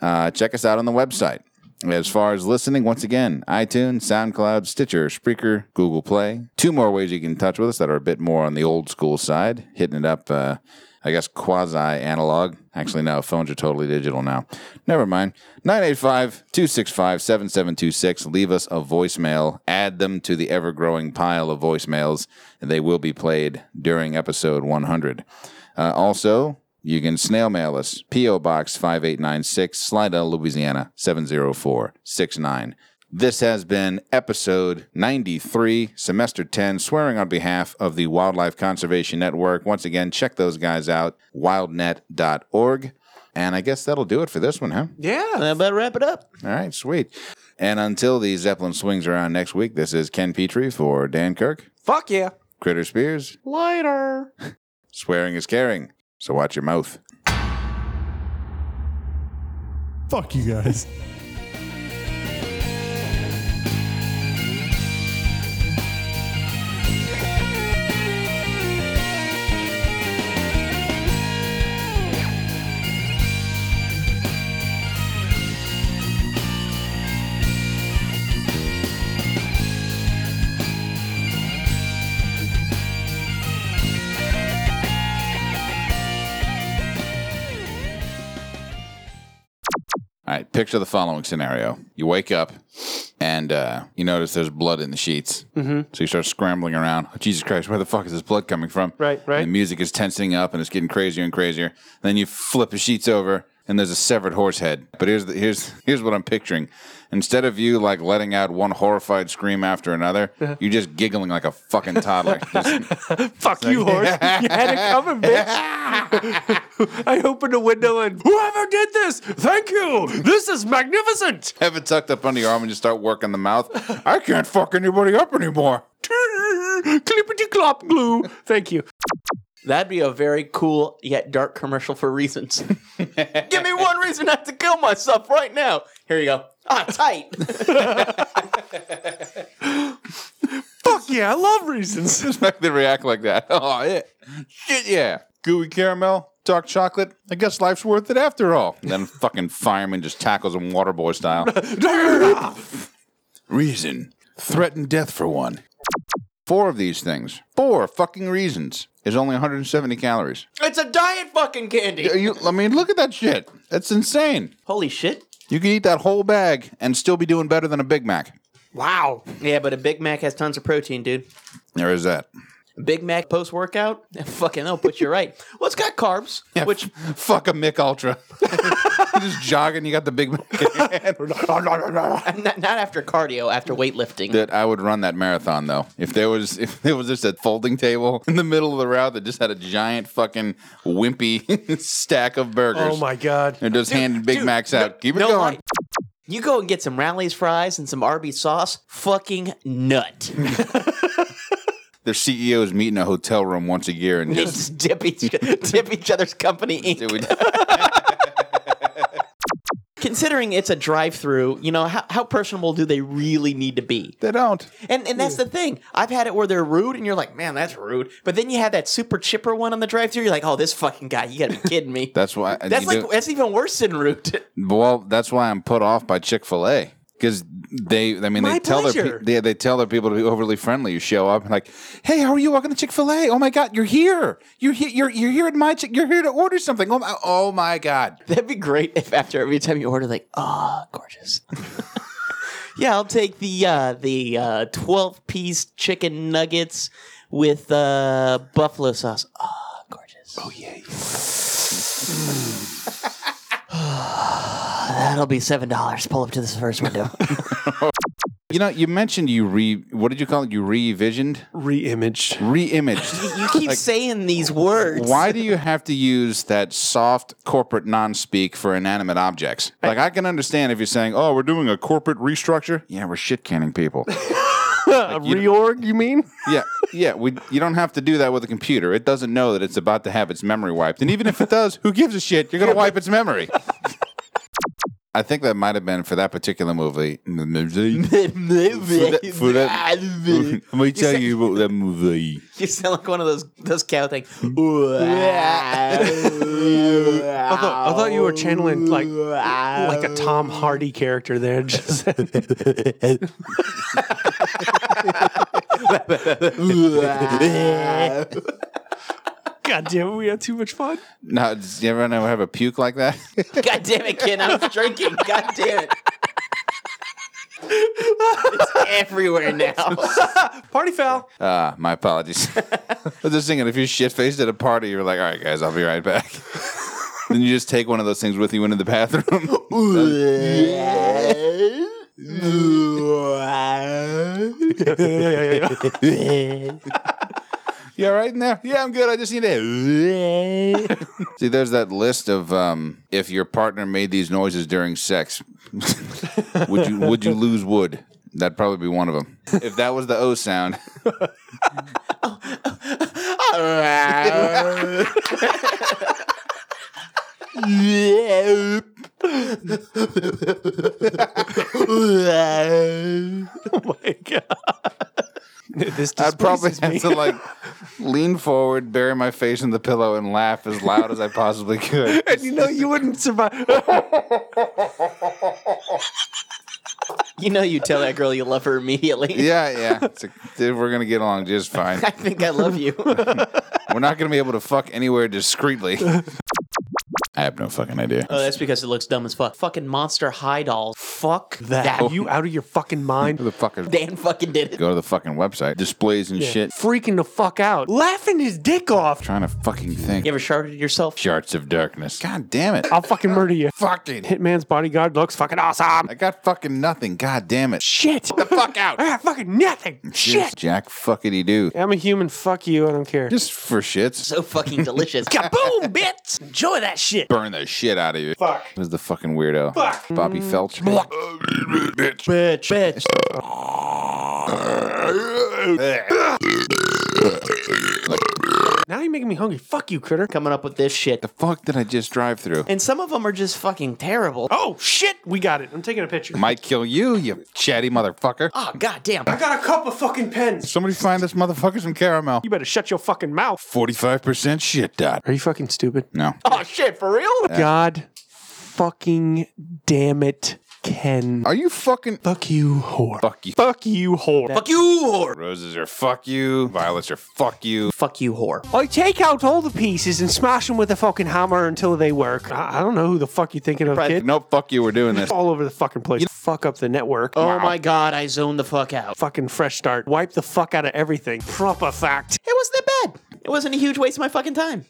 C: Uh, check us out on the website. As far as listening, once again, iTunes, SoundCloud, Stitcher, Spreaker, Google Play. Two more ways you can get in touch with us that are a bit more on the old school side, hitting it up, uh, I guess, quasi analog. Actually, no, phones are totally digital now. Never mind. 985 265 7726. Leave us a voicemail. Add them to the ever growing pile of voicemails, and they will be played during episode 100. Uh, also, you can snail mail us, P.O. Box 5896, Slida, Louisiana 70469. This has been episode 93, semester 10, swearing on behalf of the Wildlife Conservation Network. Once again, check those guys out, wildnet.org. And I guess that'll do it for this one, huh?
B: Yeah.
A: I better wrap it up.
C: All right, sweet. And until the Zeppelin swings around next week, this is Ken Petrie for Dan Kirk,
B: Fuck yeah.
C: Critter Spears.
B: Later.
C: Swearing is caring, so watch your mouth.
F: Fuck you guys.
C: All right, picture the following scenario. You wake up and uh, you notice there's blood in the sheets. Mm-hmm. So you start scrambling around. Oh, Jesus Christ, where the fuck is this blood coming from?
B: Right, right.
C: And the music is tensing up and it's getting crazier and crazier. then you flip the sheets over and there's a severed horse head. But here's the, here's here's what I'm picturing. Instead of you like letting out one horrified scream after another,
B: Uh-huh.
C: you're just giggling like a fucking toddler. Just-
B: Fuck you, horse. You had it coming, bitch. I opened a window and whoever did this, thank you. This is magnificent.
C: have it tucked up under your arm and just start working the mouth. I can't fuck anybody up anymore.
B: Clippity clop glue. Thank you.
A: That'd be a very cool yet dark commercial for reasons. Give me one reason not to kill myself right now. Here you go. Ah, tight.
B: Fuck yeah, I love reasons.
C: expect they react like that. Oh, yeah. Shit, yeah. Gooey caramel, dark chocolate. I guess life's worth it after all. And then fucking fireman just tackles him water boy style. Reason. Threaten death for one. Four of these things, four fucking reasons, is only 170 calories.
A: it's a diet fucking candy.
C: Are you, I mean, look at that shit. That's insane.
A: Holy shit.
C: You could eat that whole bag and still be doing better than a Big Mac.
B: wow.
A: Yeah, but a Big Mac has tons of protein, dude.
C: There is that.
A: Big Mac post workout, fucking they'll put you right. Well, it's got carbs, which
C: Fuck a Mick Ultra. You're just jogging, you got the big.
A: not, not after cardio, after weightlifting.
C: that I would run that marathon though. If there was if there was just a folding table in the middle of the route that just had a giant fucking wimpy stack of burgers.
B: Oh my god.
C: And just handed Big
A: dude,
C: Macs out. Keep it
A: no
C: going.
A: lie. You go and get some Rally's fries and some Arby's sauce. Fucking nut.
C: Their CEOs meet in a hotel room once a year and
A: They
C: just
A: just dip each, dip each other's company ink.
C: do it.
A: Considering it's a drive-through, you know how, how personable do they really need to be?
C: They don't.
A: And and that's the thing. I've had it where they're rude, and you're like, man, that's rude. But then you have that super chipper one on the drive-through. You're like, oh, this fucking guy. You gotta be kidding me.
C: That's why you
A: that's like
C: do-
A: that's even worse than rude.
C: Well, that's why I'm put off by Chick Fil A because they, I mean,
A: My
C: they tell their
A: pleasure.
C: pe- yeah, they tell their people to be overly friendly. You show up and like, hey, how are you? Welcome to Chick Fil A. Oh my God, you're here. You're here. You're, you're here at my. Chick- you're here to order something. Oh my, oh my God.
A: That'd be great if after every time you order, like, ah, gorgeous. yeah, I'll take the uh, the uh, twelve piece chicken nuggets with uh, buffalo sauce. Ah, gorgeous. Oh yeah. That'll be seven dollars. Pull up to this first window.
C: You know, you mentioned you re. What did you call it? You revisioned,
B: Reimaged.
C: reimaged.
A: you keep saying these words.
C: Why do you have to use that soft corporate non-speak for inanimate objects? Like I can understand if you're saying, "Oh, we're doing a corporate restructure." Yeah, we're shit canning people.
B: A reorg, you mean?
C: yeah, yeah. We you don't have to do that with a computer. It doesn't know that it's about to have its memory wiped, and even if it does, who gives a shit? You're gonna wipe its memory. I think that might have been for that particular movie. Let for that- me tell you about that movie.
A: You sound like one of those those cow things. I
C: ah.
B: I thought, I thought you were channeling like like a Tom Hardy character there. Just God damn it, we had too much fun.
C: No, does everyone ever have a puke like that?
A: God damn it, Ken! I was drinking. God damn it! It's everywhere now.
B: Party foul.
C: Ah, my apologies. I was just thinking, if you're shit faced at a party, you're like, all right, guys, I'll be right back. then you just take one of those things with you into the bathroom. you all right in there? Yeah, I'm good. I just need it. See, there's that list of um, if your partner made these noises during sex, would you would you lose wood? That'd probably be one of them. If that was the O sound.
B: Oh my god. This
C: I'd probably have to like lean forward, bury my face in the pillow, and laugh as loud as I possibly could.
B: you know you wouldn't survive.
A: You know, you tell that girl you love her immediately.
C: Yeah, yeah. It's like, dude, we're gonna get along just fine.
A: I think I love you. Oh,
C: We're not gonna be able to fuck anywhere discreetly. I have no fucking idea.
A: that's because it looks dumb as fuck. Fucking monster high dolls. Fuck that.
B: that. You out of your fucking
C: Who
B: mind.
C: the fuck is-
A: Dan fucking did it.
C: Go to the fucking website. Displays and shit.
B: Freaking the fuck out. Laughing his dick off.
C: Trying to fucking think.
A: You ever sharted yourself?
C: Shards of darkness. God damn it.
B: I'll fucking murder you.
C: fucking
B: Hitman's bodyguard looks fucking awesome.
C: I got fucking nothing. God damn it.
B: Shit. the fuck out. I got fucking nothing.
C: Just
B: Shit.
C: Jack fuckity do.
B: I'm a human. Fuck you. I don't care.
C: Just for shits.
A: So fucking delicious.
B: Kaboom, bitch. Enjoy that shit.
C: Burn the shit out of you.
B: Fuck.
C: It was the fucking weirdo.
B: Fuck.
C: Bobby Felch. Bitch.
B: Bitch. Bitch. Now you're making me hungry. Fuck you, critter.
A: Coming up with this shit.
C: The fuck did I just drive through?
A: And some of them are just fucking terrible.
B: Oh, shit. We got it. I'm taking a picture.
C: Might kill you, you chatty motherfucker.
A: Oh, goddamn.
B: I got a couple fucking pens.
C: Somebody find this motherfucker some caramel.
B: You better shut your fucking mouth.
C: 45% shit dot.
B: Are you fucking stupid?
C: No.
A: Oh, shit, for real?
B: God fucking damn it. Ken.
C: Are you fucking
B: Fuck you, whore.
C: fuck you?
B: Fuck you, whore.
A: Fuck you, whore.
C: Roses are fuck you. Violets are fuck you.
A: Fuck you, whore.
B: I take out all the pieces and smash them with a fucking hammer until they work. I, I don't know who the fuck you're thinking of,
A: Probably-
B: kid.
C: Nope, fuck you. We're doing this.
B: All over the fucking place. fuck up the network.
A: Oh my god, I zoned the fuck out.
B: Fucking fresh start. Wipe the fuck out of everything. Proper fact.
A: It wasn't that bad. It wasn't a huge waste of my fucking time.